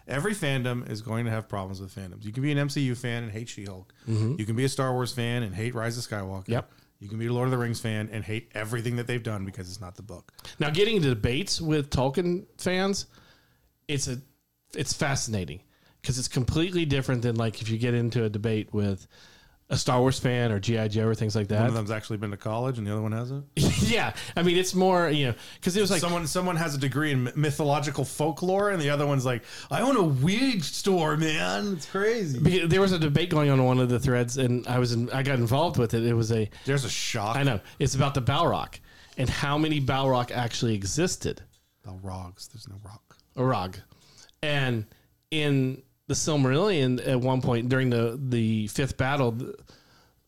Speaker 2: Every fandom is going to have problems with fandoms. You can be an MCU fan and hate She-Hulk. You can be a Star Wars fan and hate Rise of Skywalker.
Speaker 1: Mm-hmm. Yep.
Speaker 2: You can be a Lord of the Rings fan and hate everything that they've done because it's not the book.
Speaker 1: Now, getting into debates with Tolkien fans, it's a it's fascinating because it's completely different than like if you get into a debate with a Star Wars fan or GI Joe or things like
Speaker 2: One
Speaker 1: that.
Speaker 2: of them's actually been to college and the other one hasn't.
Speaker 1: yeah, I mean, it's more you know because it was like
Speaker 2: someone someone has a degree in mythological folklore and the other one's like, I own a weed store, man. It's crazy.
Speaker 1: Because there was a debate going on in one of the threads, and I was in, I got involved with it. It was a
Speaker 2: There's a shock.
Speaker 1: I know it's about the Balrog and how many Balrog actually existed,
Speaker 2: The Rogs. There's no rock.
Speaker 1: or Rog, and in the Silmarillion at one point during the the fifth battle, the,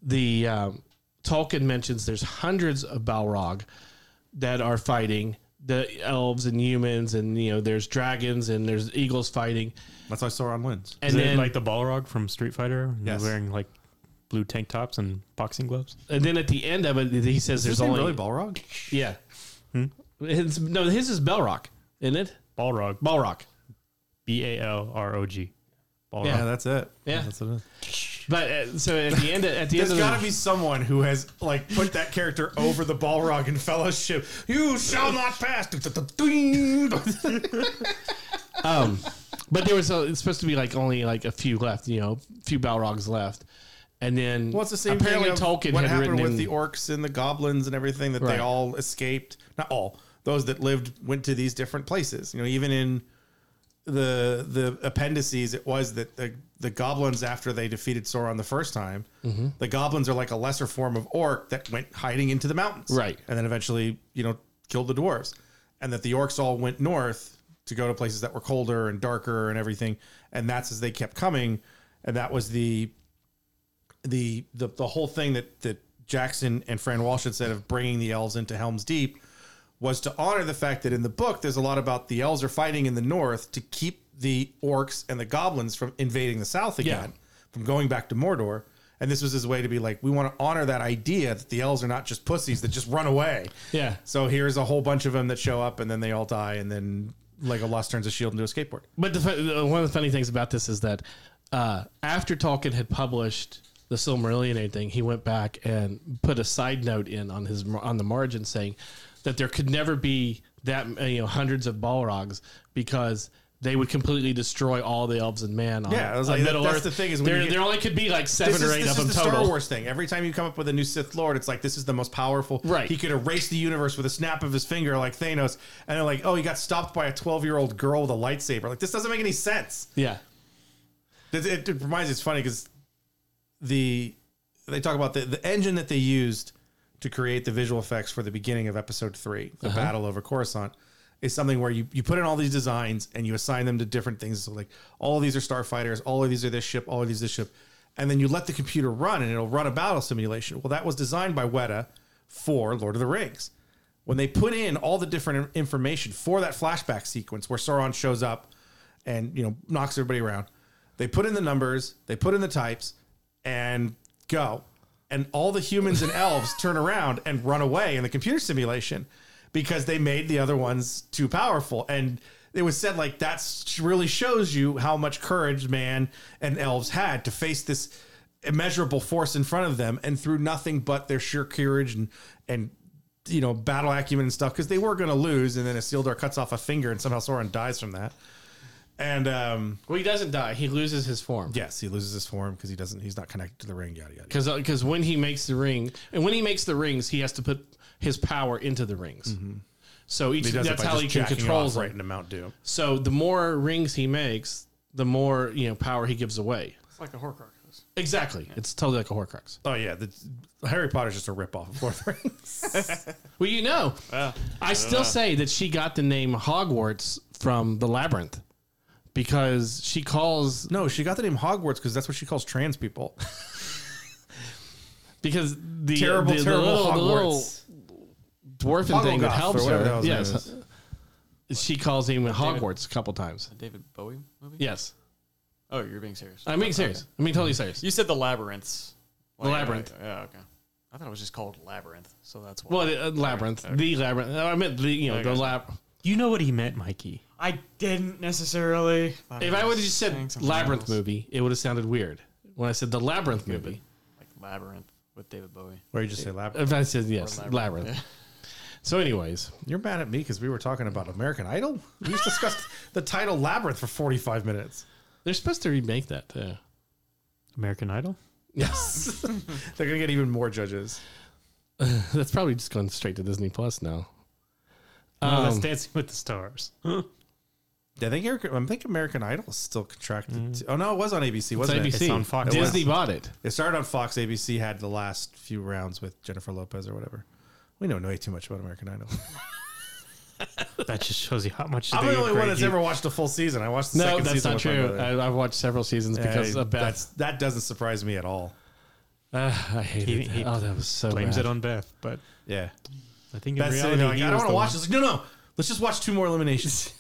Speaker 1: the um, Tolkien mentions there's hundreds of Balrog that are fighting the elves and humans, and you know there's dragons and there's eagles fighting,
Speaker 2: That's why Sauron wins.
Speaker 1: and
Speaker 4: Is
Speaker 1: then
Speaker 4: it like the Balrog from Street Fighter?
Speaker 2: Yes.
Speaker 4: Wearing like blue tank tops and boxing gloves?
Speaker 1: and then at the end of it, he says
Speaker 2: Is
Speaker 1: there's
Speaker 2: his name
Speaker 1: only
Speaker 2: really Hmm? Balrog?
Speaker 1: Yeah. His- no, his is Belrock, isn't it?
Speaker 4: Balrog.
Speaker 1: Balrock.
Speaker 4: B A L R O G. Balrog.
Speaker 1: Yeah.
Speaker 2: Yeah, that's it.
Speaker 1: Yeah.
Speaker 2: That's what it is.
Speaker 1: But uh, so at the end, at the end
Speaker 2: There's
Speaker 1: of
Speaker 2: got to
Speaker 1: the,
Speaker 2: be someone who has like put that character over the Balrog in Fellowship. You shall not pass.
Speaker 1: um, but there was a, it's supposed to be like only like a few left, you know, a few Balrogs left, and then
Speaker 2: What's the same
Speaker 1: apparently
Speaker 2: thing of
Speaker 1: Tolkien
Speaker 2: what
Speaker 1: had
Speaker 2: happened
Speaker 1: written
Speaker 2: with
Speaker 1: in,
Speaker 2: the orcs and the goblins and everything that
Speaker 1: Right.
Speaker 2: they all escaped? Not all those that lived went to these different places. You know, even in the the appendices, it was that the the goblins after they defeated Sauron the first time,
Speaker 1: Mm-hmm.
Speaker 2: the goblins are like a lesser form of orc that went hiding into the mountains,
Speaker 1: Right.
Speaker 2: And then eventually, you know, killed the dwarves, and that the orcs all went north to go to places that were colder and darker and everything, and that's as they kept coming, and that was the the the, the whole thing that that Jackson and Fran Walsh had said of bringing the elves into Helm's Deep was to honor the fact that in the book there's a lot about the elves are fighting in the north to keep the orcs and the goblins from invading the south again, from going back to Mordor. And this was his way to be like, we want to honor that idea that the elves are not just pussies that just run away.
Speaker 1: yeah.
Speaker 2: So here's a whole bunch of them that show up and then they all die and then Legolas turns a shield into a skateboard.
Speaker 1: But the, fu- the- one of the funny things about this is that uh, after Tolkien had published the Silmarillion and everything, he went back and put a side note in on his mar- on the margin saying that there could never be that uh, you know hundreds of Balrogs because they would completely destroy all the elves and man on,
Speaker 2: Yeah, I was
Speaker 1: on
Speaker 2: like, that-
Speaker 1: Middle
Speaker 2: that's
Speaker 1: Earth.
Speaker 2: the thing is when
Speaker 1: there,
Speaker 2: you get-
Speaker 1: there only could be like
Speaker 2: This
Speaker 1: seven
Speaker 2: is,
Speaker 1: or eight
Speaker 2: this
Speaker 1: of
Speaker 2: is
Speaker 1: them
Speaker 2: the
Speaker 1: total.
Speaker 2: Star Wars thing. Every time you come up with a new Sith Lord, it's like this is the most powerful.
Speaker 1: Right.
Speaker 2: He could erase the universe with a snap of his finger, like Thanos, and they're like, oh, he got stopped by a twelve-year-old girl with a lightsaber. Like this doesn't make any sense.
Speaker 1: Yeah,
Speaker 2: It, it, it reminds me, it's funny because the they talk about the, the engine that they used to create the visual effects for the beginning of episode three, the battle over Coruscant, is something where you, you put in all these designs and you assign them to different things. So like all of these are starfighters, all of these are this ship, all of these this ship. And then you let the computer run and it'll run a battle simulation. Well, that was designed by Weta for Lord of the Rings when they put in all the different information for that flashback sequence where Sauron shows up and you know knocks everybody around, they put in the numbers, they put in the types, and go. And all the humans and elves turn around and run away in the computer simulation because they made the other ones too powerful. And it was said like that's really shows you how much courage man and elves had to face this immeasurable force in front of them and through nothing but their sheer courage and and you know battle acumen and stuff because they were going to lose and then Isildur cuts off a finger and somehow Sauron dies from that and um
Speaker 1: well, he doesn't die; he loses his form.
Speaker 2: yes he loses his form because he doesn't he's not connected to the ring yada yada
Speaker 1: because uh, when he makes the ring and when he makes the rings, he has to put his power into the rings. So each
Speaker 2: Mm-hmm. he does
Speaker 1: that's
Speaker 2: it by
Speaker 1: how
Speaker 2: just
Speaker 1: he can
Speaker 2: jacking it
Speaker 1: controls
Speaker 2: off
Speaker 1: them.
Speaker 2: right into Mount Doom
Speaker 1: So the more rings he makes, the more you know power he gives away.
Speaker 3: It's like a Horcrux.
Speaker 1: Exactly, it's totally like a Horcrux.
Speaker 2: oh yeah the, Harry Potter's just a rip off of Lord of the Rings
Speaker 1: Well, you know, I still say that she got the name Hogwarts from the labyrinth because she calls
Speaker 2: no she got the name Hogwarts because that's what she calls trans people
Speaker 1: because the
Speaker 2: Terrible,
Speaker 1: the, the
Speaker 2: terrible
Speaker 1: little, the little
Speaker 2: Hogwarts.
Speaker 1: dwarven thing that
Speaker 2: Hogogoth, or
Speaker 1: helps
Speaker 2: whatever the
Speaker 1: her.
Speaker 2: hell's name
Speaker 1: Yes, she calls him Hogwarts a couple times.
Speaker 3: The David Bowie movie?
Speaker 1: Yes,
Speaker 3: Oh, you're being serious.
Speaker 1: I'm being serious. I mean totally serious.
Speaker 3: You said the labyrinths. Well, yeah,
Speaker 1: Labyrinth.
Speaker 3: right. Yeah, okay. I thought it was just called Labyrinth, so that's why.
Speaker 1: Well, the, uh, labyrinth, the labyrinth. No, I meant the you know the lab.
Speaker 4: You know what he meant, Mikey.
Speaker 3: I didn't necessarily.
Speaker 1: If I would have just
Speaker 3: saying
Speaker 1: said
Speaker 3: something
Speaker 1: labyrinth
Speaker 3: else.
Speaker 1: movie, it would have sounded weird. When I said the labyrinth movie,
Speaker 3: like Labyrinth with David Bowie.
Speaker 2: Or you just say lab.
Speaker 1: if I said yes, labyrinth. So, anyways,
Speaker 2: You're mad at me because we were talking about American Idol. We just discussed the title Labyrinth for 45 minutes.
Speaker 1: they're supposed to remake that uh, too.
Speaker 4: American Idol?
Speaker 2: Yes. They're going to get even more judges.
Speaker 1: That's probably just going straight to Disney Plus now.
Speaker 4: No, that's
Speaker 1: Um,
Speaker 4: Dancing with the Stars.
Speaker 2: I think, Eric- I think American Idol is still contracted. to- oh, no, it was on ABC,
Speaker 1: It's
Speaker 2: wasn't
Speaker 1: ABC.
Speaker 2: it?
Speaker 4: on Fox.
Speaker 1: Disney
Speaker 2: It
Speaker 1: bought it.
Speaker 2: It started on Fox. ABC had the last few rounds with Jennifer Lopez or whatever. We know way too much about American Idol.
Speaker 4: That just shows you how much
Speaker 2: I'm
Speaker 4: they
Speaker 2: the only one
Speaker 4: upgrade
Speaker 2: that's
Speaker 4: you.
Speaker 2: ever watched a full season. I watched the
Speaker 1: No,
Speaker 2: second
Speaker 1: that's
Speaker 2: season.
Speaker 1: not
Speaker 2: with my
Speaker 1: true.
Speaker 2: brother.
Speaker 1: I, I've watched several seasons because
Speaker 2: Hey,
Speaker 1: of Beth.
Speaker 2: that's- That doesn't surprise me at all.
Speaker 1: Uh, I hated
Speaker 4: He- he
Speaker 1: it. Oh, that was so
Speaker 4: blames
Speaker 1: bad.
Speaker 4: it on Beth, but
Speaker 2: Yeah.
Speaker 4: I think in
Speaker 2: Beth's sitting
Speaker 4: reality,
Speaker 2: there like,
Speaker 4: he
Speaker 2: I don't
Speaker 4: was
Speaker 2: want
Speaker 4: the
Speaker 2: to watch
Speaker 4: one-
Speaker 2: this. Like, no, no. Let's just watch two more eliminations.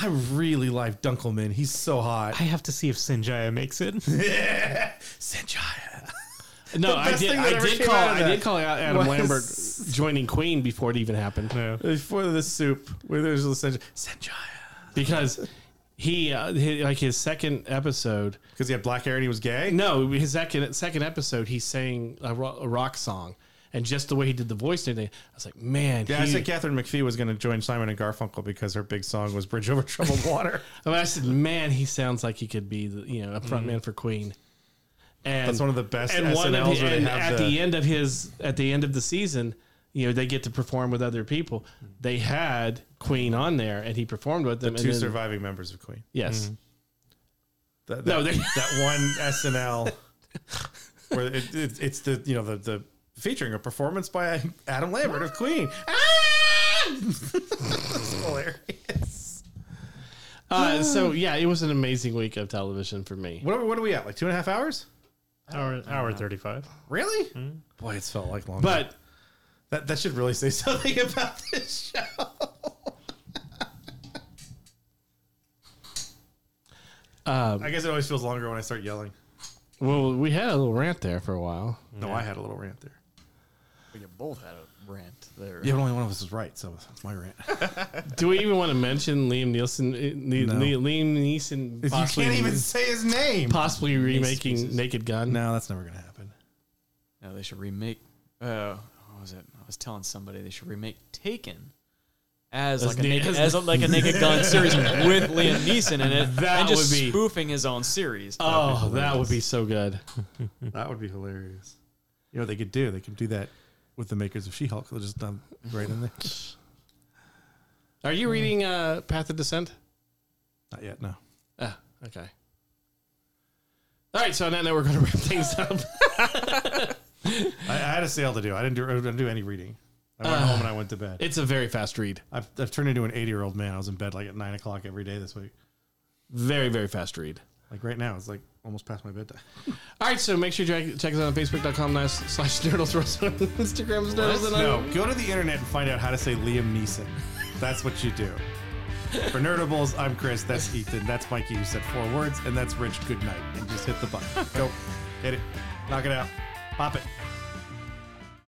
Speaker 2: I really like Dunkelman. He's so hot.
Speaker 4: I have to see if Sinjaya makes it.
Speaker 2: Sanjaya.
Speaker 1: No, I
Speaker 2: best
Speaker 1: did.
Speaker 2: thing that
Speaker 1: I
Speaker 2: ever
Speaker 1: did
Speaker 2: came
Speaker 1: call.
Speaker 2: out of
Speaker 1: I
Speaker 2: that
Speaker 1: did call out Adam
Speaker 2: was-
Speaker 1: Lambert joining Queen before it even happened.
Speaker 2: Before the soup, where there's Sanjaya. Sanjaya.
Speaker 1: because he, uh, he like his second episode.
Speaker 2: Because he had black hair and he was gay?
Speaker 1: No, his second second episode, he sang a rock, a rock song, and just the way he did the voice and everything, I was like, man.
Speaker 2: Yeah, I
Speaker 1: he-
Speaker 2: said Catherine McPhee was going to join Simon and Garfunkel because her big song was Bridge Over Troubled Water.
Speaker 1: I, mean, I said, man, he sounds like he could be, the, you know, a front man for Queen. And
Speaker 2: Mm-hmm. That's one of the best
Speaker 1: and one of
Speaker 2: SNLs
Speaker 1: the,
Speaker 2: where they
Speaker 1: and
Speaker 2: have
Speaker 1: at
Speaker 2: the-
Speaker 1: the end of his at the end of the season, you know, they get to perform with other people. They had Queen on there, and he performed with them. and
Speaker 2: Two Mm-hmm.
Speaker 1: then-
Speaker 2: surviving members of Queen.
Speaker 1: Yes.
Speaker 2: That, that,
Speaker 1: No, they-
Speaker 2: that one SNL where it, it, it's the you know the the featuring a performance by Adam Lambert of Queen. Ah! It's hilarious.
Speaker 1: Uh, so yeah, it was an amazing week of television for me.
Speaker 2: What are, what are we at? Like two and a half hours?
Speaker 4: hour, hour Mm-hmm. 35.
Speaker 2: Really? Boy, it's felt like long.
Speaker 1: But
Speaker 2: that that should really say something about this show.
Speaker 1: um,
Speaker 2: I guess it always feels longer when I start yelling.
Speaker 1: well, we had a little rant there for a while.
Speaker 2: No, I had a little rant there.
Speaker 3: We you both had a rant there.
Speaker 2: Yeah, but only one of us is right, so that's my rant.
Speaker 1: Do we even want to mention Liam Nielsen? eh, Ne-
Speaker 2: No.
Speaker 1: Ne- Liam Neeson
Speaker 2: you
Speaker 1: possibly,
Speaker 2: can't even say his name.
Speaker 1: possibly remaking Naked Gun.
Speaker 2: no, that's never gonna happen.
Speaker 3: No, they should remake. Uh, what was it? I was telling somebody they should remake Taken as, like a
Speaker 1: the-
Speaker 3: naked,
Speaker 1: as
Speaker 3: as a, like a Naked Gun series with Liam Neeson in it,
Speaker 1: That
Speaker 3: and just
Speaker 1: would be-
Speaker 3: spoofing his own series.
Speaker 1: Oh, that would be so good.
Speaker 2: That would be hilarious. You know what they could do? They could do that with the makers of She-Hulk. They'll just dump right in there.
Speaker 1: Are you reading uh, Path of Descent?
Speaker 2: Not yet, no.
Speaker 1: Ah, okay. All right, so now that we're going to wrap things up.
Speaker 2: I, I had a sale to do. I didn't do, I didn't do any reading. I went home and I went to bed.
Speaker 1: It's a very fast read.
Speaker 2: I've, I've turned into an 80-year-old man. I was in bed like at 9 o'clock every day this week.
Speaker 1: Very, very fast read.
Speaker 2: Like right now, it's like almost past my bedtime.
Speaker 1: All right, so make sure you check, check us out on Facebook.com slash Nerdles Wrestling. Instagram is Nerdles and
Speaker 2: No, go to the internet and find out how to say Liam Neeson. That's what you do. For Nerdables, I'm Chris. That's Ethan. That's Mikey who said four words. And that's Rich. Good night. And just hit the button. Go. Hit it. Knock it out. Pop it.